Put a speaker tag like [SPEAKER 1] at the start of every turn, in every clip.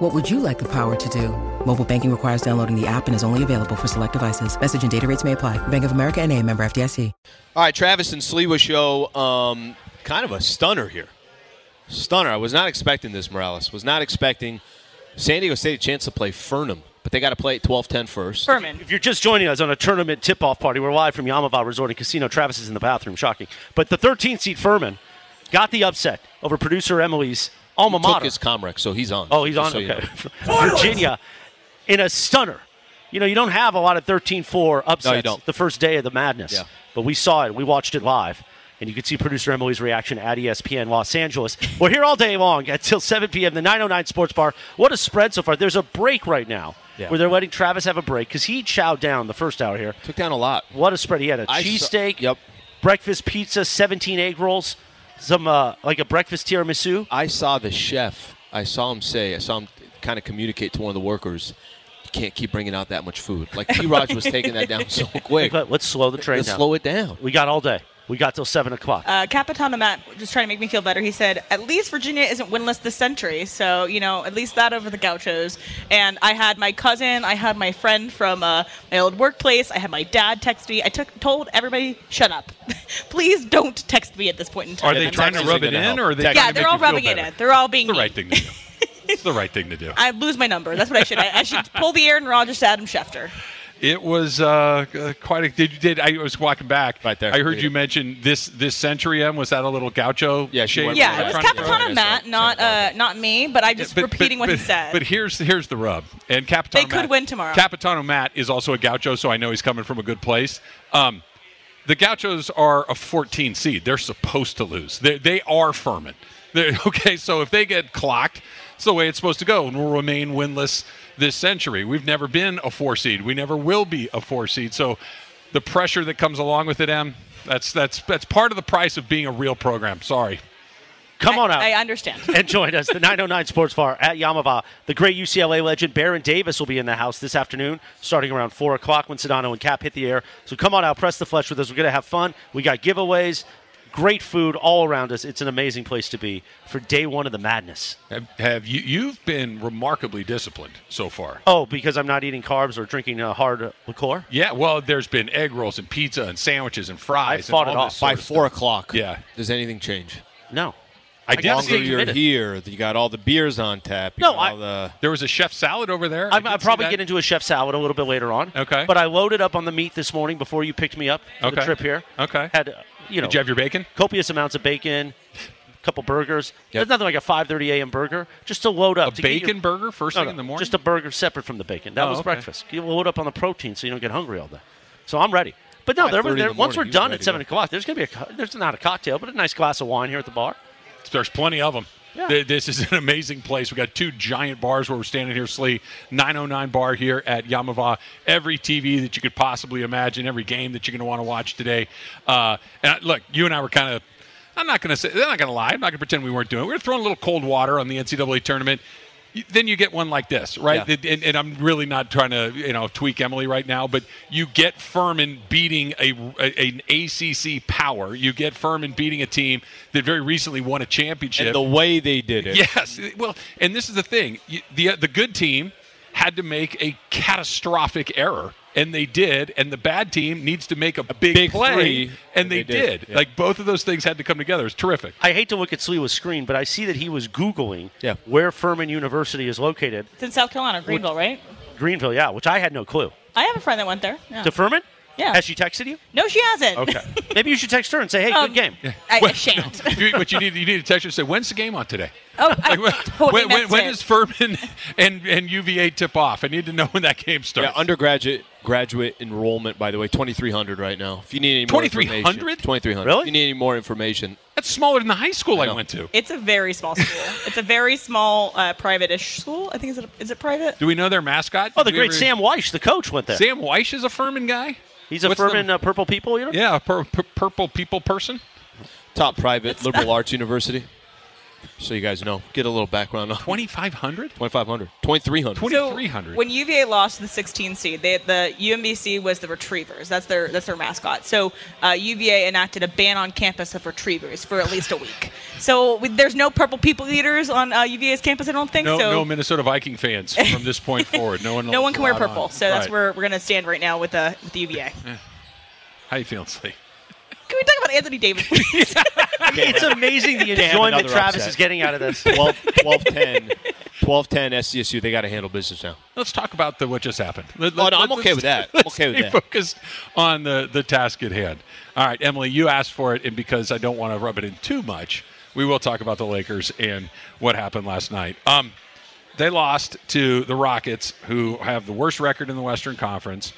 [SPEAKER 1] What would you like the power to do? Mobile banking requires downloading the app and is only available for select devices. Message and data rates may apply. Bank of America and a member FDIC.
[SPEAKER 2] All right, Travis and Sliwa show. Um, kind of a stunner here. Stunner. I was not expecting this, Morales. Was not expecting San Diego State a chance to play Fernum, but they got to play at 12-10 first.
[SPEAKER 3] Furman.
[SPEAKER 4] If you're just joining us on a tournament tip-off party, we're live from Yamava Resort and Casino. Travis is in the bathroom, shocking. But the 13th seed Furman got the upset over producer Emily's alma
[SPEAKER 2] Took
[SPEAKER 4] mater.
[SPEAKER 2] his Comrex, so he's on.
[SPEAKER 4] oh, he's on.
[SPEAKER 2] Just so you
[SPEAKER 4] okay.
[SPEAKER 2] know.
[SPEAKER 4] Virginia in a stunner. You know, you don't have a lot of 13-4 upsets
[SPEAKER 2] don't.
[SPEAKER 4] the first day of the madness.
[SPEAKER 2] Yeah.
[SPEAKER 4] But we saw it. We watched it live. And you could see producer Emily's reaction at E ESPN Los Angeles. We're here all day long until 7 p.m. The 909 Sports Bar. What a spread so far. There's a break right now
[SPEAKER 2] Yeah.
[SPEAKER 4] where they're letting Travis have a break because he chowed down the first hour here.
[SPEAKER 2] Took down a lot.
[SPEAKER 4] What a spread. He had a
[SPEAKER 2] I saw-
[SPEAKER 4] cheesesteak,
[SPEAKER 2] yep.
[SPEAKER 4] breakfast pizza, 17 egg rolls, some uh, like a breakfast tiramisu.
[SPEAKER 2] I saw the chef. I saw him say. I saw him kind of communicate to one of the workers. You can't keep bringing out that much food. Like T. Raj was taking that down so quick.
[SPEAKER 4] But let's slow the train
[SPEAKER 2] Let's
[SPEAKER 4] down.
[SPEAKER 2] slow it down.
[SPEAKER 4] We got all day. We got till 7 o'clock.
[SPEAKER 3] Uh, Capitana Matt just trying to make me feel better. He said, "At least Virginia isn't winless this century, so you know at least that over the Gauchos." And I had my cousin, I had my friend from uh, my old workplace, I had my dad text me. I took told everybody, "Shut up, please don't text me at this point in time."
[SPEAKER 5] Are they
[SPEAKER 3] I'm
[SPEAKER 5] trying
[SPEAKER 3] sorry."
[SPEAKER 5] to
[SPEAKER 2] Texas
[SPEAKER 5] rub
[SPEAKER 2] ain't
[SPEAKER 5] it
[SPEAKER 2] gonna
[SPEAKER 5] in,
[SPEAKER 2] help.
[SPEAKER 5] or are they?
[SPEAKER 2] Yeah,
[SPEAKER 5] trying
[SPEAKER 3] Yeah,
[SPEAKER 5] to
[SPEAKER 3] they're
[SPEAKER 5] make
[SPEAKER 3] all
[SPEAKER 5] you feel
[SPEAKER 3] rubbing it
[SPEAKER 5] better?
[SPEAKER 3] in. They're all being
[SPEAKER 5] It's the
[SPEAKER 3] mean.
[SPEAKER 5] right thing to do. It's the right thing to do.
[SPEAKER 3] I lose my number. That's what I should. I, I should pull the Aaron Rodgers, to Adam Schefter.
[SPEAKER 5] It was uh, uh, quite a. Did you did I was walking back
[SPEAKER 2] Right there.
[SPEAKER 5] I heard
[SPEAKER 2] Read
[SPEAKER 5] you
[SPEAKER 2] it.
[SPEAKER 5] mention this this century. M was that a little gaucho?
[SPEAKER 2] Yeah, she
[SPEAKER 5] shade?
[SPEAKER 2] went
[SPEAKER 3] Yeah,
[SPEAKER 2] right
[SPEAKER 3] it was
[SPEAKER 2] in front of
[SPEAKER 3] Capitano
[SPEAKER 2] her.
[SPEAKER 3] Matt, not uh, not me, but I'm just
[SPEAKER 5] But- but-
[SPEAKER 3] repeating what he
[SPEAKER 5] but-
[SPEAKER 3] said.
[SPEAKER 5] But here's here's the rub. And Capitano
[SPEAKER 3] They could
[SPEAKER 5] Matt-
[SPEAKER 3] win tomorrow.
[SPEAKER 5] Capitano Matt is also a gaucho, so I know he's coming from a good place. Um, the Gauchos are a 14 seed. They're supposed to lose. They, they are Furman. They're, okay, so if they get clocked, it's the way it's supposed to go, and will remain winless this century. We've never been a four seed. We never will be a four seed. So the pressure that comes along with it, M, that's that's that's part of the price of being a real program. Sorry.
[SPEAKER 4] Come on out.
[SPEAKER 3] I understand.
[SPEAKER 4] and join us. The 909 Sports Bar at Yamava. The great UCLA legend Baron Davis will be in the house this afternoon, starting around 4 o'clock when Sedano and Cap hit the air. So come on out, press the flesh with us. We're going to have fun. We got giveaways, great food all around us. It's an amazing place to be for day one of the madness.
[SPEAKER 5] Have, have you you've been remarkably disciplined so far?
[SPEAKER 4] Oh, because I'm not eating carbs or drinking uh, hard liqueur?
[SPEAKER 5] Yeah, well, there's been egg rolls and pizza and sandwiches and fries.
[SPEAKER 4] fought
[SPEAKER 5] and
[SPEAKER 4] it
[SPEAKER 5] all
[SPEAKER 4] off.
[SPEAKER 5] this
[SPEAKER 2] By
[SPEAKER 5] sort of
[SPEAKER 2] four
[SPEAKER 5] stuff.
[SPEAKER 2] o'clock.
[SPEAKER 5] Yeah.
[SPEAKER 2] Does anything change?
[SPEAKER 4] No.
[SPEAKER 5] I
[SPEAKER 2] The
[SPEAKER 5] did
[SPEAKER 2] longer
[SPEAKER 5] see-
[SPEAKER 2] you're here, you got all the beers on tap. You
[SPEAKER 4] No,
[SPEAKER 2] got
[SPEAKER 4] I-
[SPEAKER 2] all the,
[SPEAKER 5] There was a chef salad over there.
[SPEAKER 4] I'm,
[SPEAKER 5] did
[SPEAKER 4] I'll
[SPEAKER 5] see
[SPEAKER 4] probably
[SPEAKER 5] that.
[SPEAKER 4] get into a chef salad a little bit later on.
[SPEAKER 5] Okay.
[SPEAKER 4] But I loaded up on the meat this morning before you picked me up for the
[SPEAKER 5] Okay.
[SPEAKER 4] trip here.
[SPEAKER 5] Okay.
[SPEAKER 4] Had, uh, you know,
[SPEAKER 5] Did you have your bacon?
[SPEAKER 4] copious amounts of bacon, a couple burgers.
[SPEAKER 2] Yep.
[SPEAKER 4] There's nothing like a 5:30 a.m. burger. Just to load up.
[SPEAKER 5] A
[SPEAKER 4] to get
[SPEAKER 5] bacon
[SPEAKER 4] your-
[SPEAKER 5] burger first
[SPEAKER 4] No,
[SPEAKER 5] thing
[SPEAKER 4] no,
[SPEAKER 5] in the morning.
[SPEAKER 4] Just a burger separate from the bacon. That
[SPEAKER 5] Oh,
[SPEAKER 4] was
[SPEAKER 5] okay.
[SPEAKER 4] breakfast. You load up on the protein so you don't get hungry all day. So I'm ready. But no,
[SPEAKER 2] 5:30
[SPEAKER 4] there,
[SPEAKER 2] in the
[SPEAKER 4] there, once
[SPEAKER 2] morning,
[SPEAKER 4] we're
[SPEAKER 2] you're
[SPEAKER 4] done
[SPEAKER 2] ready
[SPEAKER 4] at
[SPEAKER 2] to
[SPEAKER 4] seven
[SPEAKER 2] go.
[SPEAKER 4] o'clock, there's gonna be a co- there's not a cocktail, but a nice glass of wine here at the bar.
[SPEAKER 5] There's plenty of them.
[SPEAKER 4] Yeah.
[SPEAKER 5] Th- This is an amazing place. We got two giant bars where we're standing here, Slee. 909 bar here at Yamava. Every TV that you could possibly imagine, every game that you're going to want to watch today. Uh, and I- look, you and I were kind of. I'm not going to say. They're not going to lie. I'm not going to pretend we weren't doing. it. We were throwing a little cold water on the NCAA tournament. Y- Then you get one like this, right?
[SPEAKER 2] Yeah.
[SPEAKER 5] Th- And, and I'm really not trying to, you know, tweak Emily right now, but you get Furman beating a, a- an ACC power. You get Furman beating a team that very recently won a championship.
[SPEAKER 2] and the way they did it.
[SPEAKER 5] Yes. Well, and this is the thing: You- the the good team had to make a catastrophic error, and they did. And the bad team needs to make a, big,
[SPEAKER 2] big
[SPEAKER 5] play,
[SPEAKER 2] three,
[SPEAKER 5] and they, did.
[SPEAKER 2] Yeah.
[SPEAKER 5] Like both of those things had to come together. It's terrific.
[SPEAKER 4] I hate to look at Sliwa's screen, but I see that he was Googling
[SPEAKER 2] Yeah.
[SPEAKER 4] where Furman University is located.
[SPEAKER 3] It's in South Carolina, Greenville, right?
[SPEAKER 4] Greenville, yeah, which I had no clue.
[SPEAKER 3] I have a friend that went there. Yeah.
[SPEAKER 4] To Furman?
[SPEAKER 3] Uh, Yeah.
[SPEAKER 4] Has she texted you?
[SPEAKER 3] no, she hasn't.
[SPEAKER 4] Maybe you should text her and say, hey,
[SPEAKER 3] Um,
[SPEAKER 4] good game.
[SPEAKER 3] I, I
[SPEAKER 5] Well,
[SPEAKER 3] shan't.
[SPEAKER 5] You- but you need you need to text her and say, "When's the game on today?"
[SPEAKER 3] Oh, I totally
[SPEAKER 5] when, when,
[SPEAKER 3] missed
[SPEAKER 5] when
[SPEAKER 3] it.
[SPEAKER 5] does Furman and, and UVA tip off? I need to know when that game starts.
[SPEAKER 2] Yeah, undergraduate graduate enrollment, by the way, 2,300 right now. If you need any more
[SPEAKER 5] 2,300?
[SPEAKER 2] information. 2,300?
[SPEAKER 4] Really?
[SPEAKER 2] If you need any more information,
[SPEAKER 5] That's smaller than the high school I,
[SPEAKER 2] know.
[SPEAKER 5] went to.
[SPEAKER 3] It's a very small school. it's a very small uh, private-ish school. I think is it is it private?
[SPEAKER 5] Do we know their mascot?
[SPEAKER 4] Oh, the
[SPEAKER 5] Did we
[SPEAKER 4] great
[SPEAKER 5] ever-
[SPEAKER 4] Sam Weish, the coach, went there.
[SPEAKER 5] Sam Weish is a Furman guy.
[SPEAKER 4] He's a
[SPEAKER 5] What's the-
[SPEAKER 4] Furman uh, Purple People eater?
[SPEAKER 5] Yeah, pur- pur- purple people person.
[SPEAKER 2] Top private liberal arts university. So you guys know, get a little background on
[SPEAKER 5] 2,500?
[SPEAKER 2] 2500, 2300.
[SPEAKER 5] 2,300.
[SPEAKER 3] When UVA lost to the 16 seed, they, the UMBC was the Retrievers. That's their that's their mascot. So uh, UVA enacted a ban on campus of Retrievers for at least a week. So we, there's no purple people eaters on uh, UVA's campus. I don't think
[SPEAKER 5] no,
[SPEAKER 3] so.
[SPEAKER 5] no Minnesota Viking fans from this point forward. No one.
[SPEAKER 3] no one can wear
[SPEAKER 5] allowed
[SPEAKER 3] purple.
[SPEAKER 5] on.
[SPEAKER 3] So that's
[SPEAKER 5] Right.
[SPEAKER 3] where we're gonna stand right now with the with the UVA. can
[SPEAKER 5] How you feeling, Slee?
[SPEAKER 3] we talk about Anthony Davis? please?
[SPEAKER 4] It's amazing the enjoyment
[SPEAKER 2] another
[SPEAKER 4] Travis
[SPEAKER 2] upset.
[SPEAKER 4] is getting out of this.
[SPEAKER 2] 12, 12 10. 12 10 SCSU, they got to handle business now.
[SPEAKER 5] Let's talk about the what just happened. Let-
[SPEAKER 2] Oh,
[SPEAKER 5] let-
[SPEAKER 2] no, I'm
[SPEAKER 5] let's
[SPEAKER 2] okay with that. I'm okay with
[SPEAKER 5] stay
[SPEAKER 2] that.
[SPEAKER 5] Focused on the the task at hand. All right, Emily, you asked for it, and because I don't want to rub it in too much, we will talk about the Lakers and what happened last night. Um, they lost to the Rockets, who have the worst record in the Western Conference,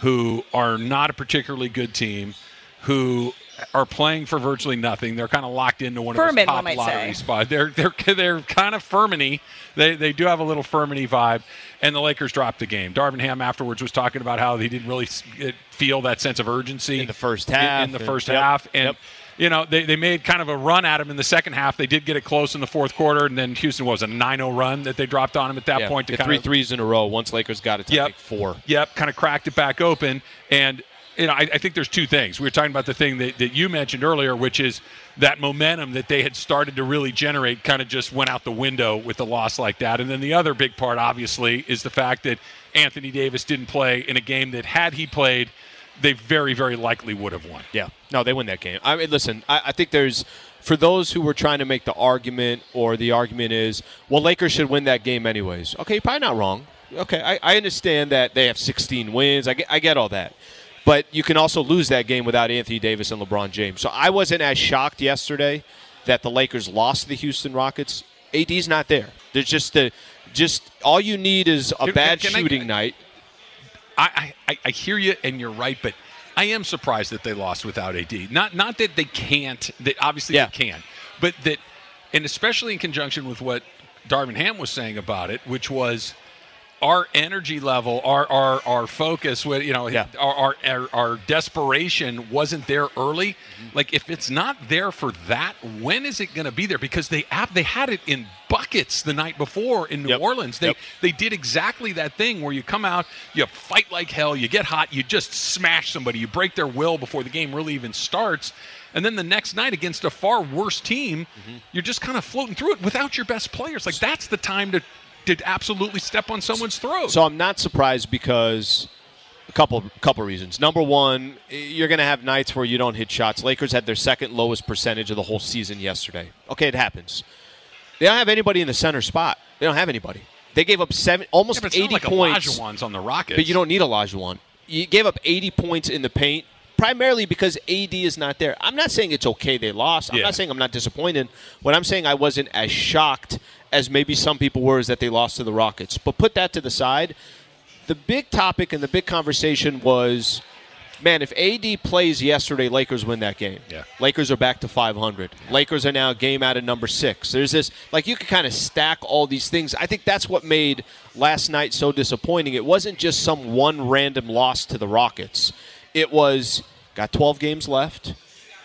[SPEAKER 5] who are not a particularly good team, who are playing for virtually nothing. They're kind of locked into one
[SPEAKER 3] Furman,
[SPEAKER 5] of
[SPEAKER 3] one might
[SPEAKER 5] those top lottery
[SPEAKER 3] say.
[SPEAKER 5] spot. They're they're they're kind of Furmany. They they do have a little Furmany vibe, and the Lakers dropped the game. Darvin Ham afterwards was talking about how he didn't really s- eh, feel that sense of urgency
[SPEAKER 2] In the first
[SPEAKER 5] in-
[SPEAKER 2] half,
[SPEAKER 5] In, the
[SPEAKER 2] and-
[SPEAKER 5] first
[SPEAKER 2] yep,
[SPEAKER 5] half, and
[SPEAKER 2] yep.
[SPEAKER 5] you know they, they made kind of a run at him in the second half. They did get it close in the fourth quarter, and then Houston what was it, a 9-0 run that they dropped on him at that
[SPEAKER 2] Yeah,
[SPEAKER 5] point to
[SPEAKER 2] the
[SPEAKER 5] kind
[SPEAKER 2] three
[SPEAKER 5] of
[SPEAKER 2] threes in a row. Once Lakers got it to
[SPEAKER 5] Yep.
[SPEAKER 2] make four.
[SPEAKER 5] Yep, kind of cracked it back open. And you know, I, I think there's two things. We were talking about the thing that, that you mentioned earlier, which is that momentum that they had started to really generate kind of just went out the window with a loss like that. And then the other big part, obviously, is the fact that Anthony Davis didn't play in a game that had he played, they very, very likely would have won.
[SPEAKER 2] Yeah. No, they win that game. I mean, listen, I, I think there's for those who were trying to make the argument, or the argument is, well, Lakers should win that game anyways. Okay, you're probably not wrong. Okay, I, I understand that they have 16 wins. I get, I get all that. But you can also lose that game without Anthony Davis and LeBron James. So I wasn't as shocked yesterday that the Lakers lost to the Houston Rockets. AD's not there. There's just the just all you need is a
[SPEAKER 5] Can-
[SPEAKER 2] bad
[SPEAKER 5] can I-
[SPEAKER 2] shooting night.
[SPEAKER 5] I, I, I hear you and you're right, but I am surprised that they lost without AD. Not not that they can't, that obviously
[SPEAKER 2] Yeah.
[SPEAKER 5] they can, but that, and especially in conjunction with what Darvin Ham was saying about it, which was our energy level, our our, our focus, with you know,
[SPEAKER 2] Yeah.
[SPEAKER 5] our, our our our desperation wasn't there early.
[SPEAKER 2] Mm-hmm.
[SPEAKER 5] Like if it's not there for that, when is it going to be there? Because they ab- they had it in buckets the night before in New
[SPEAKER 2] Yep.
[SPEAKER 5] Orleans. They
[SPEAKER 2] Yep.
[SPEAKER 5] they did exactly that thing where you come out, you fight like hell, you get hot, you just smash somebody, you break their will before the game really even starts. And then the next night against a far worse team,
[SPEAKER 2] Mm-hmm.
[SPEAKER 5] you're just kind of floating through it without your best players. Like that's the time to to absolutely step on someone's throat.
[SPEAKER 2] So I'm not surprised because a couple couple reasons. Number one, you're going to have nights where you don't hit shots. Lakers had their second lowest percentage of the whole season yesterday. Okay, it happens. They don't have anybody in the center spot. They don't have anybody. They gave up seven, almost
[SPEAKER 5] Yeah, but it's
[SPEAKER 2] 80
[SPEAKER 5] not like
[SPEAKER 2] points.
[SPEAKER 5] Olajuwon's on the Rockets.
[SPEAKER 2] But you don't need Olajuwon. You gave up 80 points in the paint primarily because AD is not there. I'm not saying it's okay they lost. I'm
[SPEAKER 5] Yeah.
[SPEAKER 2] not saying I'm not disappointed. What I'm saying I wasn't as shocked as maybe some people were is that they lost to the Rockets. But put that to the side. The big topic and the big conversation was, man, if AD plays yesterday, Lakers win that game.
[SPEAKER 5] Yeah.
[SPEAKER 2] Lakers are back to 500. Lakers are now game out of number six. There's this, like, you can kind of stack all these things. I think that's what made last night so disappointing. It wasn't just some one random loss to the Rockets, it was got 12 games left.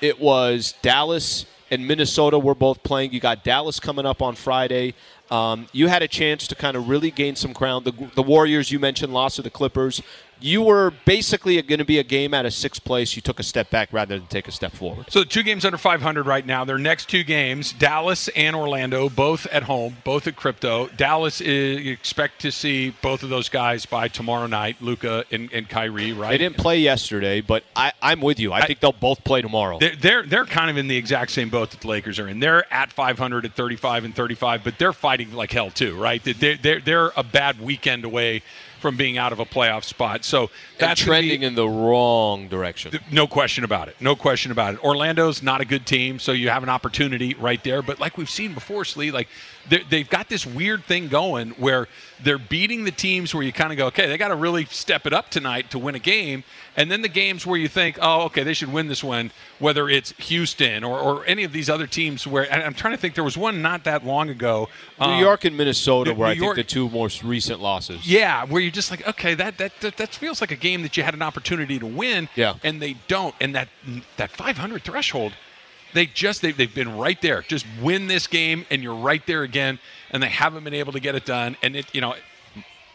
[SPEAKER 2] It was Dallas and Minnesota were both playing. You got Dallas coming up on Friday. Um, you had a chance to kind of really gain some ground. The, the Warriors, you mentioned, lost to the Clippers. You were basically going to be a game out of sixth place. You took a step back rather than take a step forward.
[SPEAKER 5] So two games under 500 right now. Their next two games, Dallas and Orlando, both at home, both at crypto. Dallas is you expect to see both of those guys by tomorrow night, Luca and, and Kyrie, right?
[SPEAKER 2] They didn't play yesterday, but I, I'm with you. I, think they'll both play tomorrow.
[SPEAKER 5] They're, they're they're kind of in the exact same boat that the Lakers are in. They're at 500 at 35 and 35, but they're fighting like hell too, right? They're they're, they're a bad weekend away from being out of a playoff spot. So
[SPEAKER 2] They're
[SPEAKER 5] that's gonna be-
[SPEAKER 2] trending in the wrong direction.
[SPEAKER 5] No question about it. No question about it. Orlando's not a good team, so you have an opportunity right there. But like we've seen before, Slee, like they- they've got this weird thing going where they're beating the teams where you kind of go, okay, they got to really step it up tonight to win a game. And then the games where you think, oh, okay, they should win this one, whether it's Houston or, or any of these other teams where and I'm trying to think there was one not that long ago.
[SPEAKER 2] New
[SPEAKER 5] um,
[SPEAKER 2] York and Minnesota
[SPEAKER 5] New-
[SPEAKER 2] were, I
[SPEAKER 5] New
[SPEAKER 2] think,
[SPEAKER 5] York-
[SPEAKER 2] the two most recent losses.
[SPEAKER 5] Yeah, where you're just like, okay, that that, that that feels like a game that you had an opportunity to win.
[SPEAKER 2] Yeah.
[SPEAKER 5] and they don't, and that that 500 threshold, they just they they've been right there. Just win this game, and you're right there again, and they haven't been able to get it done. And it, you know,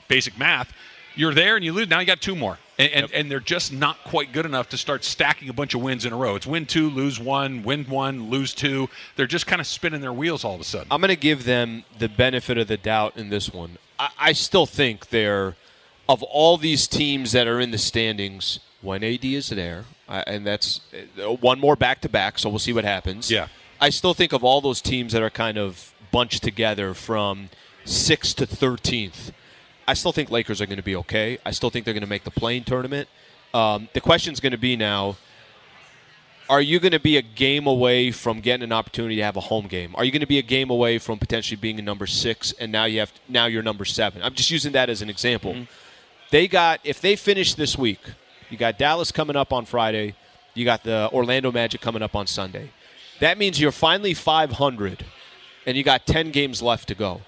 [SPEAKER 5] basic math, you're there and you lose. Now you got two more, and and, and they're just not quite good enough to start stacking a bunch of wins in a row. It's win two, lose one, win one, lose two. They're just kind of spinning their wheels all of a sudden.
[SPEAKER 2] I'm going to give them the benefit of the doubt in this one. I, I still think they're of all these teams that are in the standings. When AD is there, I, and that's uh, one more back to back, so we'll see what happens.
[SPEAKER 5] Yeah.
[SPEAKER 2] I still think of all those teams that are kind of bunched together from sixth to thirteenth. I still think Lakers are going to be okay. I still think they're going to make the playing tournament. Um, the question's going to be now are you going to be a game away from getting an opportunity to have a home game? Are you going to be a game away from potentially being a number six, and now you have now you're number seven? I'm just using that as an example. They got if they finish this week, you got Dallas coming up on Friday, you got the Orlando Magic coming up on Sunday. That means you're finally 500, and you got 10 games left to go.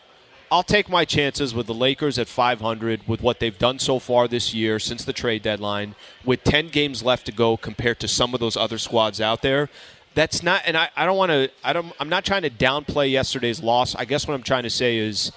[SPEAKER 2] I'll take my chances with the Lakers at 500 with what they've done so far this year since the trade deadline, with 10 games left to go compared to some of those other squads out there. That's not, and I, I don't want to, I don't, I'm not trying to downplay yesterday's loss. I guess what I'm trying to say is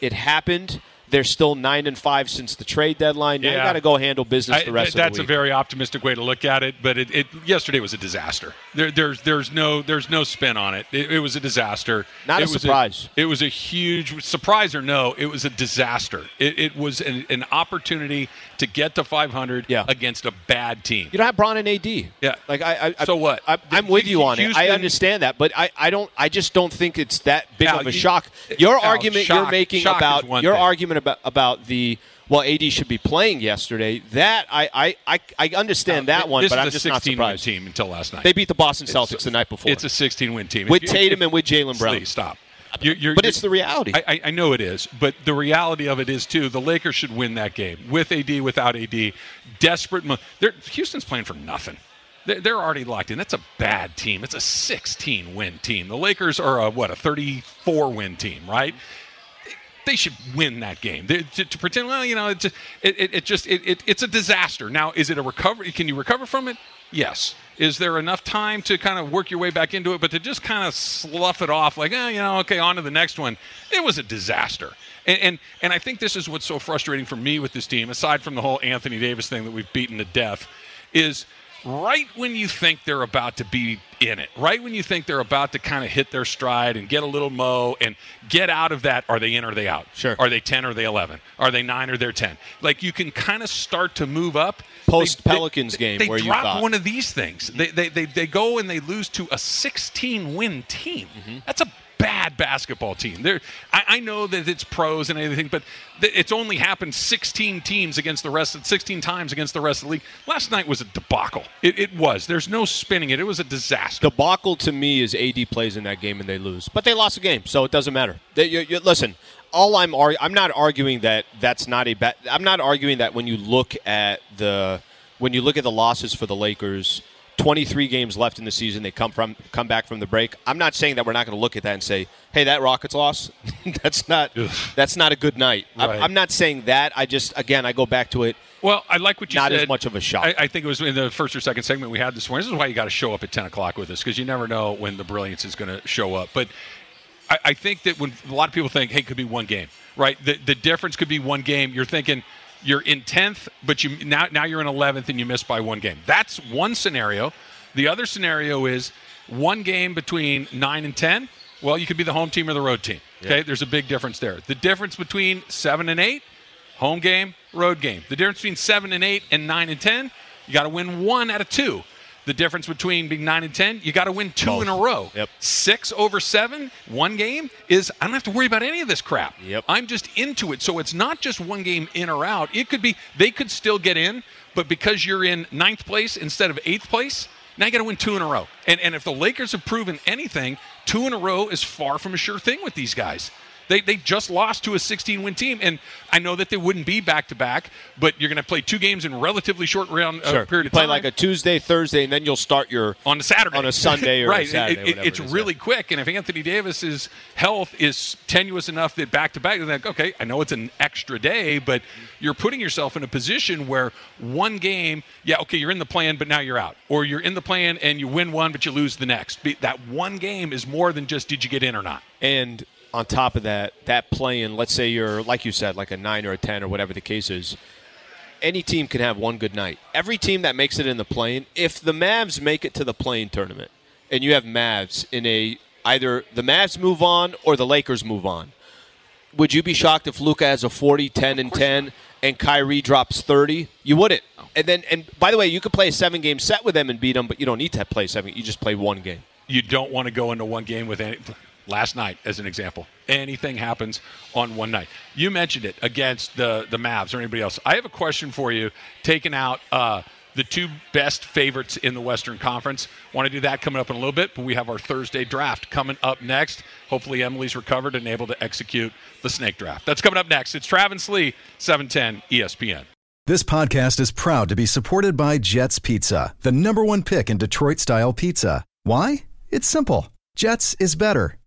[SPEAKER 2] it happened. They're still nine and five since the trade deadline. Now you
[SPEAKER 5] Yeah.
[SPEAKER 2] got to go handle business the
[SPEAKER 5] I-
[SPEAKER 2] rest
[SPEAKER 5] th-
[SPEAKER 2] of
[SPEAKER 5] that's
[SPEAKER 2] the week.
[SPEAKER 5] a very optimistic way to look at it, but it, it yesterday was a disaster. There, there's there's no there's no spin on it. It, it was a disaster.
[SPEAKER 2] Not a
[SPEAKER 5] it was
[SPEAKER 2] surprise.
[SPEAKER 5] it was a huge surprise or no. It was a disaster. It, it was an, an opportunity to get to 500
[SPEAKER 2] Yeah.
[SPEAKER 5] against a bad team.
[SPEAKER 2] you don't have Braun and AD.
[SPEAKER 5] Yeah.
[SPEAKER 2] Like I. I
[SPEAKER 5] So what?
[SPEAKER 2] I, I'm with you on it. I
[SPEAKER 5] Houston-
[SPEAKER 2] understand that, but I, I don't. I just don't think it's that big
[SPEAKER 5] Al,
[SPEAKER 2] of a
[SPEAKER 5] you-
[SPEAKER 2] shock. Your
[SPEAKER 5] Al,
[SPEAKER 2] argument you're
[SPEAKER 5] shock-
[SPEAKER 2] making
[SPEAKER 5] shock is
[SPEAKER 2] about
[SPEAKER 5] one
[SPEAKER 2] your
[SPEAKER 5] thing.
[SPEAKER 2] argument about about the well, AD should be playing yesterday. That I I, I, I understand
[SPEAKER 5] Now,
[SPEAKER 2] that one,
[SPEAKER 5] this
[SPEAKER 2] but
[SPEAKER 5] is
[SPEAKER 2] I'm
[SPEAKER 5] a
[SPEAKER 2] just not
[SPEAKER 5] 16
[SPEAKER 2] surprised.
[SPEAKER 5] Team until last night.
[SPEAKER 2] They beat the Boston Celtics the night before.
[SPEAKER 5] It's a 16 win team
[SPEAKER 2] with
[SPEAKER 5] If you-
[SPEAKER 2] Tatum
[SPEAKER 5] if-
[SPEAKER 2] and with Jalen Brown.
[SPEAKER 5] Please stop. You're- you're-
[SPEAKER 2] But
[SPEAKER 5] you're-
[SPEAKER 2] it's the reality.
[SPEAKER 5] I, I, I know it is, but the reality of it is too. The Lakers should win that game with AD, without AD. Desperate. Mo- they're, Houston's playing for nothing. They're, they're already locked in. That's a bad team. It's a 16 win team. The Lakers are a what a 34 win team, right? they should win that game. They- to, to pretend, well, you know, it just, it, it, it just it, it, it's a disaster. Now, is it a recovery? Can you recover from it? Yes. Is there enough time to kind of work your way back into it? But to just kind of slough it off, like, oh, you know, okay, on to the next one. It was a disaster. And, and and I think this is what's so frustrating for me with this team, aside from the whole Anthony Davis thing that we've beaten to death, is right when you think they're about to be in it, right when you think they're about to kind of hit their stride and get a little mo and get out of that, are they in or are they out?
[SPEAKER 2] Sure.
[SPEAKER 5] Are they 10 or are they 11? Are they 9 or they're 10? Like you can kind of start to move up.
[SPEAKER 2] Post
[SPEAKER 5] They- they-
[SPEAKER 2] Pelicans game
[SPEAKER 5] they
[SPEAKER 2] where you
[SPEAKER 5] drop
[SPEAKER 2] thought.
[SPEAKER 5] one of these things. They, they, they, they go and they lose to a 16 win team. That's a bad basketball team. They're, I, I know that it's pros and everything, but th- it's only happened 16 teams against the rest of 16 times against the rest of the league. Last night was a debacle. It, it was. There's no spinning it. It was a disaster.
[SPEAKER 2] debacle to me is AD plays in that game and they lose, but they lost the game, so it doesn't matter. They, you, you- listen, all I'm arg- I'm not arguing that that's not a bad. I'm not arguing that when you look at the when you look at the losses for the Lakers, 23 games left in the season, they come from come back from the break. I'm not saying that we're not going to look at that and say, hey, that Rockets loss, that's not that's not a good night.
[SPEAKER 5] Right.
[SPEAKER 2] I'm, I'm not saying that. I just again I go back to it.
[SPEAKER 5] Well, I like what you
[SPEAKER 2] Not
[SPEAKER 5] said.
[SPEAKER 2] as much of a shock.
[SPEAKER 5] I, I think it was in the first or second segment we had this morning. This is why you got to show up at 10 o'clock with us because you never know when the brilliance is going to show up. But I, I think that when a lot of people think, hey, it could be one game, right? The, the difference could be one game. You're thinking you're in 10th, but you now, now you're in 11th and you missed by one game. That's one scenario. The other scenario is one game between 9 and 10. Well, you could be the home team or the road team. Okay, there's a big difference there. The difference between 7 and 8 home game, road game. The difference between seven and eight and nine and ten, you got to win one out of two. The difference between being nine and ten, you got to win two in a row.
[SPEAKER 2] Yep.
[SPEAKER 5] Six over seven, one game is I don't have to worry about any of this crap.
[SPEAKER 2] Yep.
[SPEAKER 5] I'm just into it. So it's not just one game in or out. It could be they could still get in, but because you're in ninth place instead of eighth place, now you got to win two in a row. And and if the Lakers have proven anything, two in a row is far from a sure thing with these guys. They, they just lost to a 16 win team, and I know that they wouldn't be back to back, but you're going to play two games in relatively short round uh,
[SPEAKER 2] Sure.
[SPEAKER 5] period
[SPEAKER 2] You
[SPEAKER 5] of
[SPEAKER 2] play
[SPEAKER 5] time
[SPEAKER 2] like a Tuesday, Thursday, and then you'll start your
[SPEAKER 5] on a Saturday,
[SPEAKER 2] on a Sunday or
[SPEAKER 5] right?
[SPEAKER 2] a Saturday.
[SPEAKER 5] It- it-
[SPEAKER 2] whatever
[SPEAKER 5] it's
[SPEAKER 2] it is, yeah.
[SPEAKER 5] really quick, and if Anthony Davis's health is tenuous enough that back to back, then like, okay, I know it's an extra day, but you're putting yourself in a position where one game, yeah, okay, you're in the plan, but now you're out, or you're in the plan and you win one, but you lose the next. Be- That one game is more than just did you get in or not.
[SPEAKER 2] And on top of that, that playing, let's say you're, like you said, like a nine or a 10 or whatever the case is, any team can have one good night. Every team that makes it in the plane, if the Mavs make it to the plane tournament and you have Mavs in a, either the Mavs move on or the Lakers move on, would you be shocked if Luca has a 40, 10, and 10 and Kyrie drops 30? You wouldn't. And then, and by the way, you could play a seven game set with them and beat them, but you don't need to play seven. You just play one game.
[SPEAKER 5] you don't want to go into one game with any. Last night, as an example, anything happens on one night. You mentioned it against the the Mavs or anybody else. I have a question for you. Taking out uh, the two best favorites in the Western Conference. Want to do that coming up in a little bit, but we have our Thursday draft coming up next. Hopefully, Emily's recovered and able to execute the snake draft. That's coming up next. It's Travis Lee, seven ten E ESPN.
[SPEAKER 6] This podcast is proud to be supported by Jets Pizza, the number one pick in Detroit style pizza. Why? It's simple. Jets is better.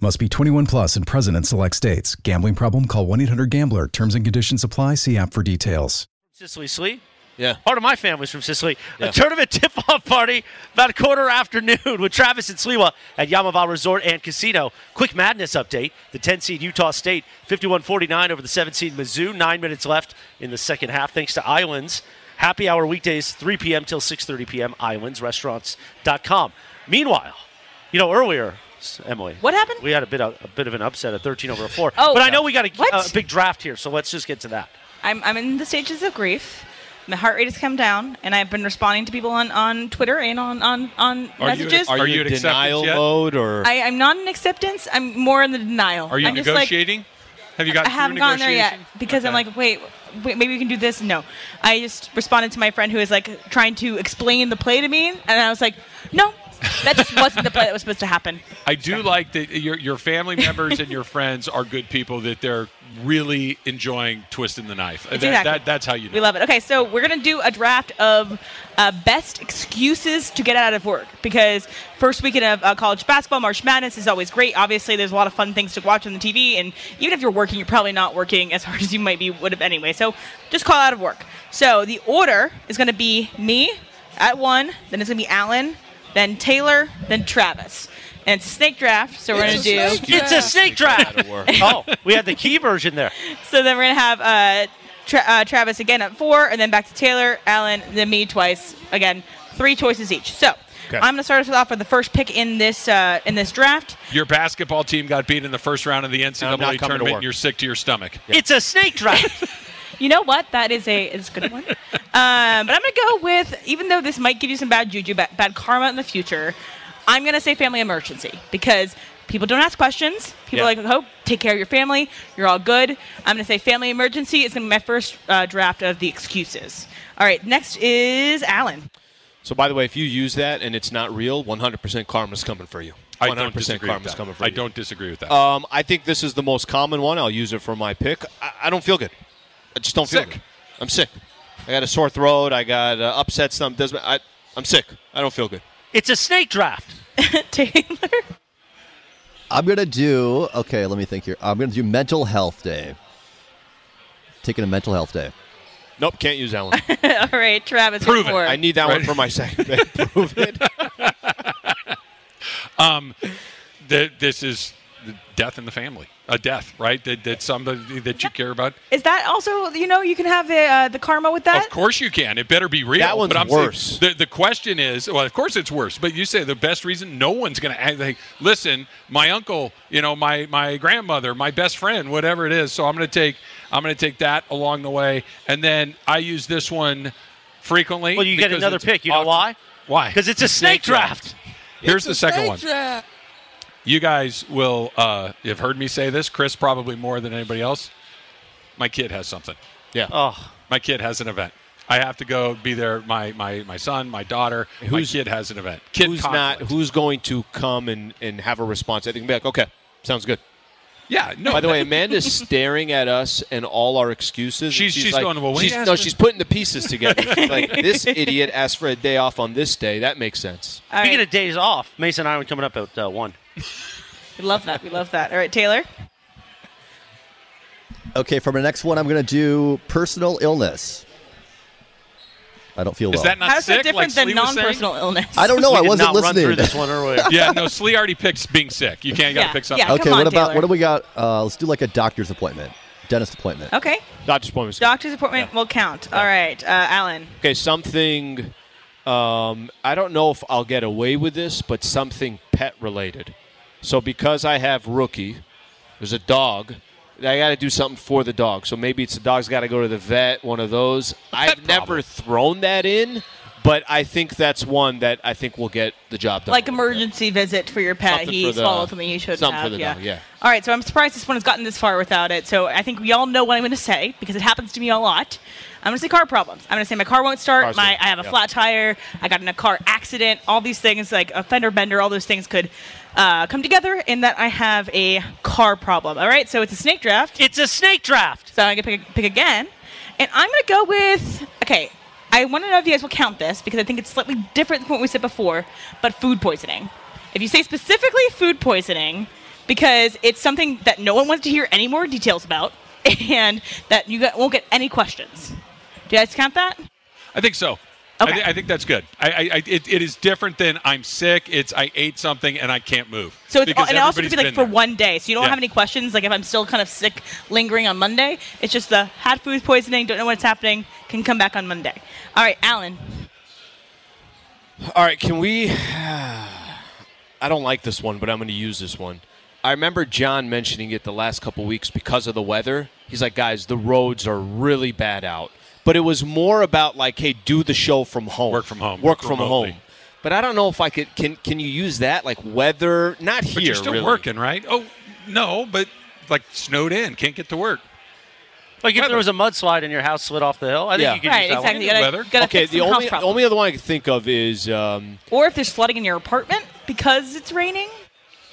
[SPEAKER 6] Must be 21 plus and present in select states. Gambling problem? Call 1 800 Gambler. Terms and conditions apply. See app for details.
[SPEAKER 4] Sicily Slee.
[SPEAKER 2] Yeah.
[SPEAKER 4] Part of my family's from Sicily. A tournament tip-off party about a quarter afternoon with Travis and Sliwa at Yamava Resort and Casino. Quick madness update. The 10-seed Utah State, 51-49 over the 7-seed Mizzou. Nine minutes left in the second half thanks to Islands. Happy hour weekdays, 3 p.m. till 6.30 p.m. IslandsRestaurants.com. Meanwhile, you know, earlier, s- Emily.
[SPEAKER 3] What happened?
[SPEAKER 4] We had a bit, of, a bit of an upset at 13 over a 4.
[SPEAKER 3] Oh.
[SPEAKER 4] but I know we got a,
[SPEAKER 3] What?
[SPEAKER 4] a big draft here, so let's just get to that.
[SPEAKER 3] I'm, I'm in the stages of grief. My heart rate has come down, and I've been responding to people on, on Twitter and on, on, on
[SPEAKER 5] Are you-
[SPEAKER 3] messages.
[SPEAKER 5] are
[SPEAKER 2] Are,
[SPEAKER 5] you
[SPEAKER 2] you
[SPEAKER 5] in
[SPEAKER 2] in
[SPEAKER 5] acceptance
[SPEAKER 2] denial
[SPEAKER 5] yet?
[SPEAKER 2] mode or
[SPEAKER 3] I, I'm not in acceptance. I'm more in the denial.
[SPEAKER 5] Are you
[SPEAKER 3] I'm just like-
[SPEAKER 5] negotiating? have you got?
[SPEAKER 3] I haven't gotten there yet because I'm like, wait, wait, maybe we can do this. No, I just responded to my friend who was like trying to explain the play to me, and I was like, no, that just wasn't the play that was supposed to happen.
[SPEAKER 5] I do like that your your family members and your friends are good people that they're really enjoying twisting the knife. That,
[SPEAKER 3] Exactly.
[SPEAKER 5] that- that's how you know.
[SPEAKER 3] We love it. Okay, so we're gonna do a draft of uh, best excuses to get out of work because first weekend of uh, college basketball, March Madness is always great. Obviously, there's a lot of fun things to watch on the TV, and even if you're working, you're probably not working as hard as you might be would have anyway. So just call out of work. So the order is gonna be me at one, then it's gonna be Alan, then Taylor, then Travis, and it's a snake draft. So we're
[SPEAKER 2] It's
[SPEAKER 3] gonna
[SPEAKER 2] a
[SPEAKER 3] do.
[SPEAKER 2] snake
[SPEAKER 4] It's a snake draft.
[SPEAKER 2] That'll work.
[SPEAKER 4] oh, we had the key version there.
[SPEAKER 3] So then we're gonna have uh, tra- uh, Travis again at four, and then back to Taylor, Allen, then me twice again, three choices each. So I'm gonna start us off with the first pick in this uh, in this draft.
[SPEAKER 5] Your basketball team got beat in the first round of the NCAA
[SPEAKER 2] I'm not coming to
[SPEAKER 5] tournament.
[SPEAKER 2] work.
[SPEAKER 5] you're sick to your stomach.
[SPEAKER 4] It's a snake draft.
[SPEAKER 3] You know what? That is a is a good one. um, but I'm gonna go with even though this might give you some bad juju, bad, bad karma in the future. I'm gonna say family emergency because people don't ask questions. People are
[SPEAKER 4] Yeah.
[SPEAKER 3] like, "Oh, take care of your family. You're all good." I'm gonna say family emergency is gonna be my first uh, draft of the excuses. All right, next is Alan.
[SPEAKER 2] So, by the way, if you use that and it's not real, 100% karma's coming for you.
[SPEAKER 5] I
[SPEAKER 2] 100%
[SPEAKER 5] don't disagree with
[SPEAKER 2] karma's
[SPEAKER 5] that.
[SPEAKER 2] coming for
[SPEAKER 5] I
[SPEAKER 2] you.
[SPEAKER 5] don't disagree with that.
[SPEAKER 3] Uh,
[SPEAKER 2] Um, I think this is the most common one. I'll use it for my pick. I, I don't feel good. I just don't
[SPEAKER 5] Sick.
[SPEAKER 2] feel good. I'm sick. I got a sore throat. I got uh, upset. Some doesn't. I, I'm sick. I don't feel good.
[SPEAKER 4] it's a snake draft.
[SPEAKER 3] Taylor.
[SPEAKER 7] I'm gonna do okay. Let me think here. I'm gonna do mental health day. Taking a mental health day.
[SPEAKER 2] Nope, can't use that one.
[SPEAKER 3] All right, Travis.
[SPEAKER 5] Prove it.
[SPEAKER 3] report.
[SPEAKER 2] I need that one
[SPEAKER 5] Right.
[SPEAKER 2] for my second. bet. Prove it.
[SPEAKER 5] Th- this is the death in the family. A death, right? That, that somebody that you care about.
[SPEAKER 3] Is that also you know you can have the uh, the karma with that?
[SPEAKER 5] Of course you can. It better be real.
[SPEAKER 2] That one's
[SPEAKER 5] but I'm
[SPEAKER 2] worse.
[SPEAKER 5] Saying, the, the question is, well, of course it's worse. But you say the best reason no one's going to act like, listen, my uncle, you know, my my grandmother, my best friend, whatever it is. So I'm going to take I'm going to take that along the way, and then I use this one frequently.
[SPEAKER 4] Well, you get
[SPEAKER 5] because
[SPEAKER 4] another
[SPEAKER 5] it's
[SPEAKER 4] pick. You know
[SPEAKER 5] off-
[SPEAKER 4] why?
[SPEAKER 5] Why?
[SPEAKER 4] Because it's a snake draft.
[SPEAKER 5] Here's the second one. You guys will uh, have heard me say this, Chris, probably more than anybody else. My kid has something.
[SPEAKER 2] Yeah.
[SPEAKER 4] Oh,
[SPEAKER 5] My kid has an event. I have to go be there. My my my son, my daughter,
[SPEAKER 2] Who's-
[SPEAKER 5] my kid has an event. Kid
[SPEAKER 2] who's
[SPEAKER 5] conflict.
[SPEAKER 2] not? Who's going to come and, and have a response? I think be like, okay, sounds good.
[SPEAKER 5] Yeah, no.
[SPEAKER 2] By the way, Amanda's staring at us and all our excuses.
[SPEAKER 5] She's-
[SPEAKER 2] and
[SPEAKER 5] she's
[SPEAKER 2] like,
[SPEAKER 5] going, "Well, when
[SPEAKER 2] she's,
[SPEAKER 5] you ask
[SPEAKER 2] no,
[SPEAKER 5] her-"
[SPEAKER 2] she's putting the pieces together. She's like this idiot asked for a day off on this day. That makes sense.
[SPEAKER 3] All
[SPEAKER 4] speaking
[SPEAKER 3] right.
[SPEAKER 4] of days off, Mason Iron coming up at uh, one.
[SPEAKER 3] we love that. We love that. All right, Taylor.
[SPEAKER 7] Okay, for my next one, I'm going to do personal illness. I don't feel
[SPEAKER 5] is
[SPEAKER 7] well.
[SPEAKER 5] that not
[SPEAKER 3] How's
[SPEAKER 5] sick?
[SPEAKER 3] that different
[SPEAKER 5] like
[SPEAKER 3] than
[SPEAKER 5] Slee was saying?
[SPEAKER 3] non-personal illness?
[SPEAKER 7] I don't know.
[SPEAKER 4] we
[SPEAKER 7] Oh, I
[SPEAKER 4] did
[SPEAKER 7] wasn't
[SPEAKER 4] not
[SPEAKER 7] listening.
[SPEAKER 4] run through this one earlier.
[SPEAKER 5] Yeah, no. Slee already picks being sick. You can't. You
[SPEAKER 3] Yeah,
[SPEAKER 5] gotta pick something.
[SPEAKER 3] yeah.
[SPEAKER 7] okay,
[SPEAKER 3] Come
[SPEAKER 7] what
[SPEAKER 3] on,
[SPEAKER 7] about
[SPEAKER 3] Taylor.
[SPEAKER 7] what do we got? Uh, let's do like a doctor's appointment, dentist appointment.
[SPEAKER 3] Okay,
[SPEAKER 2] Doctor's appointments.
[SPEAKER 3] doctor's appointment will count. All right, uh, Alan.
[SPEAKER 2] okay, something. Um, I don't know if I'll get away with this, but something pet related. So because I have rookie, there's a dog. I got to do something for the dog. So maybe it's the dog's got to go to the vet. One of those. I've never
[SPEAKER 5] problem.
[SPEAKER 2] thrown that in, but I think that's one that I think will get the job done.
[SPEAKER 3] Like emergency visit for your pet.
[SPEAKER 2] Something
[SPEAKER 3] he
[SPEAKER 2] for the-
[SPEAKER 3] swallowed something he shouldn't
[SPEAKER 2] something
[SPEAKER 3] have.
[SPEAKER 2] for the
[SPEAKER 3] yeah.
[SPEAKER 2] dog, yeah.
[SPEAKER 3] All right, so I'm surprised this one has gotten this far without it. So I think we all know what I'm going to say because it happens to me a lot. I'm going to say car problems. I'm going to say my car won't start.
[SPEAKER 2] Car's
[SPEAKER 3] my
[SPEAKER 2] good,
[SPEAKER 3] I have a
[SPEAKER 2] yeah.
[SPEAKER 3] flat tire. I got in a car accident. All these things like a fender bender. All those things could uh, come together in that I have a car problem. All right, so it's a snake draft.
[SPEAKER 4] It's a snake draft.
[SPEAKER 3] So I'm gonna pick, pick again, and I'm gonna go with okay. I want to know if you guys will count this because I think it's slightly different than what we said before. But food poisoning. If you say specifically food poisoning, because it's something that no one wants to hear any more details about, and that you got, won't get any questions. Do you guys count that?
[SPEAKER 5] I think so. I,
[SPEAKER 3] Okay.
[SPEAKER 5] thi- I think that's good. I, I, I it, it is different than I'm sick. It's I ate something and I can't move.
[SPEAKER 3] So it's,
[SPEAKER 5] Because
[SPEAKER 3] and it also could be like
[SPEAKER 5] everybody's
[SPEAKER 3] for
[SPEAKER 5] been there.
[SPEAKER 3] one day, so you don't
[SPEAKER 5] Yeah.
[SPEAKER 3] have any questions. Like if I'm still kind of sick, lingering on Monday, it's just the had food poisoning, don't know what's happening, can come back on Monday. All right, Alan.
[SPEAKER 2] All right, can we? I don't like this one, but I'm going to use this one. I remember John mentioning it the last couple weeks because of the weather. He's like, guys, the roads are really bad out. But it was more about like, hey, do the show from home,
[SPEAKER 5] Work from home. Work
[SPEAKER 2] work from
[SPEAKER 5] remotely.
[SPEAKER 2] home. But I don't know if I could. Can can you use that like weather? Not here.
[SPEAKER 5] But you're still
[SPEAKER 2] really.
[SPEAKER 5] working, right? Oh no, but like snowed in, can't get to work.
[SPEAKER 4] Like if there was a mudslide and your house slid off the hill, I think
[SPEAKER 2] Yeah.
[SPEAKER 4] you could
[SPEAKER 3] right,
[SPEAKER 4] use that
[SPEAKER 3] exactly.
[SPEAKER 5] one.
[SPEAKER 3] You
[SPEAKER 5] Weather.
[SPEAKER 3] gotta, gotta
[SPEAKER 2] Okay,
[SPEAKER 3] fix
[SPEAKER 2] the
[SPEAKER 3] some health
[SPEAKER 2] only
[SPEAKER 3] problems.
[SPEAKER 2] only other one I can think of is um,
[SPEAKER 3] or if there's flooding in your apartment because it's raining.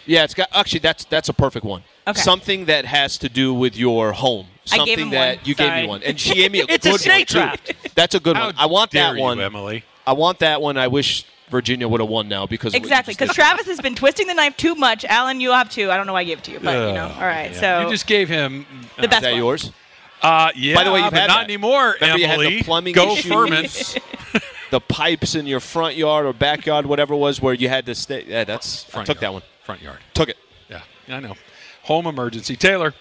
[SPEAKER 2] Yeah, it's got actually that's that's a perfect one.
[SPEAKER 3] Okay.
[SPEAKER 2] Something that has to do with your home.
[SPEAKER 3] I
[SPEAKER 2] Something
[SPEAKER 3] gave him
[SPEAKER 2] that
[SPEAKER 3] one.
[SPEAKER 2] you gave
[SPEAKER 3] Sorry.
[SPEAKER 2] me one, and she gave me a
[SPEAKER 4] It's a
[SPEAKER 2] good
[SPEAKER 4] snake
[SPEAKER 2] one
[SPEAKER 4] draft.
[SPEAKER 2] too. That's a good
[SPEAKER 5] How
[SPEAKER 2] one. I want
[SPEAKER 5] dare
[SPEAKER 2] that
[SPEAKER 5] you,
[SPEAKER 2] one,
[SPEAKER 5] Emily.
[SPEAKER 2] I want that one. I wish Virginia would have won now because of what you
[SPEAKER 3] Exactly,
[SPEAKER 2] just did.
[SPEAKER 3] because Travis has been twisting the knife too much. Alan, you have to. I don't know why I gave it to you, but you know.
[SPEAKER 5] Ugh,
[SPEAKER 3] All right, so
[SPEAKER 5] you just gave him.
[SPEAKER 3] the
[SPEAKER 2] is
[SPEAKER 3] best
[SPEAKER 2] that
[SPEAKER 3] one.
[SPEAKER 2] yours?
[SPEAKER 5] Uh, yeah.
[SPEAKER 2] By the way, you've
[SPEAKER 5] but
[SPEAKER 2] had
[SPEAKER 5] not
[SPEAKER 2] that.
[SPEAKER 5] anymore.
[SPEAKER 2] Remember you had
[SPEAKER 5] Emily,
[SPEAKER 2] the plumbing
[SPEAKER 5] go
[SPEAKER 2] issues?
[SPEAKER 5] Furman.
[SPEAKER 2] The pipes in your front yard or backyard, whatever it was, where you had to stay. Yeah, that's I
[SPEAKER 5] Front
[SPEAKER 2] took
[SPEAKER 5] yard.
[SPEAKER 2] that one.
[SPEAKER 5] Front yard.
[SPEAKER 2] Took it.
[SPEAKER 5] Yeah, I know. Home emergency. Taylor,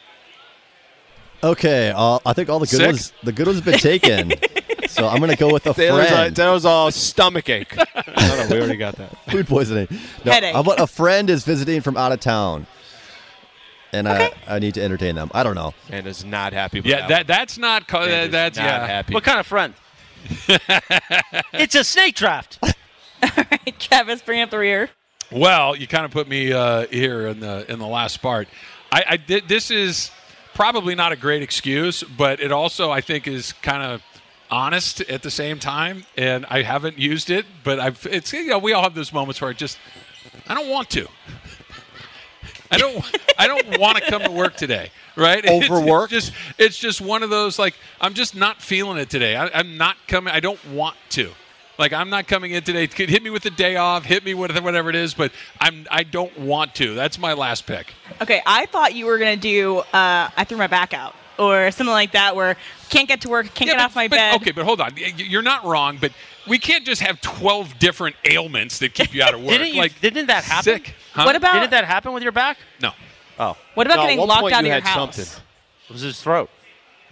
[SPEAKER 7] Okay, uh, I think all the good
[SPEAKER 5] Sick?
[SPEAKER 7] ones, the good ones have been taken. so I'm going to go with a
[SPEAKER 2] Taylor's all-
[SPEAKER 7] friend.
[SPEAKER 2] Taylor's all stomach ache. I don't know. We already got that.
[SPEAKER 7] food poisoning. No,
[SPEAKER 3] Headache.
[SPEAKER 7] I want a friend is visiting from out of town, and I, I need to entertain them. I don't know.
[SPEAKER 2] And is not happy. With
[SPEAKER 5] yeah,
[SPEAKER 2] that
[SPEAKER 5] that that's not co-
[SPEAKER 2] one.
[SPEAKER 5] that,
[SPEAKER 2] And is
[SPEAKER 5] that's
[SPEAKER 2] not
[SPEAKER 5] yeah.
[SPEAKER 2] happy.
[SPEAKER 4] What kind of friend? it's a snake draft.
[SPEAKER 3] Travis, bring up the rear.
[SPEAKER 5] Well, you kind of put me uh, here in the in the last part. I, I did, this is probably not a great excuse, but it also I think is kind of honest at the same time. And I haven't used it, but I've it's you know we all have those moments where I just I don't want to. I don't. I don't want to come to work today. Right? It's-
[SPEAKER 7] Overworked?
[SPEAKER 5] It's, just. It's just one of those like I'm just not feeling it today. I, I'm not coming. I don't want to. Like I'm not coming in today. Could hit me with a day off. Hit me with whatever it is. But I'm. I don't want to. That's my last pick.
[SPEAKER 3] Okay, I thought you were gonna do. Uh, I threw my back out. or something like that, where can't get to work, can't get
[SPEAKER 5] but-
[SPEAKER 3] off my
[SPEAKER 5] but-
[SPEAKER 3] bed.
[SPEAKER 5] Okay, but hold on. Y- y- You're not wrong, but we can't just have 12 different ailments that keep you out of work.
[SPEAKER 4] Didn't you-
[SPEAKER 5] like,
[SPEAKER 4] didn't that happen?
[SPEAKER 5] Sick. Huh?
[SPEAKER 3] What about-
[SPEAKER 4] Didn't that happen with your back?
[SPEAKER 5] No.
[SPEAKER 4] Oh,
[SPEAKER 3] what about
[SPEAKER 2] No, at
[SPEAKER 3] getting
[SPEAKER 2] one
[SPEAKER 3] locked
[SPEAKER 2] point
[SPEAKER 3] out of
[SPEAKER 2] you
[SPEAKER 3] your
[SPEAKER 2] had
[SPEAKER 3] house?
[SPEAKER 2] something.
[SPEAKER 4] it was his throat.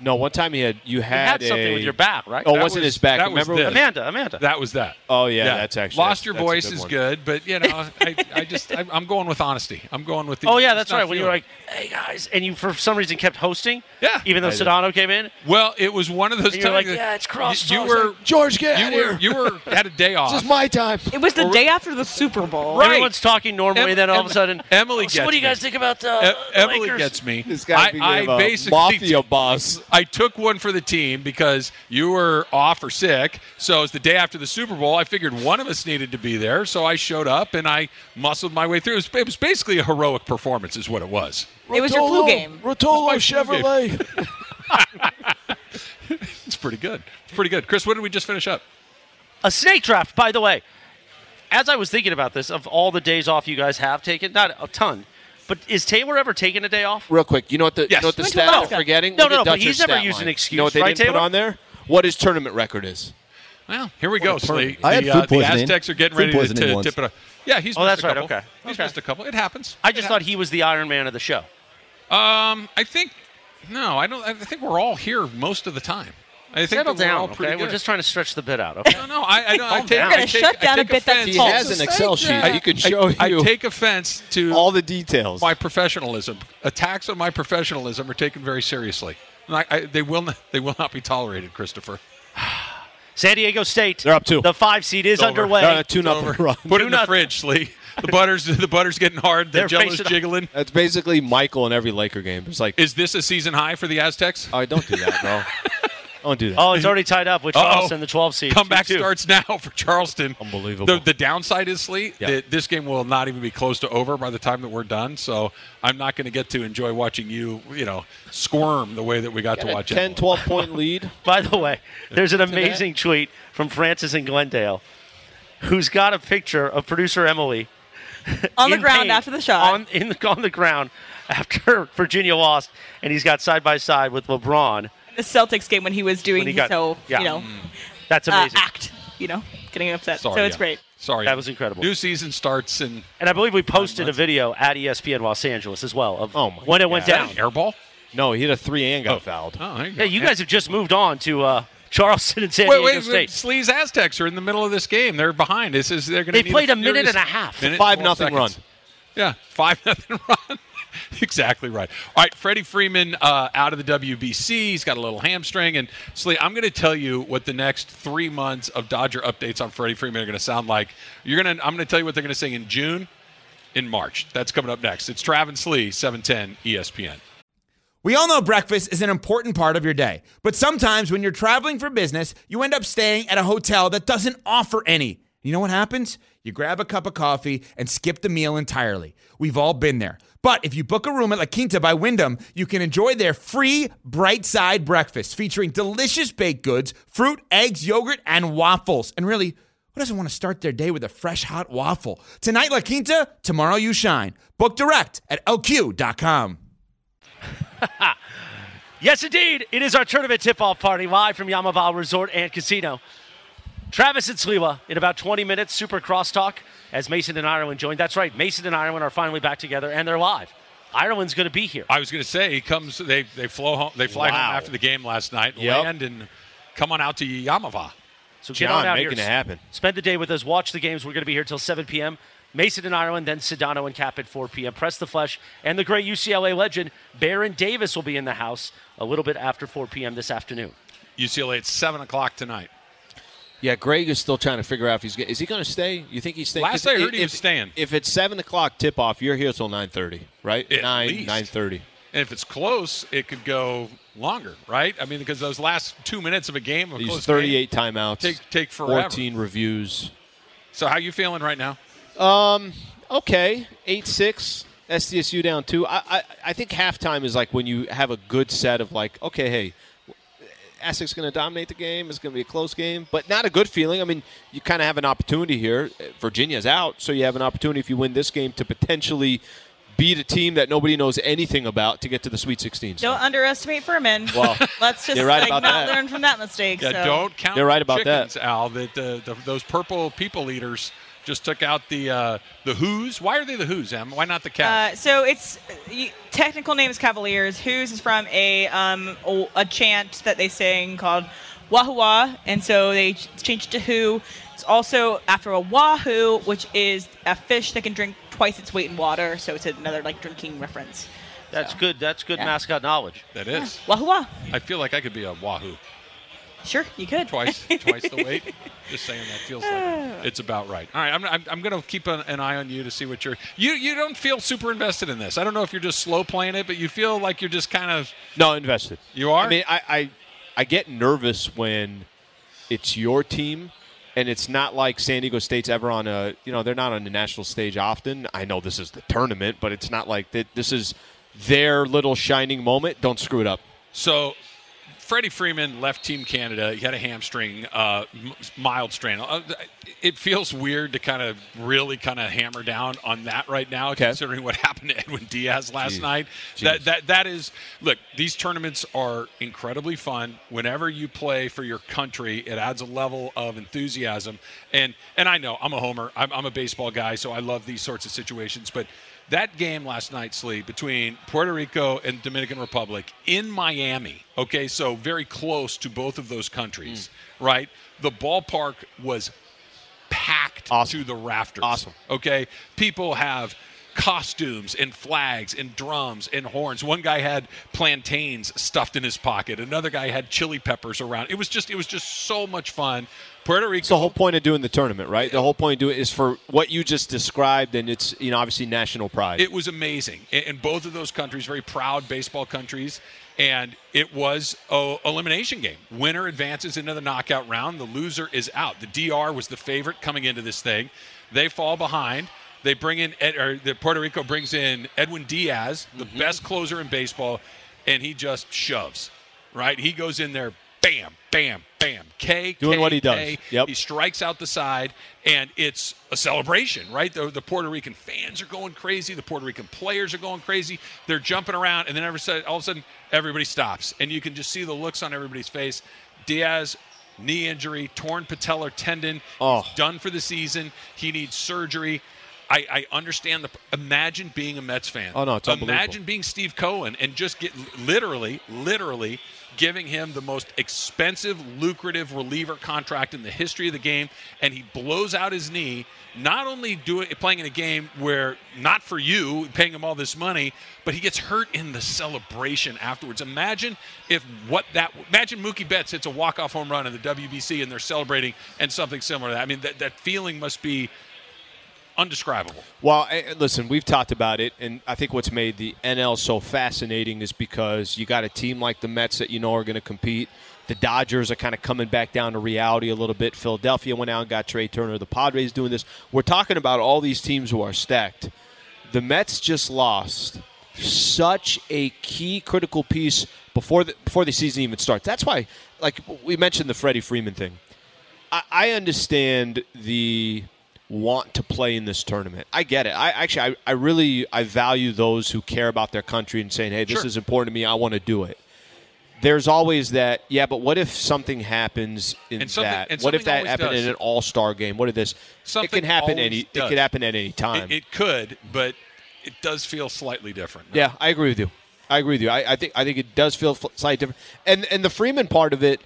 [SPEAKER 2] No, one time you had you had,
[SPEAKER 4] had something
[SPEAKER 2] a-
[SPEAKER 4] with your back, right?
[SPEAKER 2] Oh, it
[SPEAKER 4] That
[SPEAKER 2] wasn't
[SPEAKER 5] was-
[SPEAKER 2] his back.
[SPEAKER 5] that was
[SPEAKER 2] Remember?
[SPEAKER 5] this.
[SPEAKER 2] when-
[SPEAKER 4] Amanda, Amanda.
[SPEAKER 5] That was that.
[SPEAKER 2] Oh, yeah, that's actually-
[SPEAKER 5] Lost
[SPEAKER 2] that's-
[SPEAKER 5] your
[SPEAKER 2] that's a
[SPEAKER 5] voice
[SPEAKER 2] good
[SPEAKER 5] is
[SPEAKER 2] one.
[SPEAKER 5] good, but you know, I, I just I, I'm going with honesty. I'm going with the.
[SPEAKER 4] Oh yeah,
[SPEAKER 5] just
[SPEAKER 4] that's
[SPEAKER 5] not
[SPEAKER 4] right. When you were
[SPEAKER 5] feeling
[SPEAKER 4] like, "Hey guys," and you for some reason kept hosting.
[SPEAKER 5] Yeah.
[SPEAKER 4] Even though
[SPEAKER 5] I did.
[SPEAKER 4] Sedano came in,
[SPEAKER 5] it. well, it was one of those.
[SPEAKER 4] And you're
[SPEAKER 5] times
[SPEAKER 4] like,
[SPEAKER 5] that-
[SPEAKER 4] "Yeah, it's cross."
[SPEAKER 5] You,
[SPEAKER 4] I
[SPEAKER 5] you
[SPEAKER 4] was
[SPEAKER 5] were
[SPEAKER 4] like,
[SPEAKER 2] George, get
[SPEAKER 5] you
[SPEAKER 2] out
[SPEAKER 5] were
[SPEAKER 2] here.
[SPEAKER 5] you were had a day off.
[SPEAKER 2] this is my time.
[SPEAKER 3] It was the day after the Super Bowl.
[SPEAKER 5] Right.
[SPEAKER 4] everyone's talking normally,
[SPEAKER 5] Em-
[SPEAKER 4] then all of
[SPEAKER 5] Em-
[SPEAKER 4] a sudden,
[SPEAKER 5] Emily
[SPEAKER 4] "Oh, so
[SPEAKER 5] gets
[SPEAKER 4] what do you
[SPEAKER 5] me.
[SPEAKER 4] guys think about the
[SPEAKER 5] E-
[SPEAKER 4] the
[SPEAKER 5] Emily
[SPEAKER 4] Lakers?"
[SPEAKER 5] gave me.
[SPEAKER 2] This guy became
[SPEAKER 5] I, I
[SPEAKER 2] a
[SPEAKER 5] basically
[SPEAKER 2] mafia boss.
[SPEAKER 5] I took one for the team because you were off or sick. So it's the day after the Super Bowl. I figured one of us needed to be there, so I showed up and I muscled my way through. It was, it was basically a heroic performance, is what it was.
[SPEAKER 3] It was your flu game.
[SPEAKER 2] Rotolo
[SPEAKER 5] It's my flu game.
[SPEAKER 2] Chevrolet.
[SPEAKER 5] It's pretty good. It's pretty good. Chris, what did we just finish up?
[SPEAKER 4] A snake draft, by the way. As I was thinking about this, of all the days off you guys have taken, not a ton, but is Taylor ever taking a day off?
[SPEAKER 2] Real quick, you know what the
[SPEAKER 5] Yes.
[SPEAKER 2] you know what the
[SPEAKER 5] Went
[SPEAKER 3] to
[SPEAKER 2] stat I'm
[SPEAKER 3] Alaska.
[SPEAKER 2] forgetting?
[SPEAKER 4] No,
[SPEAKER 2] Look
[SPEAKER 4] no,
[SPEAKER 2] at
[SPEAKER 4] but
[SPEAKER 2] Dutcher's
[SPEAKER 4] he's never
[SPEAKER 2] stat
[SPEAKER 4] used an
[SPEAKER 2] line.
[SPEAKER 4] excuse,
[SPEAKER 2] You know what they
[SPEAKER 4] right,
[SPEAKER 2] didn't put
[SPEAKER 4] Taylor?
[SPEAKER 2] on there? What his tournament record is?
[SPEAKER 5] Well, here we go. Slee.
[SPEAKER 7] I had
[SPEAKER 5] the,
[SPEAKER 7] food
[SPEAKER 5] the
[SPEAKER 7] poisoning.
[SPEAKER 5] Aztecs are getting
[SPEAKER 7] Food
[SPEAKER 5] ready to,
[SPEAKER 7] poisoning
[SPEAKER 5] to
[SPEAKER 7] once.
[SPEAKER 5] tip it up. Yeah, he's
[SPEAKER 4] Oh,
[SPEAKER 5] missed
[SPEAKER 4] that's
[SPEAKER 5] a
[SPEAKER 4] right.
[SPEAKER 5] couple.
[SPEAKER 4] Okay.
[SPEAKER 5] He's
[SPEAKER 4] Okay.
[SPEAKER 5] missed a couple. It happens.
[SPEAKER 4] I
[SPEAKER 5] It
[SPEAKER 4] just
[SPEAKER 5] happens.
[SPEAKER 4] thought he was the Iron Man of the show.
[SPEAKER 5] Um, I think no, I don't. I think we're all here most of the time. I think
[SPEAKER 4] Settle
[SPEAKER 5] that we're all
[SPEAKER 4] down,
[SPEAKER 5] pretty
[SPEAKER 4] okay? We're
[SPEAKER 5] good.
[SPEAKER 4] just trying to stretch the bit out, okay?
[SPEAKER 5] No, no, I, I don't. I
[SPEAKER 4] Calm
[SPEAKER 5] take,
[SPEAKER 4] down.
[SPEAKER 5] I
[SPEAKER 4] We're gonna
[SPEAKER 5] take,
[SPEAKER 3] shut
[SPEAKER 5] I
[SPEAKER 3] down
[SPEAKER 5] take
[SPEAKER 3] a bit that's
[SPEAKER 5] offense.
[SPEAKER 2] He
[SPEAKER 3] Oh,
[SPEAKER 2] has
[SPEAKER 3] it's
[SPEAKER 2] an Excel sheet.
[SPEAKER 5] I,
[SPEAKER 2] He could show
[SPEAKER 5] I,
[SPEAKER 2] you
[SPEAKER 5] I take offense to
[SPEAKER 2] all the details.
[SPEAKER 5] my professionalism. Attacks on my professionalism are taken very seriously. And I, I, they will not. They will not be tolerated, Christopher.
[SPEAKER 4] San Diego State.
[SPEAKER 2] They're up two.
[SPEAKER 4] The five seed is
[SPEAKER 5] It's over.
[SPEAKER 4] underway.
[SPEAKER 2] No, no, two nothing
[SPEAKER 5] Over.
[SPEAKER 2] run.
[SPEAKER 5] Put it in the
[SPEAKER 4] nothing.
[SPEAKER 5] fridge, Lee. The butters. The butters getting hard. The
[SPEAKER 4] They're
[SPEAKER 5] jello's
[SPEAKER 4] facing-
[SPEAKER 5] jiggling.
[SPEAKER 2] That's basically Michael in every Laker game. It's like,
[SPEAKER 5] Is this a season high for the Aztecs?
[SPEAKER 2] oh, don't do that, bro. don't do that.
[SPEAKER 4] Oh, it's already tied up with
[SPEAKER 5] Uh-oh.
[SPEAKER 4] Charleston, the 12 seed.
[SPEAKER 5] Comeback
[SPEAKER 4] 2-2.
[SPEAKER 5] starts now for Charleston.
[SPEAKER 2] Unbelievable.
[SPEAKER 5] The, the downside is, Lee,
[SPEAKER 2] Yeah.
[SPEAKER 5] that this game will not even be close to over by the time that we're done. So I'm not going to get to enjoy watching you, you know, squirm the way that we got to
[SPEAKER 2] Got a
[SPEAKER 5] watch
[SPEAKER 2] 10,
[SPEAKER 5] it.
[SPEAKER 2] 12 point lead.
[SPEAKER 4] By the way, there's an amazing tweet from Francis in Glendale who's got a picture of producer Emily
[SPEAKER 3] On the
[SPEAKER 4] in
[SPEAKER 3] ground
[SPEAKER 4] pain,
[SPEAKER 3] after the shot.
[SPEAKER 4] On, in the, on the ground after Virginia lost, and he's got side by side with LeBron.
[SPEAKER 3] the Celtics game when he was doing
[SPEAKER 4] When he
[SPEAKER 3] his
[SPEAKER 4] got-
[SPEAKER 3] whole,
[SPEAKER 4] yeah.
[SPEAKER 3] you know,
[SPEAKER 4] That's
[SPEAKER 3] uh,
[SPEAKER 4] amazing.
[SPEAKER 3] act, you know, getting upset.
[SPEAKER 5] Sorry,
[SPEAKER 3] so it's
[SPEAKER 5] yeah.
[SPEAKER 3] great.
[SPEAKER 5] Sorry,
[SPEAKER 4] That was incredible.
[SPEAKER 5] New season starts in
[SPEAKER 4] and I believe we posted a video at E ESPN Los Angeles as well of
[SPEAKER 2] Oh my
[SPEAKER 4] when it went down.
[SPEAKER 2] God.
[SPEAKER 5] airball.
[SPEAKER 2] No, he hit a three and got fouled.
[SPEAKER 5] Oh, there you
[SPEAKER 4] Yeah,
[SPEAKER 5] go.
[SPEAKER 4] you guys have just moved on to uh, Charleston and San
[SPEAKER 5] Wait,
[SPEAKER 4] Diego
[SPEAKER 5] wait,
[SPEAKER 4] State.
[SPEAKER 5] wait. Sleaze Aztecs are in the middle of this game. They're behind. This is they're going
[SPEAKER 4] They
[SPEAKER 5] to.
[SPEAKER 4] played a minute and a half.
[SPEAKER 2] Five nothing run.
[SPEAKER 5] Yeah, five nothing run. exactly right. All right, Freddie Freeman uh, out of the WBC. He's got a little hamstring, and Slee, I'm going to tell you what the next three months of Dodger updates on Freddie Freeman are going to sound like. You're going to. I'm going to tell you what they're going to sing in June, in March. That's coming up next. It's Travis Slee, 710 ESPN.
[SPEAKER 8] We all know breakfast is an important part of your day, but sometimes when you're traveling for business, you end up staying at a hotel that doesn't offer any. You know what happens? You grab a cup of coffee and skip the meal entirely. We've all been there. But if you book a room at La Quinta by Wyndham, you can enjoy their free bright side breakfast featuring delicious baked goods, fruit, eggs, yogurt, and waffles. And really, who doesn't want to start their day with a fresh hot waffle? Tonight, La Quinta, tomorrow, you shine. Book direct at lq.com.
[SPEAKER 4] Yes, indeed. It is our tournament tip-off party live from Yamaval Resort and Casino. Travis and Sliwa in about 20 minutes, super crosstalk as Mason and Ireland join. That's right, Mason and Ireland are finally back together and they're live. Ireland's going to be here.
[SPEAKER 5] I was going to say he comes. They they flow home. They fly
[SPEAKER 2] Wow.
[SPEAKER 5] home after the game last night.
[SPEAKER 2] Yep.
[SPEAKER 5] Land and come on out to Yamava.
[SPEAKER 4] So get on
[SPEAKER 2] John
[SPEAKER 4] out
[SPEAKER 2] making
[SPEAKER 4] here.
[SPEAKER 2] it happen.
[SPEAKER 4] Spend the day with us. Watch the games. We're going to be here till 7 p.m. Mason in Ireland, then Sedano and Cap at 4 p.m. Press the flesh, and the great UCLA legend Baron Davis will be in the house a little bit after 4 p.m. this afternoon.
[SPEAKER 5] UCLA at seven o'clock tonight.
[SPEAKER 2] Yeah, Greg is still trying to figure out if he's go- is he going to stay. You think he's staying?
[SPEAKER 5] Last
[SPEAKER 2] 'Cause
[SPEAKER 5] I heard
[SPEAKER 2] i-
[SPEAKER 5] he was
[SPEAKER 2] if-
[SPEAKER 5] staying.
[SPEAKER 2] If it's seven o'clock tip off, you're here till nine thirty, right?
[SPEAKER 5] At
[SPEAKER 2] nine
[SPEAKER 5] least.
[SPEAKER 2] nine thirty.
[SPEAKER 5] And if it's close, it could go longer, right? I mean, because those last two minutes of a game, of
[SPEAKER 2] These
[SPEAKER 5] close
[SPEAKER 2] thirty-eight
[SPEAKER 5] game-
[SPEAKER 2] timeouts.
[SPEAKER 5] Take- take forever.
[SPEAKER 2] Fourteen reviews.
[SPEAKER 5] So how you feeling right now?
[SPEAKER 2] Okay, eight six. SDSU down two. I, I I think halftime is like when you have a good set of like, okay, hey, Essex going to dominate the game. It's going to be a close game, but not a good feeling. I mean, you kind of have an opportunity here. Virginia's out, so you have an opportunity if you win this game to potentially beat a team that nobody knows anything about to get to the Sweet 16. So
[SPEAKER 3] Don't underestimate Furman.
[SPEAKER 2] Well,
[SPEAKER 3] let's just
[SPEAKER 2] you're right
[SPEAKER 3] like,
[SPEAKER 2] about
[SPEAKER 3] not
[SPEAKER 2] that.
[SPEAKER 3] learn from that mistake.
[SPEAKER 5] Yeah,
[SPEAKER 3] so.
[SPEAKER 5] don't count.
[SPEAKER 2] You're right about that.
[SPEAKER 5] chickens, Al. That uh, the, those purple people eaters just took out the uh, the Who's. Why are they the Who's? Em? Why not the
[SPEAKER 3] Uh,
[SPEAKER 5] Cavs?
[SPEAKER 3] so it's you, technical name is Cavaliers. Who's is from a um o- a chant that they sing called Wahoo and so they ch- changed it to Who. It's also after a Wahoo, which is a fish that can drink twice its weight in water. So it's another like drinking reference.
[SPEAKER 4] That's
[SPEAKER 3] So,
[SPEAKER 4] good. That's good
[SPEAKER 3] yeah.
[SPEAKER 4] mascot knowledge.
[SPEAKER 5] that is.
[SPEAKER 3] Wahoo wah.
[SPEAKER 5] I feel like I could be a Wahoo.
[SPEAKER 3] Sure, you could.
[SPEAKER 5] Twice, twice the weight. Just saying that feels like it's about right. All right, I'm, I'm, I'm going to keep an, an eye on you to see what you're. You you don't feel super invested in this. I don't know if you're just slow playing it, but you feel like you're just kind of.
[SPEAKER 2] No, invested.
[SPEAKER 5] You are?
[SPEAKER 2] I mean, I, I, I get nervous when it's your team, and it's not like San Diego State's ever on a. You know, they're not on the national stage often. I know this is the tournament, but it's not like that. This is their little shining moment. Don't screw it up.
[SPEAKER 5] So, Freddie Freeman left Team Canada. He had a hamstring, uh, m- mild strain. Uh, It feels weird to kind of really kind of hammer down on that right now,
[SPEAKER 2] Okay.
[SPEAKER 5] considering what happened to Edwin Diaz last
[SPEAKER 2] Jeez.
[SPEAKER 5] night. That that that is look. These tournaments are incredibly fun. Whenever you play for your country, it adds a level of enthusiasm. And and I know I'm a homer. I'm, I'm a baseball guy, so I love these sorts of situations. But that game last night, Slee, between Puerto Rico and Dominican Republic in Miami. Okay, so very close to both of those countries,
[SPEAKER 2] Mm.
[SPEAKER 5] right? The ballpark was packed
[SPEAKER 2] Awesome.
[SPEAKER 5] to the rafters.
[SPEAKER 2] Awesome.
[SPEAKER 5] Okay. People have costumes and flags and drums and horns. One guy had plantains stuffed in his pocket. Another guy had chili peppers around. It was just it was just so much fun. Puerto Rico
[SPEAKER 2] It's the whole point of doing the tournament, right? The whole point of doing it is for what you just described, and it's you know obviously national pride.
[SPEAKER 5] It was amazing. And and both of those countries, very proud baseball countries. And it was a elimination game. Winner advances into the knockout round. The loser is out. The DR was the favorite coming into this thing. They fall behind. They bring in Ed, or the Puerto Rico brings in Edwin Diaz, the
[SPEAKER 2] Mm-hmm.
[SPEAKER 5] best closer in baseball, and he just shoves. Right? He goes in there, bam, bam, bam. K
[SPEAKER 2] Doing
[SPEAKER 5] K,
[SPEAKER 2] what he does.
[SPEAKER 5] K.
[SPEAKER 2] Yep.
[SPEAKER 5] He strikes out the side, and it's a celebration, right? The, the Puerto Rican fans are going crazy. The Puerto Rican players are going crazy. They're jumping around, and then every, sud- all of a sudden, everybody stops, and you can just see the looks on everybody's face. Diaz, knee injury, torn patellar tendon.
[SPEAKER 2] Oh.
[SPEAKER 5] He's done for the season. He needs surgery. I, I understand the. Imagine being a Mets fan.
[SPEAKER 2] Oh, no, it's unbelievable.
[SPEAKER 5] Imagine imagine being Steve Cohen and just get literally, literally giving him the most expensive, lucrative reliever contract in the history of the game, and he blows out his knee. Not only doing playing in a game where not for you, paying him all this money, but he gets hurt in the celebration afterwards. Imagine if what that imagine Mookie Betts hits a walk off home run in the WBC and they're celebrating and something similar to that. I mean, that, that feeling must be undescribable.
[SPEAKER 2] Well, I- I- listen, we've talked about it, and I think what's made the NL so fascinating is because you got a team like the Mets that you know are going to compete. The Dodgers are kind of coming back down to reality a little bit. Philadelphia went out and got Trey Turner. The Padres doing this. We're talking about all these teams who are stacked. The Mets just lost such a key critical piece before the, before the season even starts. That's why, like we mentioned, the Freddie Freeman thing. I, I understand the want to play in this tournament. I get it. I actually, I, I really, I value those who care about their country and saying, "Hey, this
[SPEAKER 5] Sure.
[SPEAKER 2] is important to me. I want to do it." There's always that, yeah. But what if something happens in
[SPEAKER 5] And something-
[SPEAKER 2] that?
[SPEAKER 5] and
[SPEAKER 2] What if
[SPEAKER 5] something
[SPEAKER 2] that
[SPEAKER 5] always
[SPEAKER 2] happened
[SPEAKER 5] does.
[SPEAKER 2] in an All-Star game? What if this? it
[SPEAKER 5] Something
[SPEAKER 2] can happen
[SPEAKER 5] always
[SPEAKER 2] any.
[SPEAKER 5] does.
[SPEAKER 2] It could happen at any time.
[SPEAKER 5] It, it could, but it does feel slightly different.
[SPEAKER 2] Yeah, I agree with you. I agree with you. I, I think I think it does feel fl- slightly different. And and the Freeman part of it,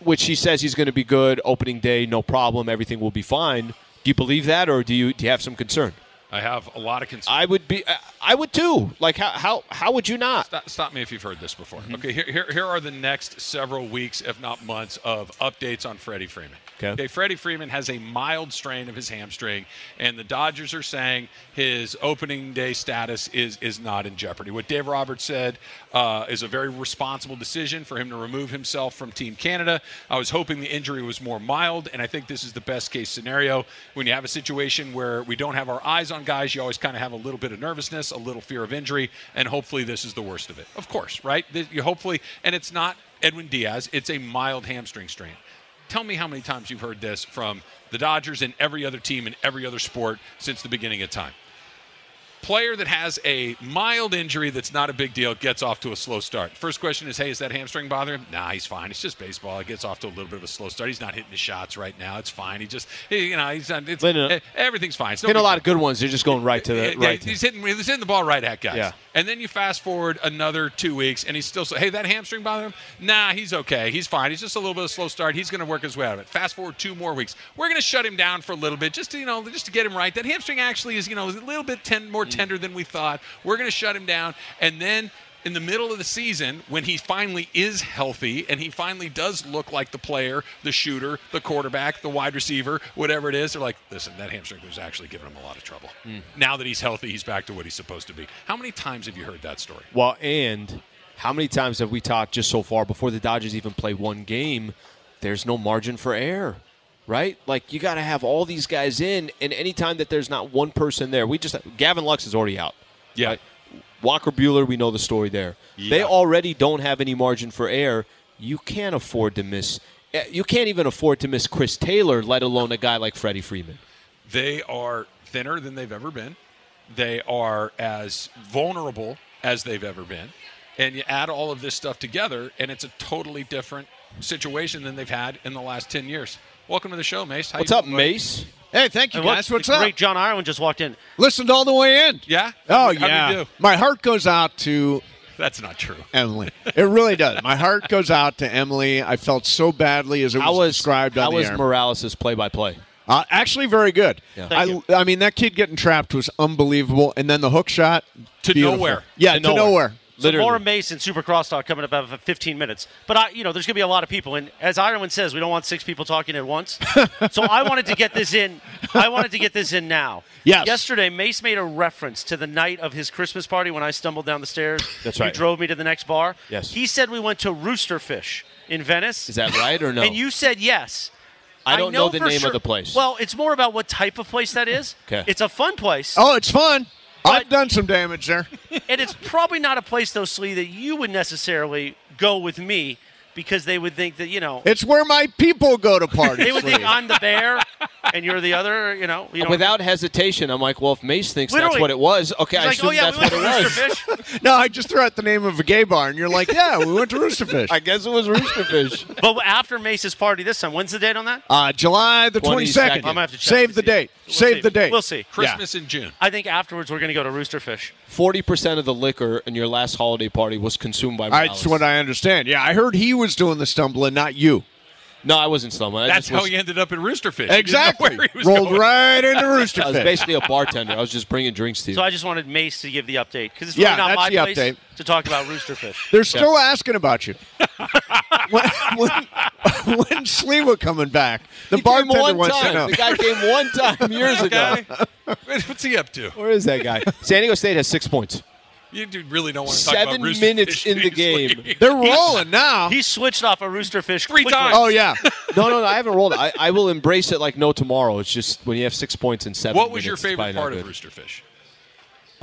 [SPEAKER 2] which he says he's going to be good opening day, no problem, everything will be fine. Do you believe that, or do you do you have some concern?
[SPEAKER 5] I have a lot of concerns.
[SPEAKER 2] I would be. I- I would too. Like how how how would you not?
[SPEAKER 5] Stop, stop me if you've heard this before.
[SPEAKER 2] Mm-hmm.
[SPEAKER 5] Okay, here, here, here are the next several weeks, if not months, of updates on Freddie Freeman.
[SPEAKER 2] Okay.
[SPEAKER 5] Freddie Freeman has a mild strain of his hamstring, and the Dodgers are saying his opening day status is is not in jeopardy. What Dave Roberts said uh, is a very responsible decision for him to remove himself from Team Canada. I was hoping the injury was more mild, and I think this is the best case scenario. When you have a situation where we don't have our eyes on guys, you always kind of have a little bit of nervousness, a little fear of injury, and hopefully this is the worst of it. Of course, right? Th- You hopefully, and it's not Edwin Diaz; it's a mild hamstring strain. Tell me how many times you've heard this from the Dodgers and every other team in every other sport since the beginning of time. Player that has a mild injury that's not a big deal gets off to a slow start. First question is, hey, is that hamstring bothering him? Nah, he's fine. It's just baseball. It gets off to a little bit of a slow start. He's not hitting his shots right now. It's fine. He just, he- you know, he's not, it's,
[SPEAKER 2] Linda.
[SPEAKER 5] eh, everything's fine. It's no
[SPEAKER 2] Been a
[SPEAKER 5] big
[SPEAKER 2] lot
[SPEAKER 5] deal.
[SPEAKER 2] of good ones. They're just going right to the
[SPEAKER 5] Yeah,
[SPEAKER 2] right.
[SPEAKER 5] he's hitting he's hitting the ball right at guys.
[SPEAKER 2] Yeah.
[SPEAKER 5] And then you fast forward another two weeks, and he's still so. Hey, that hamstring bother him? Nah, he's okay. He's fine. He's just a little bit of a slow start. He's going to work his way out of it. Fast forward two more weeks. We're going to shut him down for a little bit, just to you know, just to get him right. That hamstring actually is you know a little bit ten,
[SPEAKER 2] Mm.
[SPEAKER 5] more tender than we thought. We're going to shut him down, and then. In the middle of the season, when he finally is healthy and he finally does look like the player, the shooter, the quarterback, the wide receiver, whatever it is, they're like, listen, that hamstring was actually giving him a lot of trouble. Now that he's healthy, he's back to what he's supposed to be. How many times have you heard that story?
[SPEAKER 2] Well, and how many times have we talked just so far before the Dodgers even play one game? There's no margin for error, right? Like you got to have all these guys in, and anytime that there's not one person there, we just Gavin Lux is already out.
[SPEAKER 5] Yeah.
[SPEAKER 2] Walker Bueller, we know the story there. They
[SPEAKER 5] Yeah.
[SPEAKER 2] already don't have any margin for error. You can't afford to miss. eh, You can't even afford to miss Chris Taylor, let alone a guy like Freddie Freeman.
[SPEAKER 5] They are thinner than they've ever been. They are as vulnerable as they've ever been. And you add all of this stuff together, and it's a totally different situation than they've had in the last 10 years. Welcome to the show, Mace. How
[SPEAKER 2] What's
[SPEAKER 5] you
[SPEAKER 2] up,
[SPEAKER 5] doing, buddy?
[SPEAKER 2] Mace?
[SPEAKER 9] Hey, thank you
[SPEAKER 4] And
[SPEAKER 9] guys. What's
[SPEAKER 4] the
[SPEAKER 9] up?
[SPEAKER 4] Great John Ireland just walked in.
[SPEAKER 9] Listened all the way in.
[SPEAKER 5] Yeah?
[SPEAKER 9] Oh
[SPEAKER 5] How'd you- how'd you
[SPEAKER 9] yeah.
[SPEAKER 5] do?
[SPEAKER 9] My heart goes out to
[SPEAKER 5] That's not true.
[SPEAKER 9] Emily. It really does. My heart goes out to Emily. I felt so badly as it
[SPEAKER 2] How
[SPEAKER 9] was,
[SPEAKER 2] was
[SPEAKER 9] described on
[SPEAKER 2] how
[SPEAKER 9] the
[SPEAKER 2] was
[SPEAKER 9] air.
[SPEAKER 2] Morales' play-by-play?
[SPEAKER 9] Uh, actually, very good.
[SPEAKER 2] Yeah.
[SPEAKER 9] I,
[SPEAKER 4] Thank
[SPEAKER 9] I mean, that kid getting trapped was unbelievable, and then the hook shot
[SPEAKER 5] To
[SPEAKER 9] beautiful.
[SPEAKER 5] nowhere.
[SPEAKER 9] Yeah,
[SPEAKER 2] To
[SPEAKER 9] to,
[SPEAKER 2] nowhere.
[SPEAKER 9] nowhere.
[SPEAKER 4] So
[SPEAKER 2] Literally.
[SPEAKER 4] more Mason Super Crosstalk coming up after 15 minutes. But I, you know, there's going to be a lot of people, and as Ireland says, we don't want six people talking at once. so I wanted to get this in. I wanted to get this in now.
[SPEAKER 9] Yes.
[SPEAKER 4] Yesterday, Mace made a reference to the night of his Christmas party when I stumbled down the stairs.
[SPEAKER 2] That's
[SPEAKER 4] You
[SPEAKER 2] right.
[SPEAKER 4] drove me to the next bar.
[SPEAKER 2] Yes.
[SPEAKER 4] He said we went to Roosterfish in Venice.
[SPEAKER 2] Is that right or no?
[SPEAKER 4] And you said yes.
[SPEAKER 2] I don't know the
[SPEAKER 4] for
[SPEAKER 2] name of the place.
[SPEAKER 4] Well, it's more about what type of place that is.
[SPEAKER 2] 'Kay.
[SPEAKER 4] It's a fun place.
[SPEAKER 9] Oh, it's fun.
[SPEAKER 4] But-
[SPEAKER 9] I've done some damage there.
[SPEAKER 4] And it's probably not a place, though, Slee, that you would necessarily go with me because they would think that, you know,
[SPEAKER 9] It's where my people go to parties.
[SPEAKER 4] they would think
[SPEAKER 9] Lee.
[SPEAKER 4] I'm the bear and you're the other, you know. You know
[SPEAKER 2] Without hesitation, I'm like, well, if Mace thinks
[SPEAKER 4] Literally.
[SPEAKER 2] that's what it was, okay,
[SPEAKER 4] It's
[SPEAKER 2] I
[SPEAKER 4] like,
[SPEAKER 2] assume
[SPEAKER 4] oh, yeah,
[SPEAKER 2] that's
[SPEAKER 4] we went
[SPEAKER 2] what
[SPEAKER 4] to
[SPEAKER 2] it was.
[SPEAKER 4] Roosterfish.
[SPEAKER 9] no, I just threw out the name of a gay bar, and you're like, yeah, we went to Roosterfish.
[SPEAKER 2] I guess it was Roosterfish.
[SPEAKER 4] but after Mace's party this time, when's the date on that?
[SPEAKER 9] Uh, July the
[SPEAKER 2] 22nd.
[SPEAKER 9] 22nd.
[SPEAKER 2] I'm gonna
[SPEAKER 4] have to check
[SPEAKER 9] Save
[SPEAKER 4] to
[SPEAKER 9] the
[SPEAKER 4] see.
[SPEAKER 9] date.
[SPEAKER 4] We'll
[SPEAKER 9] Save
[SPEAKER 4] see.
[SPEAKER 9] the date.
[SPEAKER 4] We'll see.
[SPEAKER 5] Christmas in June.
[SPEAKER 4] I think afterwards we're going to go to Roosterfish.
[SPEAKER 2] Forty percent of the liquor in your last holiday party was consumed by.
[SPEAKER 9] I-
[SPEAKER 2] Morales.
[SPEAKER 9] That's what I understand. Yeah, I heard he was doing the stumbling, not you.
[SPEAKER 2] No, I wasn't slumming. I
[SPEAKER 5] That's
[SPEAKER 2] just was,
[SPEAKER 5] how he ended up in Roosterfish. He didn't know
[SPEAKER 9] Exactly.
[SPEAKER 5] where he was
[SPEAKER 9] Rolled
[SPEAKER 5] going.
[SPEAKER 9] right into
[SPEAKER 2] I was
[SPEAKER 9] Roosterfish.
[SPEAKER 2] basically a bartender. I was just bringing drinks to you.
[SPEAKER 4] So I just wanted Mace to give the update because it's really
[SPEAKER 9] Yeah,
[SPEAKER 4] not
[SPEAKER 9] that's
[SPEAKER 4] my
[SPEAKER 9] the
[SPEAKER 4] place
[SPEAKER 9] update.
[SPEAKER 4] to talk about Roosterfish.
[SPEAKER 9] They're still asking about you. when when, when Sliwa coming back? The
[SPEAKER 2] He came
[SPEAKER 9] bartender
[SPEAKER 2] one
[SPEAKER 9] wants
[SPEAKER 2] time.
[SPEAKER 9] to know.
[SPEAKER 2] The guy came one time years ago.
[SPEAKER 5] Okay. What's he up to?
[SPEAKER 2] Where is that guy? San Diego State has six points.
[SPEAKER 5] You do- really don't want to talk about
[SPEAKER 2] Seven
[SPEAKER 5] Roosterfish
[SPEAKER 2] minutes in the
[SPEAKER 5] these weeks.
[SPEAKER 2] game.
[SPEAKER 9] They're rolling now.
[SPEAKER 4] He switched off a Roosterfish
[SPEAKER 5] Three
[SPEAKER 4] quickly.
[SPEAKER 5] times.
[SPEAKER 9] oh yeah.
[SPEAKER 2] No, no, no. I haven't rolled. it. I, I will embrace it like no tomorrow. It's just when you have six points in seven.
[SPEAKER 5] What was
[SPEAKER 2] minutes,
[SPEAKER 5] your
[SPEAKER 2] it's
[SPEAKER 5] favorite
[SPEAKER 2] probably not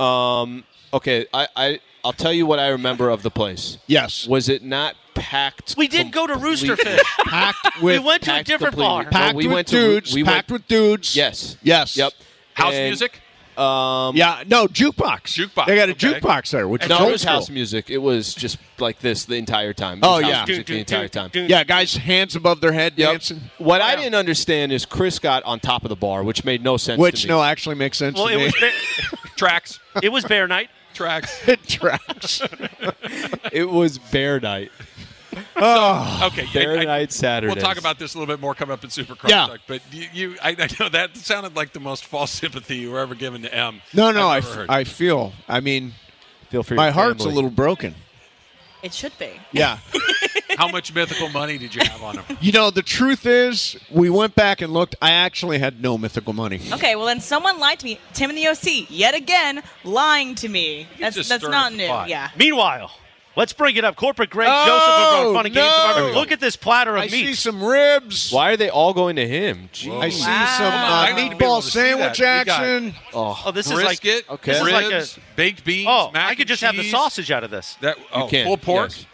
[SPEAKER 5] part of Roosterfish?
[SPEAKER 2] good. Okay, I, I I'll tell you what I remember of the place.
[SPEAKER 9] Yes.
[SPEAKER 2] Was it not packed?
[SPEAKER 4] We did go to
[SPEAKER 2] completely?
[SPEAKER 4] Roosterfish.
[SPEAKER 9] packed with
[SPEAKER 4] we went to a
[SPEAKER 2] packed
[SPEAKER 4] different
[SPEAKER 2] completely.
[SPEAKER 4] bar.
[SPEAKER 9] packed
[SPEAKER 2] Well, we
[SPEAKER 9] with
[SPEAKER 2] went to-
[SPEAKER 9] dudes.
[SPEAKER 2] we went-
[SPEAKER 9] packed with dudes.
[SPEAKER 2] Yes.
[SPEAKER 9] Yes.
[SPEAKER 2] Yep.
[SPEAKER 5] House
[SPEAKER 2] And-
[SPEAKER 5] music?
[SPEAKER 9] Yeah. No jukebox.
[SPEAKER 5] Jukebox,
[SPEAKER 9] They got a
[SPEAKER 5] okay.
[SPEAKER 9] jukebox there, which is
[SPEAKER 2] No,
[SPEAKER 9] old
[SPEAKER 2] it was house
[SPEAKER 9] school.
[SPEAKER 2] music. It was just like this the entire time. It
[SPEAKER 9] Oh,
[SPEAKER 2] was house
[SPEAKER 9] yeah.
[SPEAKER 2] music the entire time.
[SPEAKER 9] Yeah, guys, hands above their head
[SPEAKER 2] Yep.
[SPEAKER 9] dancing,
[SPEAKER 2] What I didn't understand is Chris got on top of the bar, which made no sense.
[SPEAKER 9] which
[SPEAKER 2] to me.
[SPEAKER 9] no actually makes sense.
[SPEAKER 4] Well,
[SPEAKER 9] to
[SPEAKER 4] it
[SPEAKER 9] me.
[SPEAKER 4] was, bear,
[SPEAKER 5] Tracks.
[SPEAKER 4] it was Bear Night.
[SPEAKER 5] Tracks.
[SPEAKER 9] it tracks.
[SPEAKER 2] it was bear night.
[SPEAKER 5] Okay. I-
[SPEAKER 2] Bear
[SPEAKER 5] I-
[SPEAKER 2] night Saturday.
[SPEAKER 5] We'll talk about this a little bit more coming up in Super Cross
[SPEAKER 9] Yeah.
[SPEAKER 5] Talk, But you, you I, I know that sounded like the most false sympathy you were ever given to M.
[SPEAKER 9] No, no, I,
[SPEAKER 5] I've ever heard.
[SPEAKER 9] I feel. I mean,
[SPEAKER 2] Feel free.
[SPEAKER 9] my heart's a little broken.
[SPEAKER 3] It should be.
[SPEAKER 9] Yeah.
[SPEAKER 5] How much mythical money did you have on him?
[SPEAKER 9] you know, the truth is, we went back and looked. I actually had no mythical money.
[SPEAKER 3] Okay, well then someone lied to me. Tim in the OC yet again lying to me. That's
[SPEAKER 5] just
[SPEAKER 3] that's
[SPEAKER 5] stirring
[SPEAKER 3] not
[SPEAKER 5] up the
[SPEAKER 3] new.
[SPEAKER 5] pot.
[SPEAKER 3] Yeah.
[SPEAKER 4] Meanwhile, let's bring it up. Corporate Greg
[SPEAKER 9] Oh,
[SPEAKER 4] Joseph over on Fun and Games
[SPEAKER 9] no.
[SPEAKER 4] Department. Look at this platter of
[SPEAKER 9] I see
[SPEAKER 4] meat.
[SPEAKER 9] some ribs.
[SPEAKER 2] Why are they all going to him? Gee.
[SPEAKER 9] I see
[SPEAKER 3] Wow.
[SPEAKER 9] some uh,
[SPEAKER 5] I need to be able
[SPEAKER 9] meatball
[SPEAKER 5] to see that.
[SPEAKER 9] sandwich
[SPEAKER 5] We got-
[SPEAKER 9] action.
[SPEAKER 4] oh, this is like
[SPEAKER 5] Brisket,
[SPEAKER 2] okay.
[SPEAKER 5] ribs,
[SPEAKER 2] This
[SPEAKER 4] is like a-
[SPEAKER 5] baked beans,
[SPEAKER 4] oh,
[SPEAKER 5] mac
[SPEAKER 4] I could
[SPEAKER 5] and
[SPEAKER 4] just have the
[SPEAKER 5] cheese.
[SPEAKER 4] sausage out of this.
[SPEAKER 5] That, oh,
[SPEAKER 2] can,
[SPEAKER 5] pulled pork.
[SPEAKER 2] yes.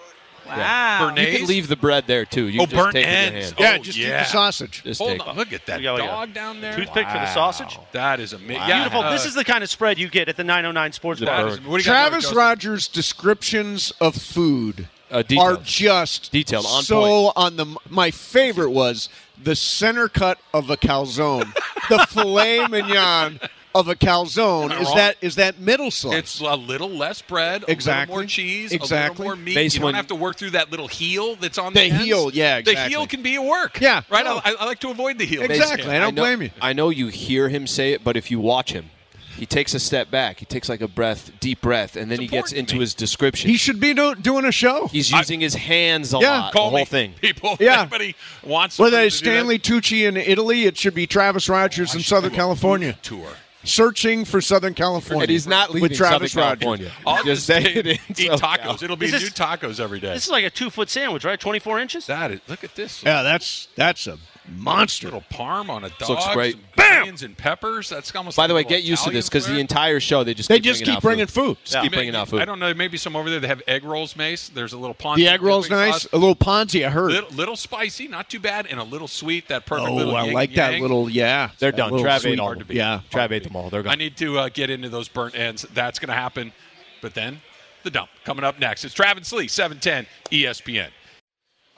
[SPEAKER 3] Wow.
[SPEAKER 5] Bernays.
[SPEAKER 2] You can leave the bread there too. You
[SPEAKER 5] oh,
[SPEAKER 2] can just
[SPEAKER 5] burnt
[SPEAKER 2] take it in your
[SPEAKER 5] ends.
[SPEAKER 2] hand.
[SPEAKER 9] Yeah,
[SPEAKER 5] Oh,
[SPEAKER 9] just eat the sausage.
[SPEAKER 2] Just
[SPEAKER 5] Hold
[SPEAKER 2] take
[SPEAKER 5] on,
[SPEAKER 2] it.
[SPEAKER 5] look at that
[SPEAKER 4] Yeah, yeah.
[SPEAKER 5] dog down there.
[SPEAKER 4] Toothpick for the sausage?
[SPEAKER 5] That is amazing.
[SPEAKER 4] Beautiful. this is the kind of spread you get at the 909 Sports
[SPEAKER 5] that
[SPEAKER 4] Bar.
[SPEAKER 5] is, what do you got
[SPEAKER 9] Travis
[SPEAKER 5] there, Joseph?
[SPEAKER 9] Rogers' descriptions of food
[SPEAKER 2] Uh,
[SPEAKER 9] are
[SPEAKER 2] detailed.
[SPEAKER 9] just
[SPEAKER 2] Detailed, on
[SPEAKER 9] so
[SPEAKER 2] point.
[SPEAKER 9] on the. My favorite was the center cut of a calzone, the filet mignon of a calzone.
[SPEAKER 5] I
[SPEAKER 9] Is
[SPEAKER 5] wrong?
[SPEAKER 9] that is that middle slice?
[SPEAKER 5] It's a little less bread, a
[SPEAKER 9] Exactly.
[SPEAKER 5] little more cheese,
[SPEAKER 9] Exactly.
[SPEAKER 5] a little more meat.
[SPEAKER 2] Based
[SPEAKER 5] you don't
[SPEAKER 2] on-
[SPEAKER 5] have to work through that little heel that's on
[SPEAKER 9] The
[SPEAKER 5] the, ends.
[SPEAKER 9] heel, yeah,
[SPEAKER 5] The
[SPEAKER 9] exactly.
[SPEAKER 5] heel can be a work.
[SPEAKER 9] Yeah,
[SPEAKER 5] right.
[SPEAKER 9] no.
[SPEAKER 5] I, I like to avoid the heel.
[SPEAKER 9] Exactly. I don't
[SPEAKER 2] know,
[SPEAKER 9] blame you.
[SPEAKER 2] I know you hear him say it, but if you watch him, he takes a step back. He takes like a breath, deep breath, and then he
[SPEAKER 5] important
[SPEAKER 2] gets
[SPEAKER 5] to
[SPEAKER 2] into
[SPEAKER 5] me.
[SPEAKER 2] his description.
[SPEAKER 9] He should be do- doing a show.
[SPEAKER 2] He's using his hands a
[SPEAKER 9] Yeah.
[SPEAKER 2] lot.
[SPEAKER 5] Call
[SPEAKER 2] the whole
[SPEAKER 5] me,
[SPEAKER 2] thing.
[SPEAKER 5] people.
[SPEAKER 9] Yeah.
[SPEAKER 5] Everybody wants.
[SPEAKER 9] Whether
[SPEAKER 5] somebody
[SPEAKER 9] it's
[SPEAKER 5] to do that.
[SPEAKER 9] Stanley Tucci in Italy, it should be Travis Rogers in
[SPEAKER 5] Watch
[SPEAKER 9] Southern
[SPEAKER 5] the
[SPEAKER 9] California.
[SPEAKER 5] food Tour.
[SPEAKER 9] Searching for Southern California.
[SPEAKER 2] And he's not leaving
[SPEAKER 9] with Travis
[SPEAKER 2] Southern
[SPEAKER 9] Rogers.
[SPEAKER 2] California.
[SPEAKER 5] I'll
[SPEAKER 2] He's
[SPEAKER 5] just,
[SPEAKER 2] staying
[SPEAKER 5] eat,
[SPEAKER 2] in
[SPEAKER 5] eat
[SPEAKER 2] SoCal.
[SPEAKER 5] tacos. It'll be
[SPEAKER 4] Is
[SPEAKER 5] new
[SPEAKER 4] this-
[SPEAKER 5] tacos every day.
[SPEAKER 4] This is like a two foot sandwich, right? 24 inches?
[SPEAKER 5] that is, look at this
[SPEAKER 9] Yeah, that's that's a monster.
[SPEAKER 5] little parm on a dog.
[SPEAKER 2] looks great.
[SPEAKER 5] Some Bam! and peppers. That's almost.
[SPEAKER 2] By
[SPEAKER 5] like
[SPEAKER 2] the way,
[SPEAKER 5] a little
[SPEAKER 2] get used to
[SPEAKER 5] Italian
[SPEAKER 2] this because the
[SPEAKER 5] fare.
[SPEAKER 2] entire show they just
[SPEAKER 9] They
[SPEAKER 2] keep
[SPEAKER 9] just
[SPEAKER 2] bringing
[SPEAKER 9] keep
[SPEAKER 2] out
[SPEAKER 9] bringing food.
[SPEAKER 2] food. Just keep bringing out food.
[SPEAKER 5] I don't know. Maybe some over there that have egg rolls, Mace. There's a little ponzu.
[SPEAKER 9] The egg roll's
[SPEAKER 5] dipping
[SPEAKER 9] nice.
[SPEAKER 5] sauce.
[SPEAKER 9] A little Ponzi, I heard.
[SPEAKER 5] Little, little spicy, not too bad, and a little sweet. That perfect.
[SPEAKER 9] oh,
[SPEAKER 5] little
[SPEAKER 9] I
[SPEAKER 5] yin
[SPEAKER 9] like that
[SPEAKER 5] yang.
[SPEAKER 9] little. Yeah,
[SPEAKER 2] They're
[SPEAKER 9] That
[SPEAKER 2] done.
[SPEAKER 9] little
[SPEAKER 2] Trav
[SPEAKER 9] sweet-
[SPEAKER 2] ate all
[SPEAKER 5] hard to
[SPEAKER 2] of them.
[SPEAKER 5] beat.
[SPEAKER 9] Yeah,
[SPEAKER 2] Trav ate them all. They're gone.
[SPEAKER 5] I need to uh, get into those burnt ends. That's going to happen. But then the dump coming up next. It's Travis Lee, E 710 ESPN.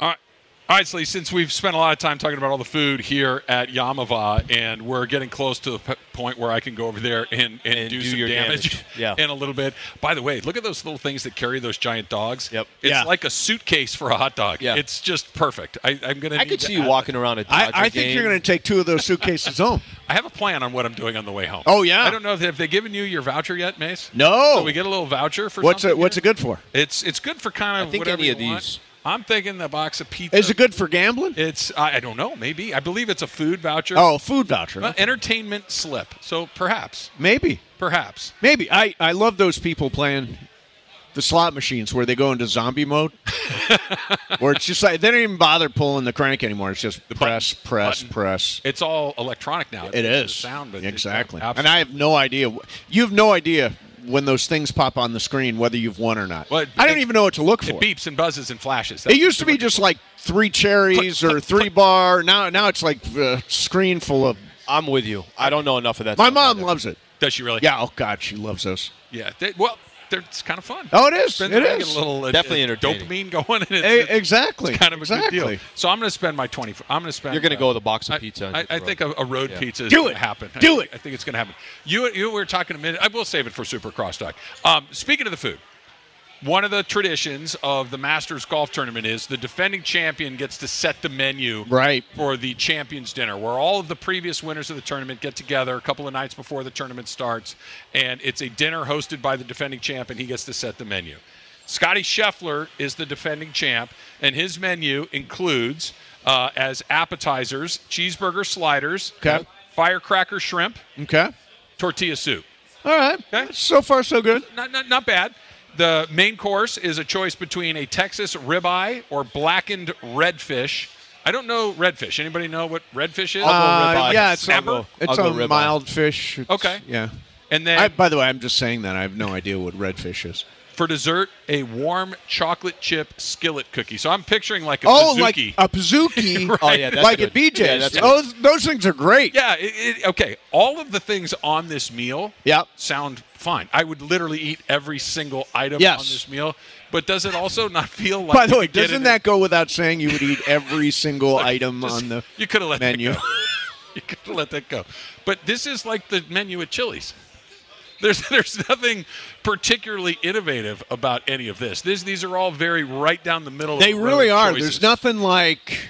[SPEAKER 5] All right. All right, Slee, since we've spent a lot of time talking about all the food here at Yamava, and we're getting close to the p- point where I can go over there and, and, do,
[SPEAKER 2] do
[SPEAKER 5] some
[SPEAKER 2] your
[SPEAKER 5] damage,
[SPEAKER 2] damage. Yeah.
[SPEAKER 5] in a little bit. By the way, look at those little things that carry those giant dogs.
[SPEAKER 2] Yep.
[SPEAKER 5] It's
[SPEAKER 9] Yeah.
[SPEAKER 5] like a suitcase for a hot dog.
[SPEAKER 2] Yeah.
[SPEAKER 5] It's just perfect. I, I'm going to
[SPEAKER 2] I could see you walking around a Dodger
[SPEAKER 9] I, I think
[SPEAKER 2] game.
[SPEAKER 9] you're going to take two of those suitcases home.
[SPEAKER 5] I have a plan on what I'm doing on the way home.
[SPEAKER 9] Oh, yeah?
[SPEAKER 5] I don't know if have they given you your voucher yet, Mace.
[SPEAKER 9] No.
[SPEAKER 5] So we get a little voucher for
[SPEAKER 9] What's it?
[SPEAKER 5] something
[SPEAKER 9] What's
[SPEAKER 5] here?
[SPEAKER 9] it good for?
[SPEAKER 5] It's it's good for kind of
[SPEAKER 2] I think
[SPEAKER 5] whatever
[SPEAKER 2] any
[SPEAKER 5] you
[SPEAKER 2] of
[SPEAKER 5] want.
[SPEAKER 2] these.
[SPEAKER 5] I'm thinking the box of pizza.
[SPEAKER 9] Is it good for gambling?
[SPEAKER 5] It's I, I don't know. Maybe I believe it's a food voucher.
[SPEAKER 9] Oh, food voucher.
[SPEAKER 5] Well, entertainment slip. So perhaps,
[SPEAKER 9] Maybe,
[SPEAKER 5] perhaps.
[SPEAKER 9] maybe. I I love those people playing the slot machines where they go into zombie mode, where it's just like they don't even bother pulling the crank anymore. It's just press,
[SPEAKER 5] button,
[SPEAKER 9] press,
[SPEAKER 5] button.
[SPEAKER 9] press.
[SPEAKER 5] It's all electronic now.
[SPEAKER 9] It
[SPEAKER 5] It's
[SPEAKER 9] is
[SPEAKER 5] the sound, but it-
[SPEAKER 9] exactly.
[SPEAKER 5] yeah,
[SPEAKER 9] and I have no idea. wh- You have no idea when those things pop on the screen whether you've won or not.
[SPEAKER 5] Well, it-
[SPEAKER 9] I don't
[SPEAKER 5] it-
[SPEAKER 9] even know what to look
[SPEAKER 5] absolutely.
[SPEAKER 9] for.
[SPEAKER 5] it beeps and buzzes and flashes.
[SPEAKER 9] It used to be just like three cherries or three bar. Now, now it's like a screen full of.
[SPEAKER 2] I'm with you. I don't know enough of that.
[SPEAKER 9] My
[SPEAKER 2] stuff
[SPEAKER 9] mom
[SPEAKER 2] either.
[SPEAKER 9] loves it.
[SPEAKER 5] Does she really?
[SPEAKER 9] Yeah. Oh God, she loves those.
[SPEAKER 5] Yeah. They, well, they're, it's kind of fun.
[SPEAKER 9] Oh, it is.
[SPEAKER 5] Spend
[SPEAKER 9] It
[SPEAKER 5] the day,
[SPEAKER 9] is.
[SPEAKER 5] Get a little uh,
[SPEAKER 2] Definitely
[SPEAKER 5] uh,
[SPEAKER 2] entertaining.
[SPEAKER 5] dopamine going. And it's,
[SPEAKER 9] E-
[SPEAKER 5] it's-
[SPEAKER 9] exactly.
[SPEAKER 5] It's kind of a
[SPEAKER 9] exactly.
[SPEAKER 5] good deal. So I'm going to spend my twenty. I'm going to spend.
[SPEAKER 2] You're going to
[SPEAKER 5] uh,
[SPEAKER 2] go with a box
[SPEAKER 5] I-
[SPEAKER 2] of pizza. and
[SPEAKER 5] I,
[SPEAKER 2] just
[SPEAKER 5] I
[SPEAKER 2] roll.
[SPEAKER 5] think a, a road pizza is
[SPEAKER 9] Do
[SPEAKER 5] gonna
[SPEAKER 9] it.
[SPEAKER 5] happen. I
[SPEAKER 9] Do
[SPEAKER 5] think-
[SPEAKER 9] it.
[SPEAKER 5] I think it's going to happen. You you were talking a minute. I will save it for Super Cross Talk. Um, speaking of the food, one of the traditions of the Masters Golf Tournament is the defending champion gets to set the menu
[SPEAKER 9] Right.
[SPEAKER 5] for the champions dinner, where all of the previous winners of the tournament get together a couple of nights before the tournament starts, and it's a dinner hosted by the defending champ, and he gets to set the menu. Scotty Scheffler is the defending champ, and his menu includes uh, as appetizers cheeseburger sliders,
[SPEAKER 9] Okay.
[SPEAKER 5] firecracker shrimp,
[SPEAKER 9] Okay.
[SPEAKER 5] tortilla soup.
[SPEAKER 9] All right.
[SPEAKER 5] Okay.
[SPEAKER 9] So far, so good.
[SPEAKER 5] Not, not, not bad. The main course is a choice between a Texas ribeye or blackened redfish. I don't know redfish. Anybody know what redfish is?
[SPEAKER 9] Uh, yeah, it's
[SPEAKER 5] snapper.
[SPEAKER 9] a, it's
[SPEAKER 2] I'll go
[SPEAKER 9] a
[SPEAKER 2] ribeye.
[SPEAKER 9] mild fish. It's-
[SPEAKER 5] Okay.
[SPEAKER 9] Yeah.
[SPEAKER 5] And then
[SPEAKER 9] I, by the way, I'm just saying that. I have no idea what redfish is.
[SPEAKER 5] for dessert, a warm chocolate chip skillet cookie. So I'm picturing like a
[SPEAKER 9] Oh, like
[SPEAKER 5] pizookie.
[SPEAKER 9] a pizookie,
[SPEAKER 5] Right. Oh, yeah,
[SPEAKER 2] that's
[SPEAKER 9] like
[SPEAKER 2] good.
[SPEAKER 9] a BJ's.
[SPEAKER 2] Yeah, that's good.
[SPEAKER 9] those, those things are great.
[SPEAKER 5] yeah. It, it, okay. All of the things on this meal.
[SPEAKER 9] Yep.
[SPEAKER 5] Sound fine. I would literally eat every single item
[SPEAKER 9] Yes.
[SPEAKER 5] on this meal. But does it also not feel like?
[SPEAKER 9] By the
[SPEAKER 5] you
[SPEAKER 9] way,
[SPEAKER 5] could get
[SPEAKER 9] doesn't
[SPEAKER 5] it-
[SPEAKER 9] that go without saying? You would eat every single item
[SPEAKER 5] Just-
[SPEAKER 9] on the
[SPEAKER 5] you could have let
[SPEAKER 9] menu.
[SPEAKER 5] That go. you could have let that go. But this is like the menu at Chili's. There's there's nothing particularly innovative about any of this. This these are all very right down the middle.
[SPEAKER 9] They
[SPEAKER 5] of the
[SPEAKER 9] really
[SPEAKER 5] road
[SPEAKER 9] are.
[SPEAKER 5] choices.
[SPEAKER 9] There's nothing like.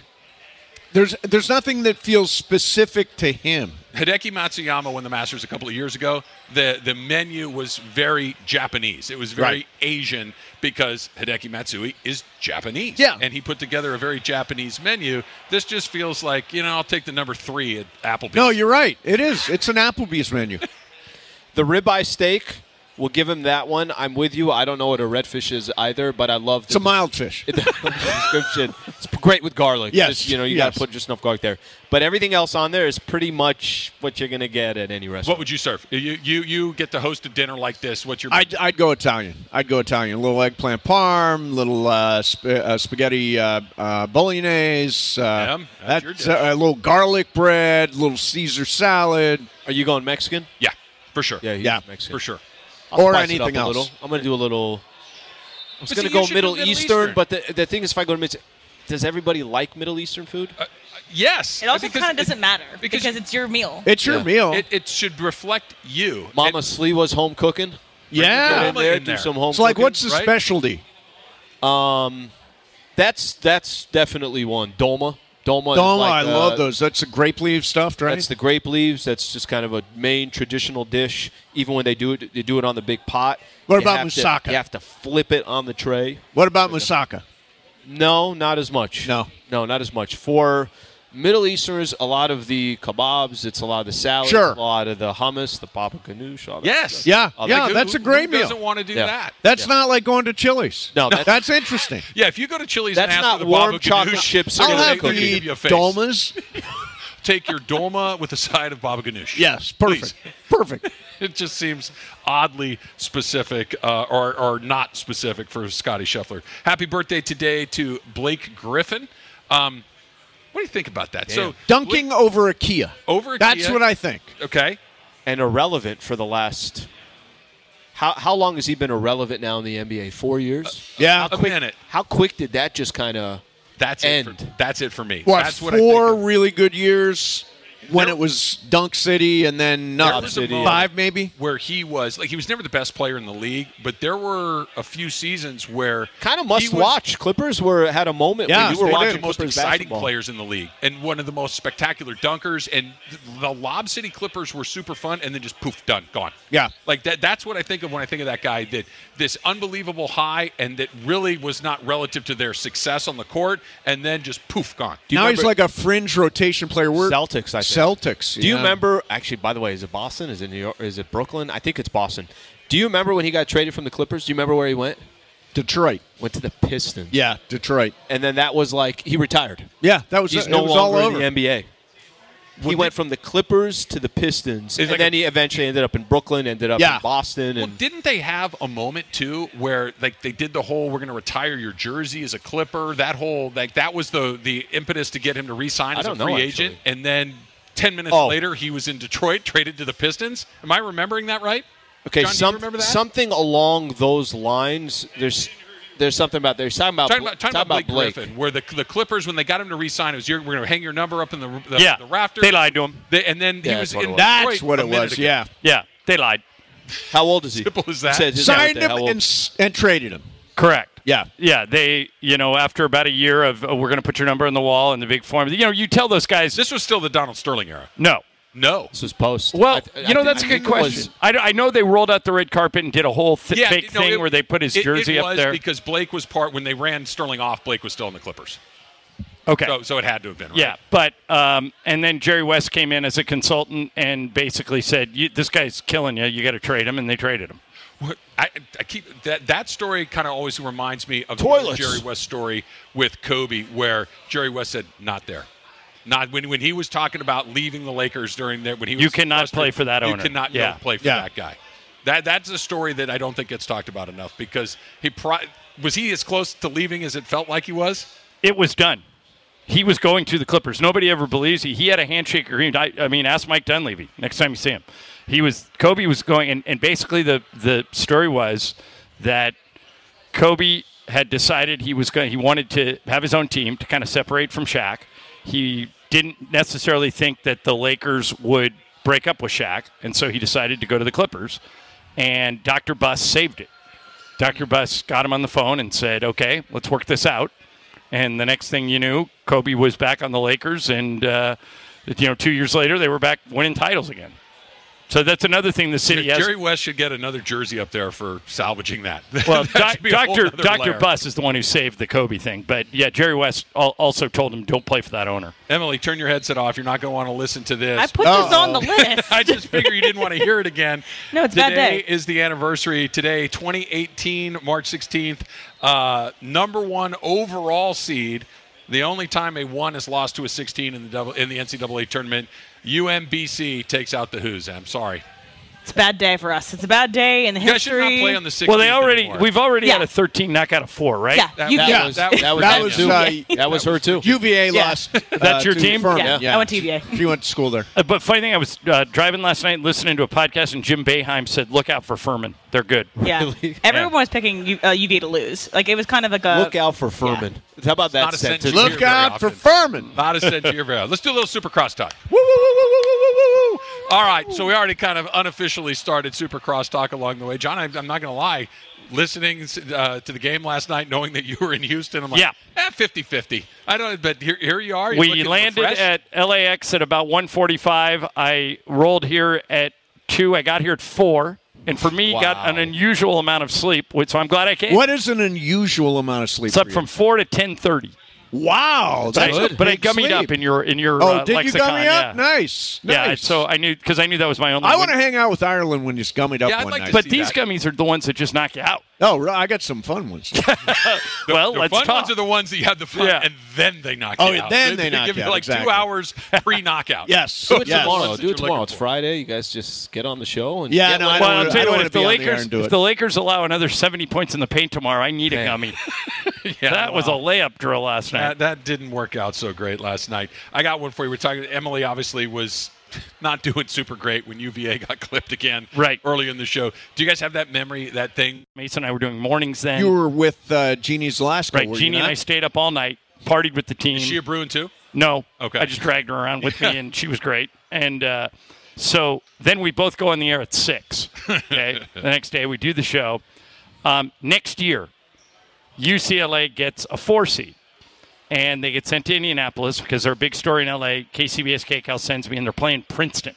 [SPEAKER 9] There's there's nothing that feels specific to him.
[SPEAKER 5] Hideki Matsuyama won the Masters a couple of years ago. The the menu was very Japanese. It was very
[SPEAKER 9] Right.
[SPEAKER 5] Asian because Hideki Matsui is Japanese.
[SPEAKER 9] Yeah.
[SPEAKER 5] And he put together a very Japanese menu. This just feels like, you know, I'll take the number three at Applebee's.
[SPEAKER 9] No, you're right. It is. It's an Applebee's menu.
[SPEAKER 2] the ribeye steak We'll give him that one. I'm with you. I don't know what a redfish is either, but I love
[SPEAKER 9] It's a mild fish.
[SPEAKER 2] the description. It's great with garlic.
[SPEAKER 9] Yes,
[SPEAKER 2] Just, you know, you got
[SPEAKER 9] yes.
[SPEAKER 2] to put just enough garlic there. But everything else on there is pretty much what you're going to get at any restaurant.
[SPEAKER 5] What would you serve? You you you get to host a dinner like this. What's your
[SPEAKER 9] I'd, I'd go Italian. I'd go Italian. little eggplant parm, little uh, sp- uh, spaghetti uh, uh, bolognese. Uh,
[SPEAKER 5] Ma'am, that's your dish.
[SPEAKER 9] uh, a little garlic bread, little Caesar salad,
[SPEAKER 2] Are you going Mexican?
[SPEAKER 5] yeah for sure
[SPEAKER 2] he's
[SPEAKER 9] Yeah,
[SPEAKER 2] Mexican.
[SPEAKER 5] for sure.
[SPEAKER 9] or
[SPEAKER 2] spice it up
[SPEAKER 9] anything
[SPEAKER 2] a
[SPEAKER 9] else.
[SPEAKER 2] little. I'm going to do a little. I was
[SPEAKER 5] But see,
[SPEAKER 2] going to
[SPEAKER 5] you
[SPEAKER 2] go
[SPEAKER 5] should do
[SPEAKER 2] Middle,
[SPEAKER 5] Middle
[SPEAKER 2] Eastern,
[SPEAKER 5] Eastern.
[SPEAKER 2] but the, the thing is, if I go to Middle, does everybody like Middle Eastern food?
[SPEAKER 5] Yes,
[SPEAKER 3] It also
[SPEAKER 5] because
[SPEAKER 3] kind of doesn't matter
[SPEAKER 5] because-
[SPEAKER 3] because, it's your meal.
[SPEAKER 9] It's your
[SPEAKER 2] Yeah.
[SPEAKER 9] meal.
[SPEAKER 5] It, it should reflect you.
[SPEAKER 2] Mama Slee was home cooking.
[SPEAKER 9] yeah.
[SPEAKER 2] Get in there,
[SPEAKER 5] in
[SPEAKER 2] do
[SPEAKER 5] there.
[SPEAKER 2] some home.
[SPEAKER 9] It's like,
[SPEAKER 2] cooking.
[SPEAKER 9] what's the
[SPEAKER 5] right?
[SPEAKER 9] specialty?
[SPEAKER 2] That's that's definitely one. Dolma. Dolma. is
[SPEAKER 9] Dolma,
[SPEAKER 2] like,
[SPEAKER 9] I
[SPEAKER 2] uh,
[SPEAKER 9] love those. That's the grape leaf stuffed, right?
[SPEAKER 2] That's the grape leaves. That's just kind of a main traditional dish. Even when they do it, they do it on the big pot.
[SPEAKER 9] What
[SPEAKER 2] You
[SPEAKER 9] about
[SPEAKER 2] have to-
[SPEAKER 9] moussaka?
[SPEAKER 2] You have to flip it on the tray.
[SPEAKER 9] what about moussaka?
[SPEAKER 2] No, not as much.
[SPEAKER 9] No.
[SPEAKER 2] no, not as much. For Middle Easterners, a lot of the kebabs, it's a lot of the salads,
[SPEAKER 9] Sure.
[SPEAKER 2] a lot of the hummus, the papa ganoush. All that
[SPEAKER 5] Yes.
[SPEAKER 2] stuff.
[SPEAKER 9] Yeah,
[SPEAKER 2] I'll
[SPEAKER 9] yeah,
[SPEAKER 2] do-
[SPEAKER 9] that's a
[SPEAKER 5] Who-
[SPEAKER 9] great
[SPEAKER 5] who
[SPEAKER 9] meal.
[SPEAKER 5] Doesn't want to do
[SPEAKER 2] Yeah.
[SPEAKER 5] that.
[SPEAKER 9] that's not like going to Chili's.
[SPEAKER 2] No, that's-
[SPEAKER 9] that's interesting.
[SPEAKER 5] Yeah, if you go to Chili's
[SPEAKER 2] That's
[SPEAKER 5] and ask
[SPEAKER 2] not
[SPEAKER 5] for the
[SPEAKER 2] warm
[SPEAKER 5] barbecue
[SPEAKER 2] chocolate
[SPEAKER 5] ganoush,
[SPEAKER 2] chips
[SPEAKER 5] they're
[SPEAKER 9] I'll
[SPEAKER 2] I'll
[SPEAKER 5] gonna
[SPEAKER 9] have
[SPEAKER 5] make
[SPEAKER 9] the
[SPEAKER 5] you give you a face.
[SPEAKER 9] dolmas.
[SPEAKER 5] Take your dolma with a side of baba ganoush.
[SPEAKER 9] Yes,
[SPEAKER 5] Please.
[SPEAKER 9] perfect, perfect.
[SPEAKER 5] It just seems oddly specific uh, or, or not specific for Scotty Scheffler. Happy birthday today to Blake Griffin. Um, what do you think about that? So
[SPEAKER 9] Dunking over a Kia.
[SPEAKER 5] Over a
[SPEAKER 9] That's
[SPEAKER 5] Kia.
[SPEAKER 9] what I think.
[SPEAKER 5] Okay.
[SPEAKER 2] and irrelevant for the last. How, how long has he been irrelevant now in the NBA? Four years.
[SPEAKER 9] Yeah.
[SPEAKER 5] A
[SPEAKER 2] quick,
[SPEAKER 5] minute.
[SPEAKER 2] How quick did that just kind of?
[SPEAKER 5] That's it. For,
[SPEAKER 2] End.
[SPEAKER 5] that's it for me.
[SPEAKER 9] What,
[SPEAKER 5] that's what I
[SPEAKER 9] four
[SPEAKER 5] think of.
[SPEAKER 9] really good years when
[SPEAKER 5] There-
[SPEAKER 9] it was Dunk City and then
[SPEAKER 5] There
[SPEAKER 9] nothing.
[SPEAKER 5] was a moment
[SPEAKER 9] Five maybe?
[SPEAKER 5] where he was like he was never the best player in the league, but there were a few seasons where
[SPEAKER 2] Kind of
[SPEAKER 5] he
[SPEAKER 2] must
[SPEAKER 5] was
[SPEAKER 2] watch. Clippers were had a moment
[SPEAKER 9] Yeah,
[SPEAKER 2] when you were
[SPEAKER 9] they
[SPEAKER 5] one of
[SPEAKER 2] watching
[SPEAKER 5] the most
[SPEAKER 2] Clippers
[SPEAKER 5] exciting
[SPEAKER 2] basketball.
[SPEAKER 5] players in the league and one of the most spectacular dunkers. And th- the Lob City Clippers were super fun, and then just poof, done, gone.
[SPEAKER 9] Yeah.
[SPEAKER 5] like that. That's what I think of when I think of that guy. That this unbelievable high, and that really was not relative to their success on the court, and then just poof, gone.
[SPEAKER 2] Do you
[SPEAKER 9] now he's
[SPEAKER 2] remember-
[SPEAKER 9] like a fringe rotation player. We're
[SPEAKER 2] Celtics, I think.
[SPEAKER 9] Celtics.
[SPEAKER 2] Do you
[SPEAKER 9] yeah.
[SPEAKER 2] remember? Actually, by the way, is it Boston? Is it New York? Is it Brooklyn? I think it's Boston. Do you remember when he got traded from the Clippers? Do you remember where he went?
[SPEAKER 9] Detroit?
[SPEAKER 2] Went to the Pistons.
[SPEAKER 9] Yeah, Detroit.
[SPEAKER 2] And then that was like he retired.
[SPEAKER 9] Yeah, that was
[SPEAKER 2] He's
[SPEAKER 9] it.
[SPEAKER 2] no
[SPEAKER 9] it was all
[SPEAKER 2] longer
[SPEAKER 9] over.
[SPEAKER 2] in the NBA. He went from the Clippers to the Pistons, and
[SPEAKER 5] like
[SPEAKER 2] then
[SPEAKER 5] a-
[SPEAKER 2] he eventually ended up in Brooklyn, ended up
[SPEAKER 9] Yeah.
[SPEAKER 2] in Boston,
[SPEAKER 5] Well,
[SPEAKER 2] and
[SPEAKER 5] didn't they have a moment too where like they did the whole "we're going to retire your jersey as a Clipper"? That whole like that was the the impetus to get him to re-sign
[SPEAKER 2] I
[SPEAKER 5] as a
[SPEAKER 2] don't
[SPEAKER 5] free
[SPEAKER 2] know,
[SPEAKER 5] agent,
[SPEAKER 2] actually.
[SPEAKER 5] and then ten minutes
[SPEAKER 2] Oh.
[SPEAKER 5] later he was in Detroit, traded to the Pistons. Am I remembering that right?
[SPEAKER 2] okay,
[SPEAKER 5] John, do you
[SPEAKER 2] some-
[SPEAKER 5] remember that?
[SPEAKER 2] something along those lines. There's there's something about there. He's talking Uh, about
[SPEAKER 5] Talking
[SPEAKER 2] Bla-
[SPEAKER 5] about, talking about Blake, Griffin, where the, the Clippers, when they got him to re-sign, it was "You're- we're going to hang your number up in the, the,
[SPEAKER 10] Yeah.
[SPEAKER 5] the rafters.
[SPEAKER 10] They lied to him.
[SPEAKER 5] They- and then he
[SPEAKER 2] Yeah,
[SPEAKER 5] was
[SPEAKER 2] that's what it
[SPEAKER 5] in
[SPEAKER 2] was.
[SPEAKER 5] Detroit
[SPEAKER 9] That's what
[SPEAKER 5] a
[SPEAKER 9] it
[SPEAKER 5] minute
[SPEAKER 9] was.
[SPEAKER 5] ago.
[SPEAKER 9] Yeah,
[SPEAKER 10] Yeah, they lied.
[SPEAKER 2] How old is he?
[SPEAKER 5] Simple as that.
[SPEAKER 2] Said his
[SPEAKER 9] signed
[SPEAKER 2] birthday.
[SPEAKER 9] him
[SPEAKER 2] How old?
[SPEAKER 9] and, s- and traded him.
[SPEAKER 10] Correct.
[SPEAKER 9] Yeah.
[SPEAKER 10] Yeah, they, you know, after about a year of oh, we're going to put your number in the wall in the big form, you know, you tell those guys,
[SPEAKER 5] This was still the Donald Sterling era.
[SPEAKER 10] no.
[SPEAKER 5] No.
[SPEAKER 2] This was post.
[SPEAKER 10] Well,
[SPEAKER 2] I th- I
[SPEAKER 10] you know,
[SPEAKER 2] think-
[SPEAKER 10] that's a
[SPEAKER 2] I
[SPEAKER 10] good
[SPEAKER 2] think it was-
[SPEAKER 10] question. I, I know they rolled out the red carpet and did a whole th- fake
[SPEAKER 5] no,
[SPEAKER 10] thing
[SPEAKER 5] it-
[SPEAKER 10] where they put his
[SPEAKER 5] it-
[SPEAKER 10] jersey
[SPEAKER 5] it
[SPEAKER 10] up
[SPEAKER 5] was
[SPEAKER 10] there.
[SPEAKER 5] because Blake was part when they ran Sterling off. Blake was still in the Clippers,
[SPEAKER 10] okay.
[SPEAKER 5] so, so it had to have been. Right?
[SPEAKER 10] Yeah, but um, and then Jerry West came in as a consultant and basically said, you, "This guy's killing you. You got to trade him," and they traded him.
[SPEAKER 5] What- I, I keep that that story kind of always reminds me of the
[SPEAKER 2] Toilets.
[SPEAKER 5] Jerry West story with Kobe, where Jerry West said, "Not there." Not when, when he was talking about leaving the Lakers during there when he was
[SPEAKER 10] You cannot
[SPEAKER 5] frustrated,
[SPEAKER 10] play for that
[SPEAKER 5] you
[SPEAKER 10] owner."
[SPEAKER 5] cannot
[SPEAKER 10] Yeah.
[SPEAKER 5] go play for
[SPEAKER 9] Yeah.
[SPEAKER 5] that guy. That that's a story that I don't think gets talked about enough because he pro- was he as close to leaving as it felt like he was.
[SPEAKER 10] It was done. He was going to the Clippers. Nobody ever believes he. He had a handshake agreement. I, I mean, ask Mike Dunleavy next time you see him. He was Kobe was going, and, and basically the the story was that Kobe had decided he was going. He wanted to have his own team to kind of separate from Shaq. He didn't necessarily think that the Lakers would break up with Shaq, and so he decided to go to the Clippers. And Dr. Buss saved it. Dr. Buss got him on the phone and said, "Okay, let's work this out." And the next thing you knew, Kobe was back on the Lakers, and uh, you know, two years later, they were back winning titles again. So that's another thing the city has.
[SPEAKER 5] Jerry West should get another jersey up there for salvaging that.
[SPEAKER 10] Well,
[SPEAKER 5] That
[SPEAKER 10] doc,
[SPEAKER 5] should be a whole
[SPEAKER 10] Doctor
[SPEAKER 5] nother
[SPEAKER 10] Doctor
[SPEAKER 5] layer.
[SPEAKER 10] Bus is the one who saved the Kobe thing, but yeah, Jerry West al- also told him don't play for that owner.
[SPEAKER 5] Emily, turn your headset off. You're not going to want to listen to this.
[SPEAKER 3] I put this on the list.
[SPEAKER 5] I just figure you didn't want to hear it again.
[SPEAKER 3] No, it's a
[SPEAKER 5] Today
[SPEAKER 3] bad day.
[SPEAKER 5] is the anniversary. Today, 2018, March 16th, uh, number one overall seed. The only time a one is lost to a 16 in the double, in the NCAA tournament, UMBC takes out the Who's. I'm sorry,
[SPEAKER 3] It's a bad day for us. It's a bad day in the
[SPEAKER 5] you guys should
[SPEAKER 3] history.
[SPEAKER 5] not play on the 16th.
[SPEAKER 10] Well, they already
[SPEAKER 5] anymore.
[SPEAKER 10] we've already had
[SPEAKER 3] Yeah.
[SPEAKER 10] a 13 knock out of four, right?
[SPEAKER 3] Yeah,
[SPEAKER 5] That-
[SPEAKER 3] you,
[SPEAKER 2] That
[SPEAKER 3] yeah.
[SPEAKER 2] was
[SPEAKER 5] that was-
[SPEAKER 2] that was
[SPEAKER 9] That
[SPEAKER 2] him,
[SPEAKER 9] was,
[SPEAKER 2] too.
[SPEAKER 9] uh,
[SPEAKER 2] that was her too.
[SPEAKER 9] UVA
[SPEAKER 3] Yeah.
[SPEAKER 9] lost.
[SPEAKER 5] uh,
[SPEAKER 10] That's your
[SPEAKER 9] to
[SPEAKER 10] team?
[SPEAKER 9] Furman.
[SPEAKER 3] Yeah, I went to UVA.
[SPEAKER 9] She went to school there.
[SPEAKER 10] Uh, But funny thing, I was uh, driving last night listening to a podcast, and Jim Beheim said, "Look out for Furman. They're good."
[SPEAKER 3] Yeah. everyone
[SPEAKER 10] Yeah.
[SPEAKER 3] was picking U- uh, UVA to lose. Like it was kind of like a
[SPEAKER 2] Look out for Furman. How about that
[SPEAKER 5] not a
[SPEAKER 2] sentence?
[SPEAKER 5] sentence you hear
[SPEAKER 9] Look
[SPEAKER 5] very
[SPEAKER 9] out for
[SPEAKER 5] often.
[SPEAKER 9] Furman.
[SPEAKER 5] Not a cent to your barrel. Let's do a little Supercross talk. Woo, woo, woo, woo, woo, woo, woo, woo. All right, so we already kind of unofficially started Supercross talk along the way. John, I'm, I'm not going to lie. Listening uh, to the game last night, knowing that you were in Houston, I'm like,
[SPEAKER 10] Yeah.
[SPEAKER 5] eh, 50-50. I don't, but here, here you are. You're
[SPEAKER 10] We
[SPEAKER 5] looking
[SPEAKER 10] landed
[SPEAKER 5] refreshed.
[SPEAKER 10] at LAX at about 1:45. I rolled here at two. I got here at four, and for me, got an unusual amount of sleep, which so I'm glad I came.
[SPEAKER 9] What is an unusual amount of sleep?
[SPEAKER 10] It's up
[SPEAKER 9] for you?
[SPEAKER 10] from four to 10:30.
[SPEAKER 9] wow. That's
[SPEAKER 10] I-
[SPEAKER 9] a
[SPEAKER 10] but I
[SPEAKER 9] big
[SPEAKER 10] gummied
[SPEAKER 9] sleep.
[SPEAKER 10] up in your in your.
[SPEAKER 9] Oh,
[SPEAKER 10] uh,
[SPEAKER 9] did you
[SPEAKER 10] lexicon,
[SPEAKER 9] gummy up?
[SPEAKER 10] Yeah.
[SPEAKER 9] Nice.
[SPEAKER 10] Yeah,
[SPEAKER 9] nice.
[SPEAKER 10] so I knew because I knew that was my only.
[SPEAKER 9] I want to
[SPEAKER 10] win-
[SPEAKER 9] hang out with Ireland when you gummied up
[SPEAKER 5] Yeah, I'd
[SPEAKER 9] one
[SPEAKER 5] like
[SPEAKER 9] night.
[SPEAKER 5] to
[SPEAKER 10] But
[SPEAKER 5] see
[SPEAKER 10] these
[SPEAKER 5] that.
[SPEAKER 10] gummies are the ones that just knock you out.
[SPEAKER 9] oh, right, I got some fun ones.
[SPEAKER 10] well,
[SPEAKER 5] The
[SPEAKER 10] let's
[SPEAKER 5] fun
[SPEAKER 10] talk.
[SPEAKER 5] ones are the ones that you have the fun,
[SPEAKER 10] Yeah.
[SPEAKER 5] and then they knock
[SPEAKER 9] Oh,
[SPEAKER 5] you
[SPEAKER 9] yeah,
[SPEAKER 5] out.
[SPEAKER 9] then they knock
[SPEAKER 5] give
[SPEAKER 9] you out,
[SPEAKER 5] like two
[SPEAKER 9] exactly.
[SPEAKER 5] hours pre-knockout.
[SPEAKER 9] yes.
[SPEAKER 5] So it's
[SPEAKER 9] yes.
[SPEAKER 5] tomorrow.
[SPEAKER 2] Tomorrow, do it tomorrow. It's Friday. You guys just get on the show and
[SPEAKER 9] Yeah,
[SPEAKER 2] get
[SPEAKER 9] no,
[SPEAKER 2] one.
[SPEAKER 9] I don't
[SPEAKER 10] well, I'll
[SPEAKER 9] wanna-
[SPEAKER 10] tell
[SPEAKER 9] I
[SPEAKER 10] you
[SPEAKER 9] don't
[SPEAKER 10] what.
[SPEAKER 9] wanna
[SPEAKER 10] If the
[SPEAKER 9] be on the air
[SPEAKER 10] Lakers,
[SPEAKER 9] and do
[SPEAKER 10] if
[SPEAKER 9] it.
[SPEAKER 10] the Lakers allow another 70 points in the paint tomorrow, I need a gummy. that was a layup drill last night.
[SPEAKER 5] Uh, That, that didn't work out so great last night. I got one for you. We're talking. Emily obviously was not doing super great when UVA got clipped again.
[SPEAKER 10] Right.
[SPEAKER 5] Early in the show. Do you guys have that memory? That thing?
[SPEAKER 10] Mason and I were doing mornings then.
[SPEAKER 9] You were with uh, Jeannie Zalaska.
[SPEAKER 10] right.
[SPEAKER 9] were you
[SPEAKER 10] Jeannie and
[SPEAKER 9] not?
[SPEAKER 10] I stayed up all night, partied with the team.
[SPEAKER 5] Is she a Bruin too?
[SPEAKER 10] No.
[SPEAKER 5] Okay.
[SPEAKER 10] I just dragged her around with me, and she was great. And uh, so then we both go on the air at six. Okay. the next day we do the show. Um, next year, UCLA gets a four seed, and they get sent to Indianapolis because they're a big story in LA. KCBS KCAL sends me, and they're playing Princeton.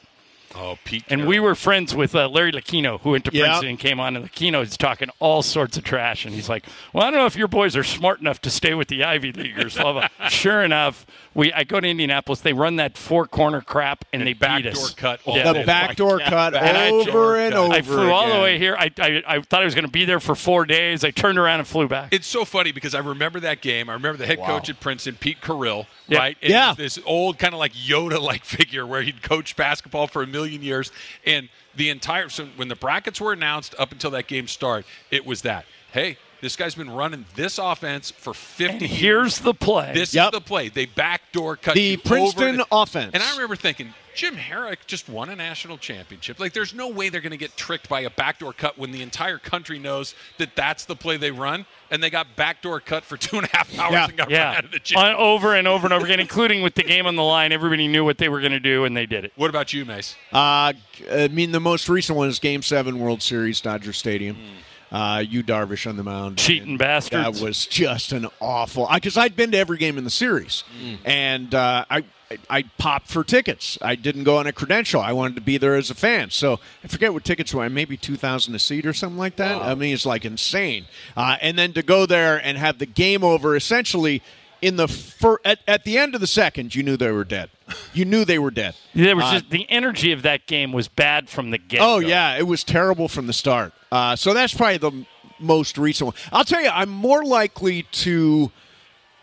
[SPEAKER 5] Oh, Pete.
[SPEAKER 10] And we were friends with uh, Larry Lucchino, who went to
[SPEAKER 9] Yeah.
[SPEAKER 10] Princeton and came on. And Lucchino is talking all sorts of trash. And he's like, Well, I don't know if your boys are smart enough to stay with the Ivy Leaguers. blah, blah. sure enough, we I go to Indianapolis. They run that four corner crap and, they beat
[SPEAKER 5] backdoor
[SPEAKER 10] us.
[SPEAKER 5] cut.
[SPEAKER 10] Yeah.
[SPEAKER 5] all
[SPEAKER 9] The
[SPEAKER 5] day.
[SPEAKER 9] backdoor cut over and over.
[SPEAKER 10] I flew all the
[SPEAKER 9] again.
[SPEAKER 10] way here. I, I, I thought I was going to be there for four days. I turned around and flew back.
[SPEAKER 5] It's so funny because I remember that game. I remember the head coach at Princeton, Pete Carrill,
[SPEAKER 10] Yeah.
[SPEAKER 5] right? And
[SPEAKER 9] Yeah.
[SPEAKER 5] This old kind of like Yoda-like figure where he'd coach basketball for a million years, and the entire so when the brackets were announced up until that game start, it was that. Hey, this guy's been running this offense for 50
[SPEAKER 10] and
[SPEAKER 5] years.
[SPEAKER 10] here's the play.
[SPEAKER 5] This
[SPEAKER 9] Yep.
[SPEAKER 5] is the play. They backdoor cut
[SPEAKER 9] The
[SPEAKER 5] you
[SPEAKER 9] Princeton
[SPEAKER 5] over and-
[SPEAKER 9] offense.
[SPEAKER 5] And I remember thinking, Jim Herrick just won a national championship. Like, there's no way they're going to get tricked by a backdoor cut when the entire country knows that that's the play they run, and they got backdoor cut for two and a half hours
[SPEAKER 9] Yeah.
[SPEAKER 5] and got run
[SPEAKER 10] yeah.
[SPEAKER 5] out of the gym.
[SPEAKER 10] On, over and over and over again, including with the game on the line. Everybody knew what they were going to do, and they did it.
[SPEAKER 5] what about you, Mace?
[SPEAKER 9] Uh, I mean, the most recent one is Game Seven World Series, Dodger Stadium.
[SPEAKER 2] Hmm.
[SPEAKER 9] Uh, you Darvish on the mound,
[SPEAKER 10] Cheating bastards.
[SPEAKER 9] That was just an awful. Because I'd been to every game in the series, and uh, I I popped for tickets. I didn't go on a credential. I wanted to be there as a fan. So I forget what tickets were. Maybe two thousand a seat or something like that. I mean, it's like insane. Uh, and then to go there and have the game over essentially. In the fir- at, at the end of the second, you knew they were dead. You knew they were dead.
[SPEAKER 10] There was just the energy of that game was bad from the get.
[SPEAKER 9] Oh yeah, it was terrible from the start. Uh, so that's probably the m- most recent one. I'll tell you, I'm more likely to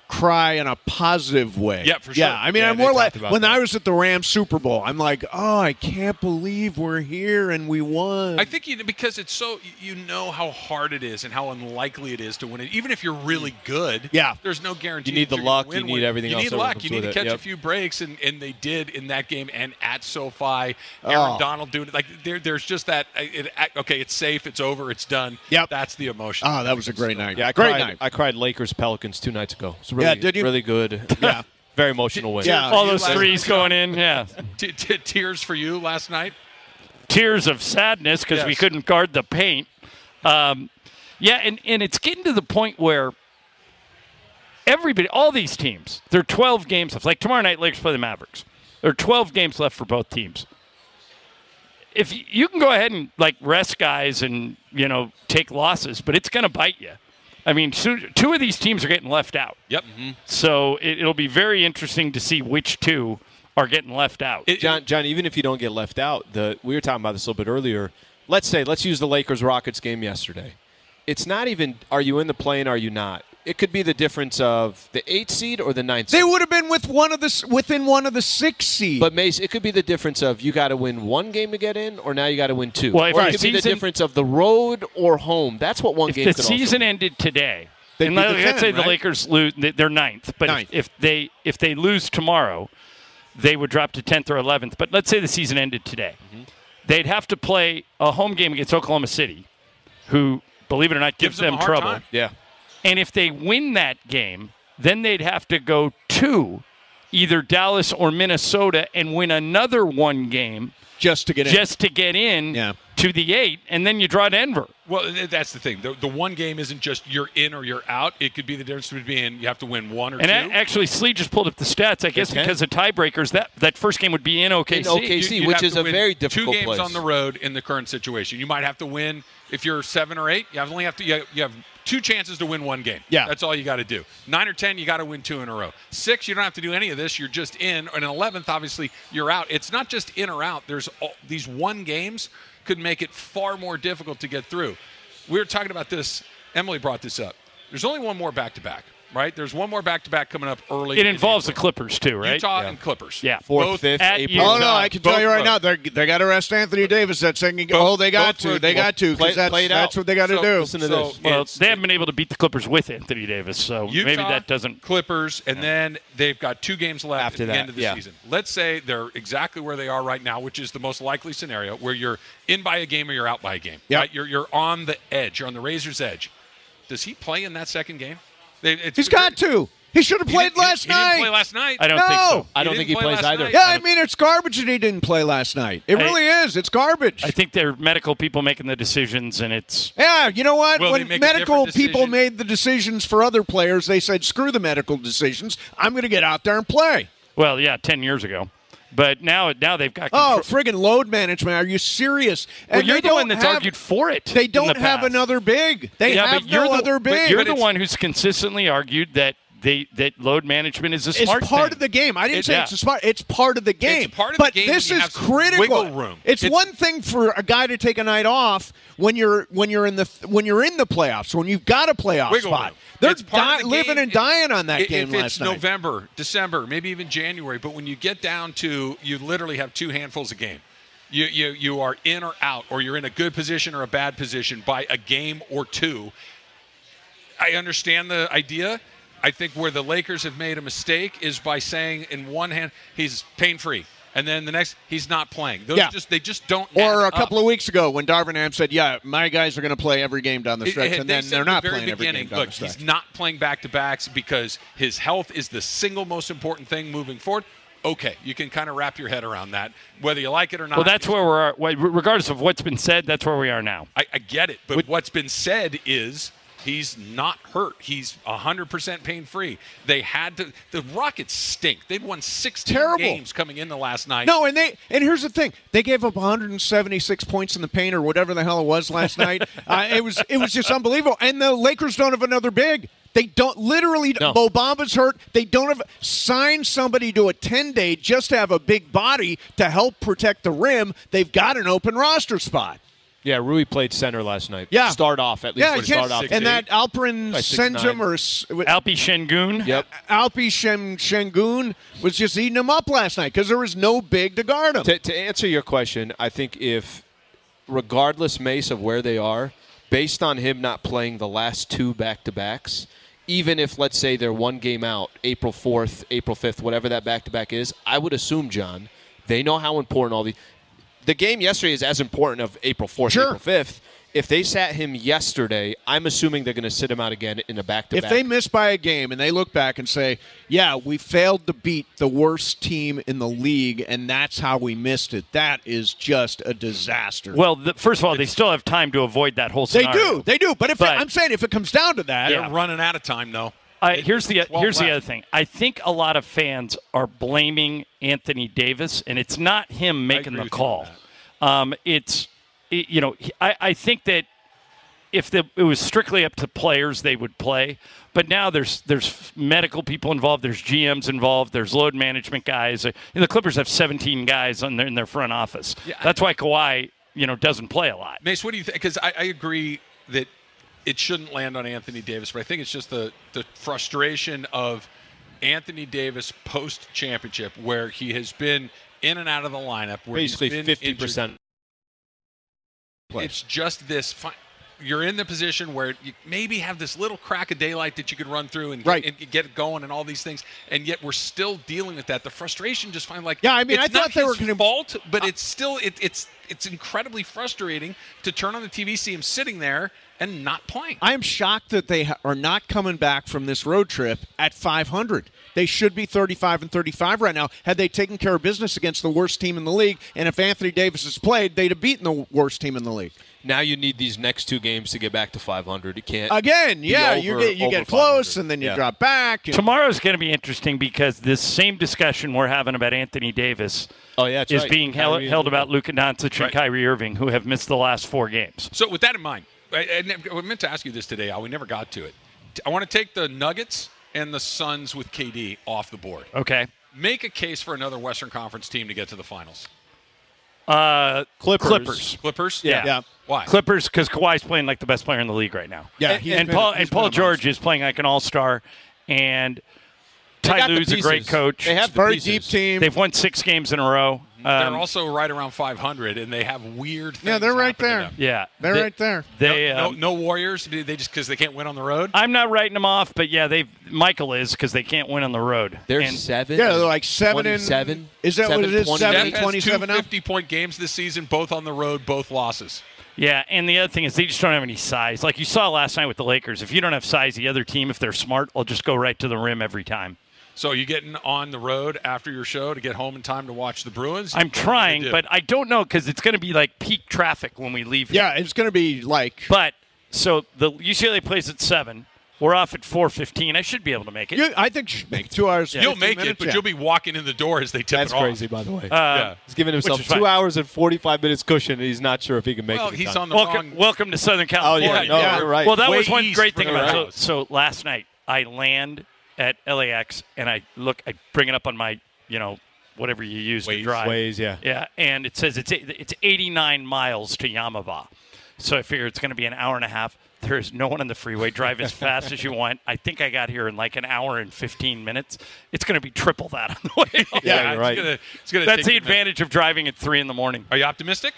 [SPEAKER 9] cry in a positive way.
[SPEAKER 5] Yeah, for
[SPEAKER 9] Yeah,
[SPEAKER 5] sure.
[SPEAKER 9] I mean,
[SPEAKER 5] Yeah,
[SPEAKER 9] I'm
[SPEAKER 5] they
[SPEAKER 9] more like
[SPEAKER 5] talked about
[SPEAKER 9] when
[SPEAKER 5] that.
[SPEAKER 9] I was at the Rams Super Bowl, I'm like, oh, I can't believe we're here and we won.
[SPEAKER 5] I think you, because it's so you know how hard it is and how unlikely it is to win it. Even if you're really good,
[SPEAKER 9] Mm. Yeah.
[SPEAKER 5] there's no guarantee.
[SPEAKER 2] You need
[SPEAKER 5] that
[SPEAKER 2] the
[SPEAKER 5] you're gonna
[SPEAKER 2] luck,
[SPEAKER 5] win
[SPEAKER 2] you need
[SPEAKER 5] one.
[SPEAKER 2] everything
[SPEAKER 5] You
[SPEAKER 2] else
[SPEAKER 5] need
[SPEAKER 2] that
[SPEAKER 5] luck.
[SPEAKER 2] comes
[SPEAKER 5] You need to
[SPEAKER 2] with it,
[SPEAKER 5] catch a
[SPEAKER 2] yep.
[SPEAKER 5] few breaks, and, and they did in that game and at SoFi.
[SPEAKER 2] Ah.
[SPEAKER 5] Aaron Donald doing it like there, there's just that. uh, It, it- okay, it's safe. It's over. It's done.
[SPEAKER 9] Yep.
[SPEAKER 5] That's the emotion.
[SPEAKER 9] oh, that was a great night.
[SPEAKER 2] Yeah, I
[SPEAKER 9] great
[SPEAKER 2] cried,
[SPEAKER 9] night.
[SPEAKER 2] I cried Lakers Pelicans two nights ago. It's really,
[SPEAKER 9] Yeah, did you?
[SPEAKER 2] really good. Yeah, very emotional win.
[SPEAKER 9] Yeah.
[SPEAKER 10] All those
[SPEAKER 5] Utilizing
[SPEAKER 10] threes
[SPEAKER 5] the shot.
[SPEAKER 10] going in, yeah.
[SPEAKER 5] T- t- tears for you last night.
[SPEAKER 10] Tears of sadness because we
[SPEAKER 5] Yes.
[SPEAKER 10] couldn't guard the paint. Um, yeah, and, and it's getting to the point where everybody, all these teams, there are 12 games left. Like tomorrow night, Lakers play the Mavericks. There are 12 games left for both teams. if y- you can go ahead and like rest guys and you know take losses, but it's going to bite you. I mean, two, two of these teams are getting left out.
[SPEAKER 5] Yep.
[SPEAKER 10] So it, it'll be very interesting to see which two are getting left out.
[SPEAKER 2] John, John, even if you don't get left out, the we were talking about this a little bit earlier. Let's say, let's use the Lakers Rockets game yesterday. It's not even are you in the plane, are you not? It could be the difference of the eight seed or the ninth seed.
[SPEAKER 9] They would have been with one of the s- within one of the six seeds.
[SPEAKER 2] But Mace, it could be the difference of you got to win one game to get in, or now you got to win two.
[SPEAKER 10] Well, if
[SPEAKER 2] or
[SPEAKER 10] the
[SPEAKER 2] it could be the
[SPEAKER 10] season-
[SPEAKER 2] difference of the road or home. That's what one
[SPEAKER 10] if
[SPEAKER 2] game.
[SPEAKER 10] the
[SPEAKER 2] could also
[SPEAKER 10] season ended today,
[SPEAKER 2] They'd
[SPEAKER 10] and
[SPEAKER 2] be
[SPEAKER 10] let,
[SPEAKER 2] the
[SPEAKER 10] us say
[SPEAKER 2] 10, right?
[SPEAKER 10] the Lakers lose, they- they're ninth. But
[SPEAKER 2] Ninth.
[SPEAKER 10] If, if they if they lose tomorrow, they would drop to tenth or eleventh. But let's say the season ended today,
[SPEAKER 9] Mm-hmm.
[SPEAKER 10] they'd have to play a home game against Oklahoma City, who believe it or not gives,
[SPEAKER 5] them a hard
[SPEAKER 10] trouble.
[SPEAKER 5] time.
[SPEAKER 2] Yeah.
[SPEAKER 10] And if they win that game, then they'd have to go to either Dallas or Minnesota and win another one game
[SPEAKER 9] just to get in.
[SPEAKER 10] just to get in
[SPEAKER 9] Yeah.
[SPEAKER 10] to the eight, and then you draw Denver.
[SPEAKER 5] Well, th- that's the thing. The, the one game isn't just you're in or you're out. It could be the difference between you have to win one or
[SPEAKER 10] And
[SPEAKER 5] two.
[SPEAKER 10] a- actually, Slee just pulled up the stats. I guess
[SPEAKER 2] Okay.
[SPEAKER 10] because of tiebreakers, that, that first game would be in OKC.
[SPEAKER 2] OKC.
[SPEAKER 5] you'd
[SPEAKER 2] which
[SPEAKER 5] have
[SPEAKER 2] is
[SPEAKER 5] to
[SPEAKER 2] a
[SPEAKER 5] win
[SPEAKER 2] very
[SPEAKER 5] two
[SPEAKER 2] difficult
[SPEAKER 5] games
[SPEAKER 2] place.
[SPEAKER 5] on the road in the current situation. You might have to win if you're seven or eight. You have only have to you have, you have two chances to win one game.
[SPEAKER 9] Yeah.
[SPEAKER 5] that's all you got to do. Nine or ten, you got to win two in a row. Six, you don't have to do any of this. You're just in. And eleventh, obviously, you're out. It's not just in or out. There's all, these one games could make it far more difficult to get through. We were talking about this. Emily brought this up. There's only one more back to back, right? There's one more back to back coming up early.
[SPEAKER 10] It
[SPEAKER 5] in
[SPEAKER 10] involves the
[SPEAKER 5] April.
[SPEAKER 10] Clippers, too, right?
[SPEAKER 5] Utah and Clippers.
[SPEAKER 10] Yeah.
[SPEAKER 2] Fourth,
[SPEAKER 5] Both
[SPEAKER 2] fifth,
[SPEAKER 10] at
[SPEAKER 2] April.
[SPEAKER 10] you.
[SPEAKER 9] Oh no! I can tell you right
[SPEAKER 5] road.
[SPEAKER 9] now, they they got to arrest Anthony Davis. That second. Oh, they got
[SPEAKER 2] both
[SPEAKER 9] to.
[SPEAKER 2] road.
[SPEAKER 9] They got to
[SPEAKER 2] Play-
[SPEAKER 9] because that's,
[SPEAKER 2] play it
[SPEAKER 9] that's
[SPEAKER 2] out.
[SPEAKER 9] what they got to
[SPEAKER 5] So-
[SPEAKER 9] do.
[SPEAKER 2] Listen to
[SPEAKER 5] So
[SPEAKER 2] this.
[SPEAKER 10] Well,
[SPEAKER 5] it's-
[SPEAKER 10] they haven't been able to beat the Clippers with Anthony Davis, so
[SPEAKER 5] Utah,
[SPEAKER 10] maybe that doesn't.
[SPEAKER 5] Clippers, and then they've got two games left
[SPEAKER 2] After
[SPEAKER 5] at the
[SPEAKER 2] that,
[SPEAKER 5] end of the
[SPEAKER 2] yeah.
[SPEAKER 5] season. Let's say they're exactly where they are right now, which is the most likely scenario, where you're in by a game or you're out by a game.
[SPEAKER 9] Yeah.
[SPEAKER 5] Right? You're you're on the edge. You're on the razor's edge. Does he play in that second game? They, it's,
[SPEAKER 9] He's got to. He should have
[SPEAKER 5] He didn't-
[SPEAKER 9] played last
[SPEAKER 5] he,
[SPEAKER 9] night.
[SPEAKER 5] He didn't play last night.
[SPEAKER 10] I don't think
[SPEAKER 9] No!
[SPEAKER 10] so.
[SPEAKER 2] I don't think
[SPEAKER 5] didn't
[SPEAKER 2] he
[SPEAKER 5] play
[SPEAKER 2] plays
[SPEAKER 5] last
[SPEAKER 2] either.
[SPEAKER 5] night.
[SPEAKER 9] yeah, I mean it's garbage that he didn't play last night. It
[SPEAKER 10] I-
[SPEAKER 9] really is. It's garbage.
[SPEAKER 10] I think they're medical people making the decisions, and it's.
[SPEAKER 9] yeah, you know what?
[SPEAKER 5] Will they
[SPEAKER 9] when
[SPEAKER 5] make a
[SPEAKER 9] medical
[SPEAKER 5] different
[SPEAKER 9] people
[SPEAKER 5] decision?
[SPEAKER 9] made the decisions for other players, they said, "Screw the medical decisions. I'm going to get out there and play."
[SPEAKER 10] Well, yeah, 10 years ago. But now now they've got. control-
[SPEAKER 9] Oh, friggin' load management. Are you serious?
[SPEAKER 10] well,
[SPEAKER 9] And
[SPEAKER 10] you're
[SPEAKER 9] they
[SPEAKER 10] the
[SPEAKER 9] don't
[SPEAKER 10] one that's
[SPEAKER 9] have-
[SPEAKER 10] argued for it.
[SPEAKER 9] They
[SPEAKER 10] in the
[SPEAKER 9] don't have
[SPEAKER 10] past.
[SPEAKER 9] another big. They
[SPEAKER 10] yeah,
[SPEAKER 9] have
[SPEAKER 10] but you're
[SPEAKER 9] no
[SPEAKER 10] the,
[SPEAKER 9] other
[SPEAKER 10] but
[SPEAKER 9] big.
[SPEAKER 10] You're the one who's consistently argued that they that load management is a
[SPEAKER 9] It's
[SPEAKER 10] smart
[SPEAKER 9] part
[SPEAKER 10] thing.
[SPEAKER 9] of the game. I didn't
[SPEAKER 10] It-
[SPEAKER 9] say
[SPEAKER 10] yeah.
[SPEAKER 9] it's a smart. It's part of the game.
[SPEAKER 5] part of the
[SPEAKER 9] but
[SPEAKER 5] game,
[SPEAKER 9] this
[SPEAKER 5] you
[SPEAKER 9] is
[SPEAKER 5] have some
[SPEAKER 9] critical.
[SPEAKER 5] wiggle room.
[SPEAKER 9] It's,
[SPEAKER 5] It's-
[SPEAKER 9] one thing for a guy to take a night off when you're when you're in the when you're in the playoffs when you've got a playoff
[SPEAKER 5] Wiggle
[SPEAKER 9] spot.
[SPEAKER 5] room.
[SPEAKER 9] They're
[SPEAKER 5] It's part
[SPEAKER 9] di-
[SPEAKER 5] of the
[SPEAKER 9] living
[SPEAKER 5] game.
[SPEAKER 9] and dying on that
[SPEAKER 5] If-
[SPEAKER 9] game
[SPEAKER 5] if
[SPEAKER 9] last
[SPEAKER 5] it's
[SPEAKER 9] night.
[SPEAKER 5] November, December, maybe even January. But when you get down to, you literally have two handfuls a game. You, you you are in or out, or you're in a good position or a bad position by a game or two. I understand the idea. I think where the Lakers have made a mistake is by saying in one hand he's pain free, and then the next he's not playing. Those
[SPEAKER 9] Yeah.
[SPEAKER 5] just they just don't.
[SPEAKER 9] Or
[SPEAKER 5] add
[SPEAKER 9] a couple
[SPEAKER 5] up.
[SPEAKER 9] of weeks ago when Darvin Ham said, "Yeah, my guys are going to play every game down the
[SPEAKER 5] It-
[SPEAKER 9] stretch,"
[SPEAKER 5] it-
[SPEAKER 9] and
[SPEAKER 5] they
[SPEAKER 9] then
[SPEAKER 5] said
[SPEAKER 9] they're
[SPEAKER 5] at the
[SPEAKER 9] not
[SPEAKER 5] very
[SPEAKER 9] playing every game
[SPEAKER 5] beginning,
[SPEAKER 9] down
[SPEAKER 5] Look,
[SPEAKER 9] the stretch.
[SPEAKER 5] he's not playing back to backs because his health is the single most important thing moving forward. Okay, you can kind of wrap your head around that, whether you like it or not.
[SPEAKER 10] Well, that's where we're. at. Regardless of what's been said, that's where we are now.
[SPEAKER 5] I, I get it, but what's been said is he's not hurt. He's 100% pain free. They had to. The Rockets stink. They'd won 16
[SPEAKER 9] Terrible.
[SPEAKER 5] games coming into last night.
[SPEAKER 9] No, and they and here's the thing: they gave up 176 points in the paint or whatever the hell it was last night. Uh, it was it was just unbelievable. And the Lakers don't have another big. They don't literally.
[SPEAKER 2] No.
[SPEAKER 9] Boba's hurt. They don't have signed somebody to a 10 day just to have a big body to help protect the rim. They've got an open roster spot.
[SPEAKER 2] Yeah, Rui played center last night.
[SPEAKER 9] Yeah.
[SPEAKER 2] Start off, at least
[SPEAKER 9] Yeah, you
[SPEAKER 2] start
[SPEAKER 9] can't-
[SPEAKER 2] off.
[SPEAKER 9] and that Alperin
[SPEAKER 2] By six,
[SPEAKER 9] Senjum
[SPEAKER 2] nine.
[SPEAKER 9] or S-
[SPEAKER 10] Alpi Shengun.
[SPEAKER 2] Yep.
[SPEAKER 9] Alpi Shem Shengun was just eating him up last night because there was no big to guard him.
[SPEAKER 2] To, to answer your question, I think if, regardless, Mace, of where they are, based on him not playing the last two back to backs, even if, let's say, they're one game out, April 4th, April 5th, whatever that back to back is, I would assume, John, they know how important all the. The game yesterday is as important of April 4th,
[SPEAKER 9] Sure.
[SPEAKER 2] April 5th. If they sat him yesterday, I'm assuming they're going to sit him out again in a back to
[SPEAKER 9] If
[SPEAKER 2] back.
[SPEAKER 9] they miss by a game and they look back and say, "Yeah, we failed to beat the worst team in the league, and that's how we missed it," that is just a disaster.
[SPEAKER 10] Well, the, first of all, they still have time to avoid that whole
[SPEAKER 9] they
[SPEAKER 10] scenario.
[SPEAKER 9] do, they do. But if
[SPEAKER 10] But-
[SPEAKER 9] I'm saying if it comes down to that,
[SPEAKER 5] They're running out of time, though.
[SPEAKER 10] I- here's the
[SPEAKER 5] 12
[SPEAKER 10] here's the
[SPEAKER 5] left.
[SPEAKER 10] other thing. I think a lot of fans are blaming Anthony Davis, and it's not him making
[SPEAKER 5] agree
[SPEAKER 10] the
[SPEAKER 5] with you on
[SPEAKER 10] call.
[SPEAKER 5] that.
[SPEAKER 10] Um, it's, it, you know, he- I, I think that if the, it was strictly up to players, they would play. But now there's there's medical people involved, there's GMs involved, there's load management guys. Uh, and the Clippers have 17 guys on their, in their front office. That's why Kawhi, you know, doesn't play a lot.
[SPEAKER 5] Mace, what do you think? Because I, I agree that it shouldn't land on Anthony Davis, but I think it's just the, the frustration of Anthony Davis post championship, where he has been in and out of the lineup, where he's
[SPEAKER 2] Basically
[SPEAKER 5] been
[SPEAKER 2] 50%
[SPEAKER 5] injured. It's just this. Fi- you're in the position where you maybe have this little crack of daylight that you could run through and,
[SPEAKER 9] Right.
[SPEAKER 5] and get it going and all these things, and yet we're still dealing with that. The frustration just find like
[SPEAKER 9] Yeah, I mean,
[SPEAKER 5] it's
[SPEAKER 9] I
[SPEAKER 5] not
[SPEAKER 9] thought they
[SPEAKER 5] his
[SPEAKER 9] were going to
[SPEAKER 5] fault, but it's still it, it's it's incredibly frustrating to turn on the TV, see him sitting there and not playing.
[SPEAKER 9] I am shocked that they ha- are not coming back from this road trip at 500. They should be 35 and 35 right now. Had they taken care of business against the worst team in the league, and if Anthony Davis has played, they'd have beaten the worst team in the league.
[SPEAKER 2] Now you need these next two games to get back to 500. You can't
[SPEAKER 9] Again,
[SPEAKER 2] be
[SPEAKER 9] yeah, you
[SPEAKER 2] over-
[SPEAKER 9] get you
[SPEAKER 2] over
[SPEAKER 9] get close,
[SPEAKER 2] 500.
[SPEAKER 9] and then you
[SPEAKER 2] Yeah.
[SPEAKER 9] drop back. and-
[SPEAKER 10] Tomorrow's going to be interesting because this same discussion we're having about Anthony Davis
[SPEAKER 2] Oh, yeah, that's
[SPEAKER 10] is
[SPEAKER 2] right.
[SPEAKER 10] being held,
[SPEAKER 2] Kyrie and
[SPEAKER 10] held
[SPEAKER 2] Luka.
[SPEAKER 10] about Luka Doncic
[SPEAKER 5] Right.
[SPEAKER 10] and Kyrie Irving, who have missed the last four games.
[SPEAKER 5] So with that in mind, I, I ne- I meant to ask you this today. Al, We never got to it. T- I want to take the Nuggets and the Suns with KD off the board.
[SPEAKER 10] Okay.
[SPEAKER 5] Make a case for another Western Conference team to get to the finals.
[SPEAKER 10] Uh,
[SPEAKER 2] Clippers.
[SPEAKER 10] Clippers.
[SPEAKER 5] Clippers.
[SPEAKER 10] Yeah. Yeah.
[SPEAKER 5] Why?
[SPEAKER 10] Clippers, because Kawhi's playing like the best player in the league right now.
[SPEAKER 9] Yeah,
[SPEAKER 10] and,
[SPEAKER 9] he's
[SPEAKER 10] and
[SPEAKER 9] been-
[SPEAKER 10] Paul
[SPEAKER 9] he's
[SPEAKER 10] and
[SPEAKER 9] been
[SPEAKER 10] Paul
[SPEAKER 9] amazing.
[SPEAKER 10] George is playing like an all-star, and
[SPEAKER 2] They
[SPEAKER 10] Ty
[SPEAKER 2] got the
[SPEAKER 10] Lue's a great
[SPEAKER 2] pieces.
[SPEAKER 10] coach.
[SPEAKER 2] They have the
[SPEAKER 9] Very
[SPEAKER 2] pieces.
[SPEAKER 9] deep team.
[SPEAKER 10] They've won six games in a row.
[SPEAKER 5] They're
[SPEAKER 10] Um,
[SPEAKER 5] also right around 500, and they have weird. Things
[SPEAKER 9] Yeah, they're right
[SPEAKER 5] happen to
[SPEAKER 9] there.
[SPEAKER 5] them.
[SPEAKER 10] yeah,
[SPEAKER 9] They're
[SPEAKER 10] They-
[SPEAKER 9] right there.
[SPEAKER 10] They
[SPEAKER 5] no,
[SPEAKER 10] um,
[SPEAKER 5] no Warriors. They they just because they can't win on the road.
[SPEAKER 10] I'm not writing them off, but yeah, they Michael is because they can't win on the road.
[SPEAKER 2] They're
[SPEAKER 10] And-
[SPEAKER 2] seven.
[SPEAKER 9] Yeah, they're like seven and-
[SPEAKER 2] 27,
[SPEAKER 9] Is that what it is?
[SPEAKER 2] 7,
[SPEAKER 9] Seven
[SPEAKER 2] 28.
[SPEAKER 5] Steph
[SPEAKER 9] and
[SPEAKER 5] has
[SPEAKER 9] 27
[SPEAKER 5] two
[SPEAKER 9] now?
[SPEAKER 5] 50 point games this season, both on the road, both losses.
[SPEAKER 10] Yeah, and the other thing is they just don't have any size. Like you saw last night with the Lakers, if you don't have size, the other team, if they're smart, will just go right to the rim every time.
[SPEAKER 5] So you getting on the road after your show to get home in time to watch the Bruins?
[SPEAKER 10] I'm trying,
[SPEAKER 5] You do.
[SPEAKER 10] but I don't know because it's going to be like peak traffic when we leave. here.
[SPEAKER 9] Yeah, it's going to be like
[SPEAKER 10] But so the UCLA plays at seven. We're off at four fifteen. I should be able to make it.
[SPEAKER 9] you, I think you should make two hours.
[SPEAKER 5] you'll
[SPEAKER 9] 15
[SPEAKER 5] make it,
[SPEAKER 9] minutes,
[SPEAKER 5] but
[SPEAKER 9] yeah.
[SPEAKER 5] you'll be walking in the door as they tip
[SPEAKER 2] That's
[SPEAKER 5] it off.
[SPEAKER 2] crazy, by the way.
[SPEAKER 10] Uh,
[SPEAKER 2] he's giving himself
[SPEAKER 10] which is fine.
[SPEAKER 2] two hours and 45 minutes cushion, and he's not sure if he can make
[SPEAKER 5] Well,
[SPEAKER 2] it. in
[SPEAKER 5] he's
[SPEAKER 2] time.
[SPEAKER 5] on the
[SPEAKER 10] Welcome,
[SPEAKER 5] wrong.
[SPEAKER 10] welcome to Southern
[SPEAKER 9] Oh,
[SPEAKER 10] California.
[SPEAKER 2] yeah, no, you're right.
[SPEAKER 10] Well, that
[SPEAKER 5] Way
[SPEAKER 10] was one
[SPEAKER 5] east
[SPEAKER 10] great
[SPEAKER 5] from
[SPEAKER 10] thing
[SPEAKER 5] the
[SPEAKER 10] about it.
[SPEAKER 5] roads.
[SPEAKER 10] So, so last night I land at LAX and I look, I bring it up on my, you know, whatever you use
[SPEAKER 5] Waze.
[SPEAKER 10] to drive.
[SPEAKER 2] Waze, yeah.
[SPEAKER 10] Yeah, and it says it's it's 89 miles to Yamava. So I figure it's going to be an hour and a half. There's no one on the freeway. Drive as fast as you want. I think I got here in like an hour and 15 minutes. It's going to be triple that on the way. home.
[SPEAKER 2] Yeah, you're right.
[SPEAKER 5] It's gonna, it's gonna
[SPEAKER 10] That's
[SPEAKER 5] take
[SPEAKER 10] the
[SPEAKER 5] you a minute.
[SPEAKER 10] advantage of driving at three in the morning.
[SPEAKER 5] Are you optimistic?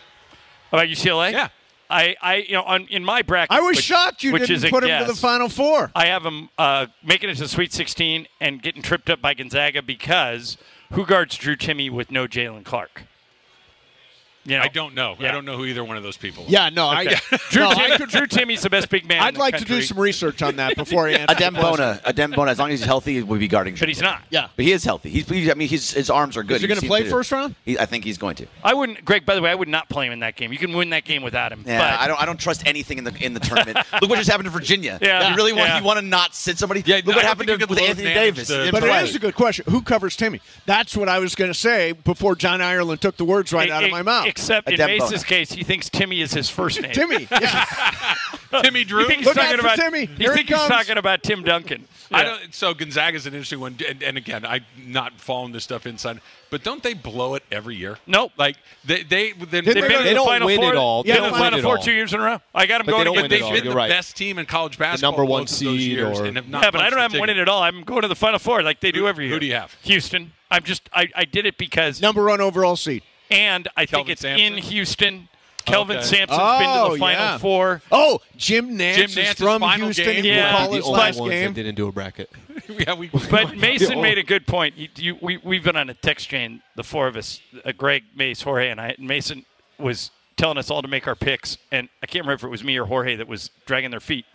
[SPEAKER 10] About UCLA?
[SPEAKER 5] Yeah.
[SPEAKER 10] I, I you know, on, in my bracket.
[SPEAKER 9] I was
[SPEAKER 10] which-
[SPEAKER 9] shocked you
[SPEAKER 10] which
[SPEAKER 9] didn't
[SPEAKER 10] is a
[SPEAKER 9] put him
[SPEAKER 10] guess,
[SPEAKER 9] to the final four.
[SPEAKER 10] I have them uh, making it to the Sweet 16 and getting tripped up by Gonzaga because who guards Drew Timmy with no Jalen Clark? You know,
[SPEAKER 5] I don't know. I
[SPEAKER 10] Yeah.
[SPEAKER 5] don't know who either one of those people. Are.
[SPEAKER 9] Yeah, no, I,
[SPEAKER 10] Drew,
[SPEAKER 9] no,
[SPEAKER 10] Tim-
[SPEAKER 9] I could,
[SPEAKER 10] Drew Timmy's the best big man. in
[SPEAKER 9] I'd
[SPEAKER 10] the
[SPEAKER 9] like to do
[SPEAKER 10] country,
[SPEAKER 9] some research on that before I answer.
[SPEAKER 11] Adem Bona, Adem Bona, as long as he's healthy, he will be guarding.
[SPEAKER 10] but he's not. Yeah,
[SPEAKER 11] But he is healthy. He's, he's I mean, his his arms are good.
[SPEAKER 9] Is he
[SPEAKER 11] You've
[SPEAKER 9] gonna
[SPEAKER 11] seen
[SPEAKER 9] play
[SPEAKER 11] the-
[SPEAKER 9] first round?
[SPEAKER 11] He, I think he's going to.
[SPEAKER 10] I wouldn't. Greg, by the way, I would not play him in that game. You can win that game without him.
[SPEAKER 11] Yeah,
[SPEAKER 10] but
[SPEAKER 11] I don't. I don't trust anything in the in the tournament. Look what just happened to Virginia.
[SPEAKER 10] Yeah.
[SPEAKER 11] you really want
[SPEAKER 10] Yeah.
[SPEAKER 11] you want to not sit somebody.
[SPEAKER 5] Yeah, I
[SPEAKER 11] Look what
[SPEAKER 5] don't
[SPEAKER 11] happened
[SPEAKER 5] think
[SPEAKER 11] to
[SPEAKER 5] you could
[SPEAKER 11] with
[SPEAKER 5] load
[SPEAKER 11] Anthony
[SPEAKER 5] manage
[SPEAKER 11] Davis.
[SPEAKER 5] the-
[SPEAKER 11] in
[SPEAKER 9] But
[SPEAKER 11] play.
[SPEAKER 9] it is a good question. Who covers Timmy? That's what I was going to say before John Ireland took the words right out of
[SPEAKER 10] e-
[SPEAKER 9] my mouth.
[SPEAKER 10] Except in
[SPEAKER 11] Adem
[SPEAKER 10] Mace's
[SPEAKER 11] Bona.
[SPEAKER 10] case, he thinks Timmy is his first name.
[SPEAKER 9] Timmy, yeah.
[SPEAKER 5] Timmy Drew.
[SPEAKER 10] You think he's
[SPEAKER 9] Look out
[SPEAKER 10] talking
[SPEAKER 9] for
[SPEAKER 10] about
[SPEAKER 9] Timmy.
[SPEAKER 10] You
[SPEAKER 9] Here he
[SPEAKER 10] think he's
[SPEAKER 9] comes.
[SPEAKER 10] talking about Tim Duncan?
[SPEAKER 5] I
[SPEAKER 10] Yeah.
[SPEAKER 5] don't, so Gonzaga's an interesting one, and, and again, I'm not following this stuff inside. But don't they blow it every year?
[SPEAKER 10] Nope.
[SPEAKER 5] Like they they they,
[SPEAKER 9] Did
[SPEAKER 10] They've been
[SPEAKER 9] They
[SPEAKER 10] in the
[SPEAKER 9] don't
[SPEAKER 10] final
[SPEAKER 2] win
[SPEAKER 10] four,
[SPEAKER 2] it all. They
[SPEAKER 10] They've been
[SPEAKER 9] don't
[SPEAKER 10] in the
[SPEAKER 9] win
[SPEAKER 10] final
[SPEAKER 2] it
[SPEAKER 10] four
[SPEAKER 2] all.
[SPEAKER 10] two years in a row. I got them
[SPEAKER 2] But they
[SPEAKER 10] going
[SPEAKER 2] don't
[SPEAKER 10] again
[SPEAKER 2] win it
[SPEAKER 10] this
[SPEAKER 5] have
[SPEAKER 2] all.
[SPEAKER 10] year.
[SPEAKER 5] been the
[SPEAKER 2] You're right.
[SPEAKER 5] best team in college basketball.
[SPEAKER 2] number one
[SPEAKER 5] both of those
[SPEAKER 2] seed
[SPEAKER 5] years
[SPEAKER 2] or-
[SPEAKER 5] and have not
[SPEAKER 10] Yeah, but I
[SPEAKER 5] punched
[SPEAKER 10] don't
[SPEAKER 5] the
[SPEAKER 10] have them winning
[SPEAKER 5] ticket.
[SPEAKER 10] at all. I'm going to the Final Four like they do
[SPEAKER 5] Who-
[SPEAKER 10] every year.
[SPEAKER 5] who do you have?
[SPEAKER 10] Houston. I'm just I, I did it because
[SPEAKER 9] number one overall seed.
[SPEAKER 10] and I think
[SPEAKER 5] Kelvin
[SPEAKER 10] it's
[SPEAKER 5] Sampson?
[SPEAKER 10] in Houston. Kelvin
[SPEAKER 5] Okay.
[SPEAKER 10] Sampson's been to
[SPEAKER 9] Oh,
[SPEAKER 10] the Final
[SPEAKER 9] yeah.
[SPEAKER 10] Four.
[SPEAKER 9] Oh, Jim Nance,
[SPEAKER 5] Jim
[SPEAKER 9] is
[SPEAKER 5] Nance's
[SPEAKER 9] from
[SPEAKER 5] final
[SPEAKER 9] Houston.
[SPEAKER 5] game.
[SPEAKER 9] We'll
[SPEAKER 10] Yeah.
[SPEAKER 9] call
[SPEAKER 2] the
[SPEAKER 9] his
[SPEAKER 2] only
[SPEAKER 9] last
[SPEAKER 2] ones
[SPEAKER 9] game.
[SPEAKER 2] that didn't do a bracket.
[SPEAKER 5] yeah, we,
[SPEAKER 10] But Mason
[SPEAKER 2] Yeah.
[SPEAKER 10] made a good point. You, you, we, we've been on a text chain, the four of us, uh, Greg, Mace, Jorge, and I. And Mason was telling us all to make our picks, and I can't remember if it was me or Jorge that was dragging their feet.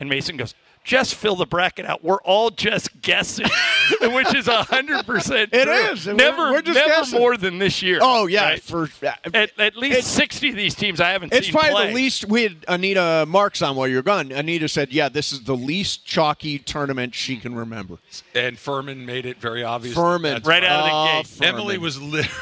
[SPEAKER 10] And Mason goes, "Just fill the bracket out. We're all just guessing," which is hundred percent.
[SPEAKER 9] It is. We're-
[SPEAKER 10] Never,
[SPEAKER 9] we're just
[SPEAKER 10] never
[SPEAKER 9] guessing.
[SPEAKER 10] more than this year.
[SPEAKER 9] Oh yeah,
[SPEAKER 10] right?
[SPEAKER 9] for
[SPEAKER 10] at, at least
[SPEAKER 9] It's-
[SPEAKER 10] sixty of these teams I haven't
[SPEAKER 9] It's
[SPEAKER 10] seen
[SPEAKER 9] probably
[SPEAKER 10] play.
[SPEAKER 9] the least. We had Anita Marks on while you were gone. Anita said, "Yeah, this is the least chalky tournament she can remember."
[SPEAKER 5] and Furman made it very obvious.
[SPEAKER 9] Furman,
[SPEAKER 5] That's
[SPEAKER 10] right out of the
[SPEAKER 9] Oh,
[SPEAKER 10] gate.
[SPEAKER 9] Furman.
[SPEAKER 5] Emily was literally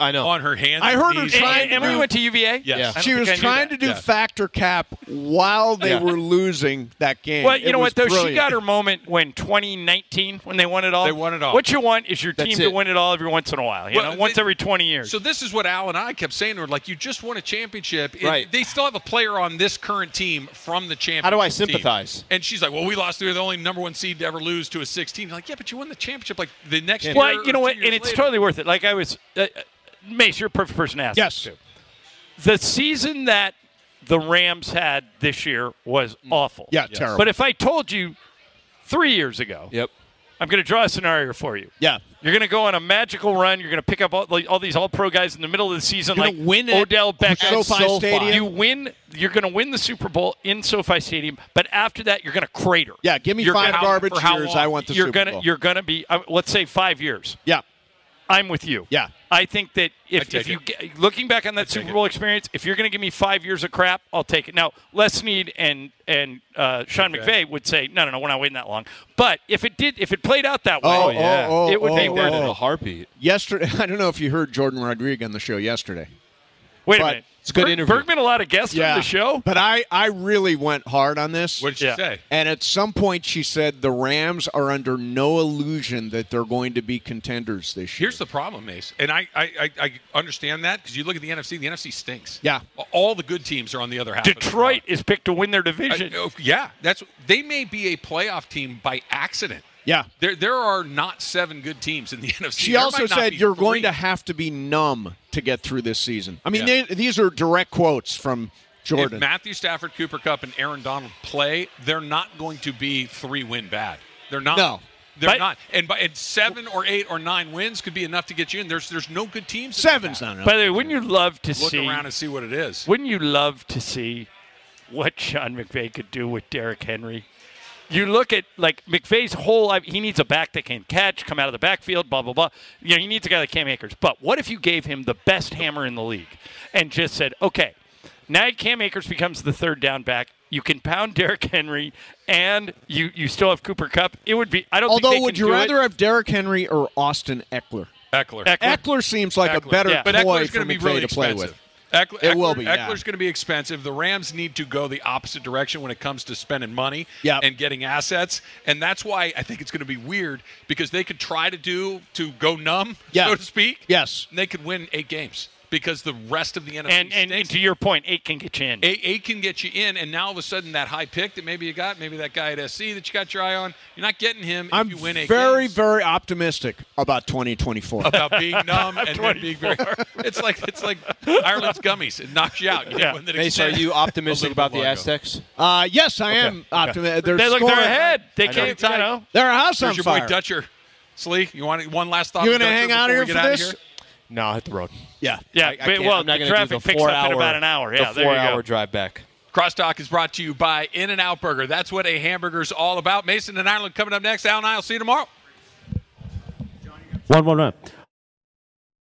[SPEAKER 2] I know.
[SPEAKER 5] On her hands.
[SPEAKER 9] I heard her
[SPEAKER 5] knees.
[SPEAKER 9] trying
[SPEAKER 10] And, and we went to UVA.
[SPEAKER 5] Yes. Yeah. I don't
[SPEAKER 9] She was
[SPEAKER 10] think I knew
[SPEAKER 9] trying
[SPEAKER 10] that.
[SPEAKER 9] to do
[SPEAKER 5] Yeah.
[SPEAKER 9] factor cap while they
[SPEAKER 5] Yeah.
[SPEAKER 9] were losing that game.
[SPEAKER 10] Well, you
[SPEAKER 9] It
[SPEAKER 10] know
[SPEAKER 9] was
[SPEAKER 10] what though, she
[SPEAKER 9] brilliant.
[SPEAKER 10] got her moment when 2019 when they won it all.
[SPEAKER 5] They won it all.
[SPEAKER 10] What you want is your
[SPEAKER 2] That's
[SPEAKER 10] team to
[SPEAKER 2] it.
[SPEAKER 10] win it all every once in a while. You
[SPEAKER 5] Well,
[SPEAKER 10] know, once
[SPEAKER 5] they-
[SPEAKER 10] every 20 years.
[SPEAKER 5] So this is what Al and I kept saying to her: like, you just won a championship. It-
[SPEAKER 2] Right.
[SPEAKER 5] They still have a player on this current team from the championship.
[SPEAKER 2] How do I
[SPEAKER 5] team.
[SPEAKER 2] sympathize?
[SPEAKER 5] And she's like, "Well, we lost. They're the only number one seed to ever lose to a six team." Like, yeah, but you won the championship. Like the next year.
[SPEAKER 10] well, you know
[SPEAKER 5] or
[SPEAKER 10] what,
[SPEAKER 5] two
[SPEAKER 10] and
[SPEAKER 5] years
[SPEAKER 10] it's
[SPEAKER 5] later.
[SPEAKER 10] totally worth it. Like I was, uh, uh, Mace, you're a perfect person to ask.
[SPEAKER 9] Yes.
[SPEAKER 10] this to. The season that the Rams had this year was awful.
[SPEAKER 9] Yeah, Yes. terrible.
[SPEAKER 10] But if I told you three years ago,
[SPEAKER 2] Yep.
[SPEAKER 10] I'm going to draw a scenario for you.
[SPEAKER 9] Yeah.
[SPEAKER 10] You're going to go on a magical run. You're going to pick up all, like, all these All Pro guys in the middle of the season,
[SPEAKER 9] You're
[SPEAKER 10] like
[SPEAKER 9] gonna win at
[SPEAKER 10] Odell Beckham.
[SPEAKER 9] SoFi
[SPEAKER 10] SoFi.
[SPEAKER 9] Stadium.
[SPEAKER 10] You win. You're going to win the Super Bowl in SoFi Stadium, but after that, you're going to crater.
[SPEAKER 9] Yeah, give me
[SPEAKER 10] You're
[SPEAKER 9] five
[SPEAKER 10] gonna-
[SPEAKER 9] garbage
[SPEAKER 5] for how
[SPEAKER 9] years.
[SPEAKER 5] long?
[SPEAKER 9] I want the
[SPEAKER 10] you're
[SPEAKER 9] Super
[SPEAKER 10] gonna
[SPEAKER 9] Bowl.
[SPEAKER 10] you're gonna be uh, let's say five years.
[SPEAKER 9] yeah.
[SPEAKER 10] I'm with you.
[SPEAKER 9] Yeah.
[SPEAKER 10] I think that if,
[SPEAKER 5] take
[SPEAKER 10] if you
[SPEAKER 5] it.
[SPEAKER 10] get, looking back on that Super
[SPEAKER 5] it.
[SPEAKER 10] Bowl experience, if you're going to give me five years of crap, I'll take it. Now, Les Snead and and uh, Sean McVay would say, no, no, no, we're not waiting that long. But if it did, if it played out that way,
[SPEAKER 9] Oh, yeah. oh, oh,
[SPEAKER 10] it would be
[SPEAKER 9] oh,
[SPEAKER 10] worth
[SPEAKER 9] oh.
[SPEAKER 2] In
[SPEAKER 10] it.
[SPEAKER 2] a heartbeat.
[SPEAKER 9] Yesterday, I don't know if you heard Jordan Rodriguez on the show yesterday.
[SPEAKER 10] Wait a
[SPEAKER 9] But
[SPEAKER 10] minute.
[SPEAKER 2] it's a good
[SPEAKER 10] Berg-
[SPEAKER 2] interview.
[SPEAKER 10] Bergman allowed a guest on the show.
[SPEAKER 9] But I, I really went hard on this.
[SPEAKER 5] What did she
[SPEAKER 10] Yeah.
[SPEAKER 5] say?
[SPEAKER 9] and at some point, she said the Rams are under no illusion that they're going to be contenders this year.
[SPEAKER 5] Here's the problem, Mace, and I I, I, I understand that because you look at the NFC. The NFC stinks.
[SPEAKER 9] Yeah.
[SPEAKER 5] All the good teams are on the other half. of the
[SPEAKER 10] Detroit
[SPEAKER 5] bracket.
[SPEAKER 10] is picked to win their division.
[SPEAKER 5] I- oh, yeah, that's they may be a playoff team by accident.
[SPEAKER 9] Yeah.
[SPEAKER 5] There, there are not seven good teams in the NFC.
[SPEAKER 9] She
[SPEAKER 5] There
[SPEAKER 9] also
[SPEAKER 5] might not
[SPEAKER 9] said
[SPEAKER 5] be
[SPEAKER 9] you're going
[SPEAKER 5] three.
[SPEAKER 9] to have to be numb to get through this season. I mean,
[SPEAKER 5] Yeah.
[SPEAKER 9] they, these are direct quotes from
[SPEAKER 5] If
[SPEAKER 9] Jordan.
[SPEAKER 5] Matthew Stafford, Cooper Cup, and Aaron Donald play, they're not going to be three win bad. They're not.
[SPEAKER 9] No.
[SPEAKER 5] They're
[SPEAKER 10] But-
[SPEAKER 5] not. And by and seven or eight or nine wins could be enough to get you in. There's there's no good teams. in
[SPEAKER 9] Seven's
[SPEAKER 5] the
[SPEAKER 9] not
[SPEAKER 5] pack.
[SPEAKER 9] enough.
[SPEAKER 10] By the way, wouldn't you love to
[SPEAKER 5] Look
[SPEAKER 10] see?
[SPEAKER 5] around and see what it is.
[SPEAKER 10] Wouldn't you love to see what Sean McVay could do with Derrick Henry? You look at like McVay's whole life, he needs a back that can catch, come out of the backfield, blah, blah, blah. You know, he needs a guy like Cam Akers. But what if you gave him the best hammer in the league and just said, okay, now Cam Akers becomes the third down back. You can pound Derrick Henry and you, you still have Cooper Cup. It would be I don't think
[SPEAKER 9] Although,
[SPEAKER 10] they
[SPEAKER 9] would
[SPEAKER 10] can
[SPEAKER 9] you
[SPEAKER 10] do it.
[SPEAKER 9] rather have Derrick Henry or Austin Eckler?
[SPEAKER 5] Eckler.
[SPEAKER 10] Eckler.
[SPEAKER 9] Eckler seems like
[SPEAKER 5] Eckler.
[SPEAKER 9] a better
[SPEAKER 10] Yeah.
[SPEAKER 5] but
[SPEAKER 9] toy
[SPEAKER 5] Eckler's
[SPEAKER 9] for
[SPEAKER 5] going to be
[SPEAKER 9] McVay
[SPEAKER 5] really
[SPEAKER 9] to play
[SPEAKER 5] expensive.
[SPEAKER 9] with.
[SPEAKER 5] Eckler,
[SPEAKER 9] It will
[SPEAKER 5] Eckler-
[SPEAKER 9] be, yeah.
[SPEAKER 5] Eckler's going to be expensive. The Rams need to go the opposite direction when it comes to spending money
[SPEAKER 9] Yep.
[SPEAKER 5] and getting assets, and that's why I think it's going to be weird because they could try to do to go numb,
[SPEAKER 9] Yeah.
[SPEAKER 5] so to speak.
[SPEAKER 9] Yes.
[SPEAKER 5] and they could win eight games because the rest of the NFC
[SPEAKER 10] and, and, and
[SPEAKER 5] stinks.
[SPEAKER 10] to your point, eight can get you in.
[SPEAKER 5] eight, eight can get you in, and now all of a sudden that high pick that maybe you got, maybe that guy at SC that you got your eye on, you're not getting him.
[SPEAKER 9] I'm
[SPEAKER 5] if you win eight
[SPEAKER 9] very,
[SPEAKER 5] games.
[SPEAKER 9] very optimistic about 2024.
[SPEAKER 5] about being numb and then being very. It's like it's like Ireland's gummies. It knocks you out. You
[SPEAKER 10] Yeah.
[SPEAKER 5] win the next
[SPEAKER 2] Mace, are
[SPEAKER 5] day.
[SPEAKER 2] you optimistic
[SPEAKER 5] A little
[SPEAKER 2] about the
[SPEAKER 5] bit longer.
[SPEAKER 2] Aztecs?
[SPEAKER 9] Uh, yes, I am optimistic. They're,
[SPEAKER 10] they look,
[SPEAKER 9] scoring.
[SPEAKER 10] they're ahead. They
[SPEAKER 5] know.
[SPEAKER 10] can't, you know.
[SPEAKER 9] They're a house
[SPEAKER 5] There's
[SPEAKER 9] on
[SPEAKER 5] your
[SPEAKER 9] fire.
[SPEAKER 5] boy Dutcher. Slee, you want one last thought?
[SPEAKER 9] You
[SPEAKER 5] on
[SPEAKER 9] gonna
[SPEAKER 5] Dutcher
[SPEAKER 9] hang out
[SPEAKER 5] before
[SPEAKER 9] here
[SPEAKER 5] we get
[SPEAKER 9] for
[SPEAKER 5] out of
[SPEAKER 9] this?
[SPEAKER 5] here?
[SPEAKER 2] No, I hit the road.
[SPEAKER 9] Yeah.
[SPEAKER 10] Yeah,
[SPEAKER 2] I
[SPEAKER 10] but,
[SPEAKER 2] can't-
[SPEAKER 10] well,
[SPEAKER 2] I'm not
[SPEAKER 10] the
[SPEAKER 2] gonna do
[SPEAKER 10] traffic
[SPEAKER 2] the
[SPEAKER 10] picks up in
[SPEAKER 2] four-hour-
[SPEAKER 10] about an hour. Yeah,
[SPEAKER 2] the
[SPEAKER 10] there you go.
[SPEAKER 2] four-hour drive back.
[SPEAKER 5] Crosstalk is brought to you by In and Out Burger. That's what a hamburger's all about. Mason and Ireland coming up next. Al and I will see you tomorrow.
[SPEAKER 4] One, one, one.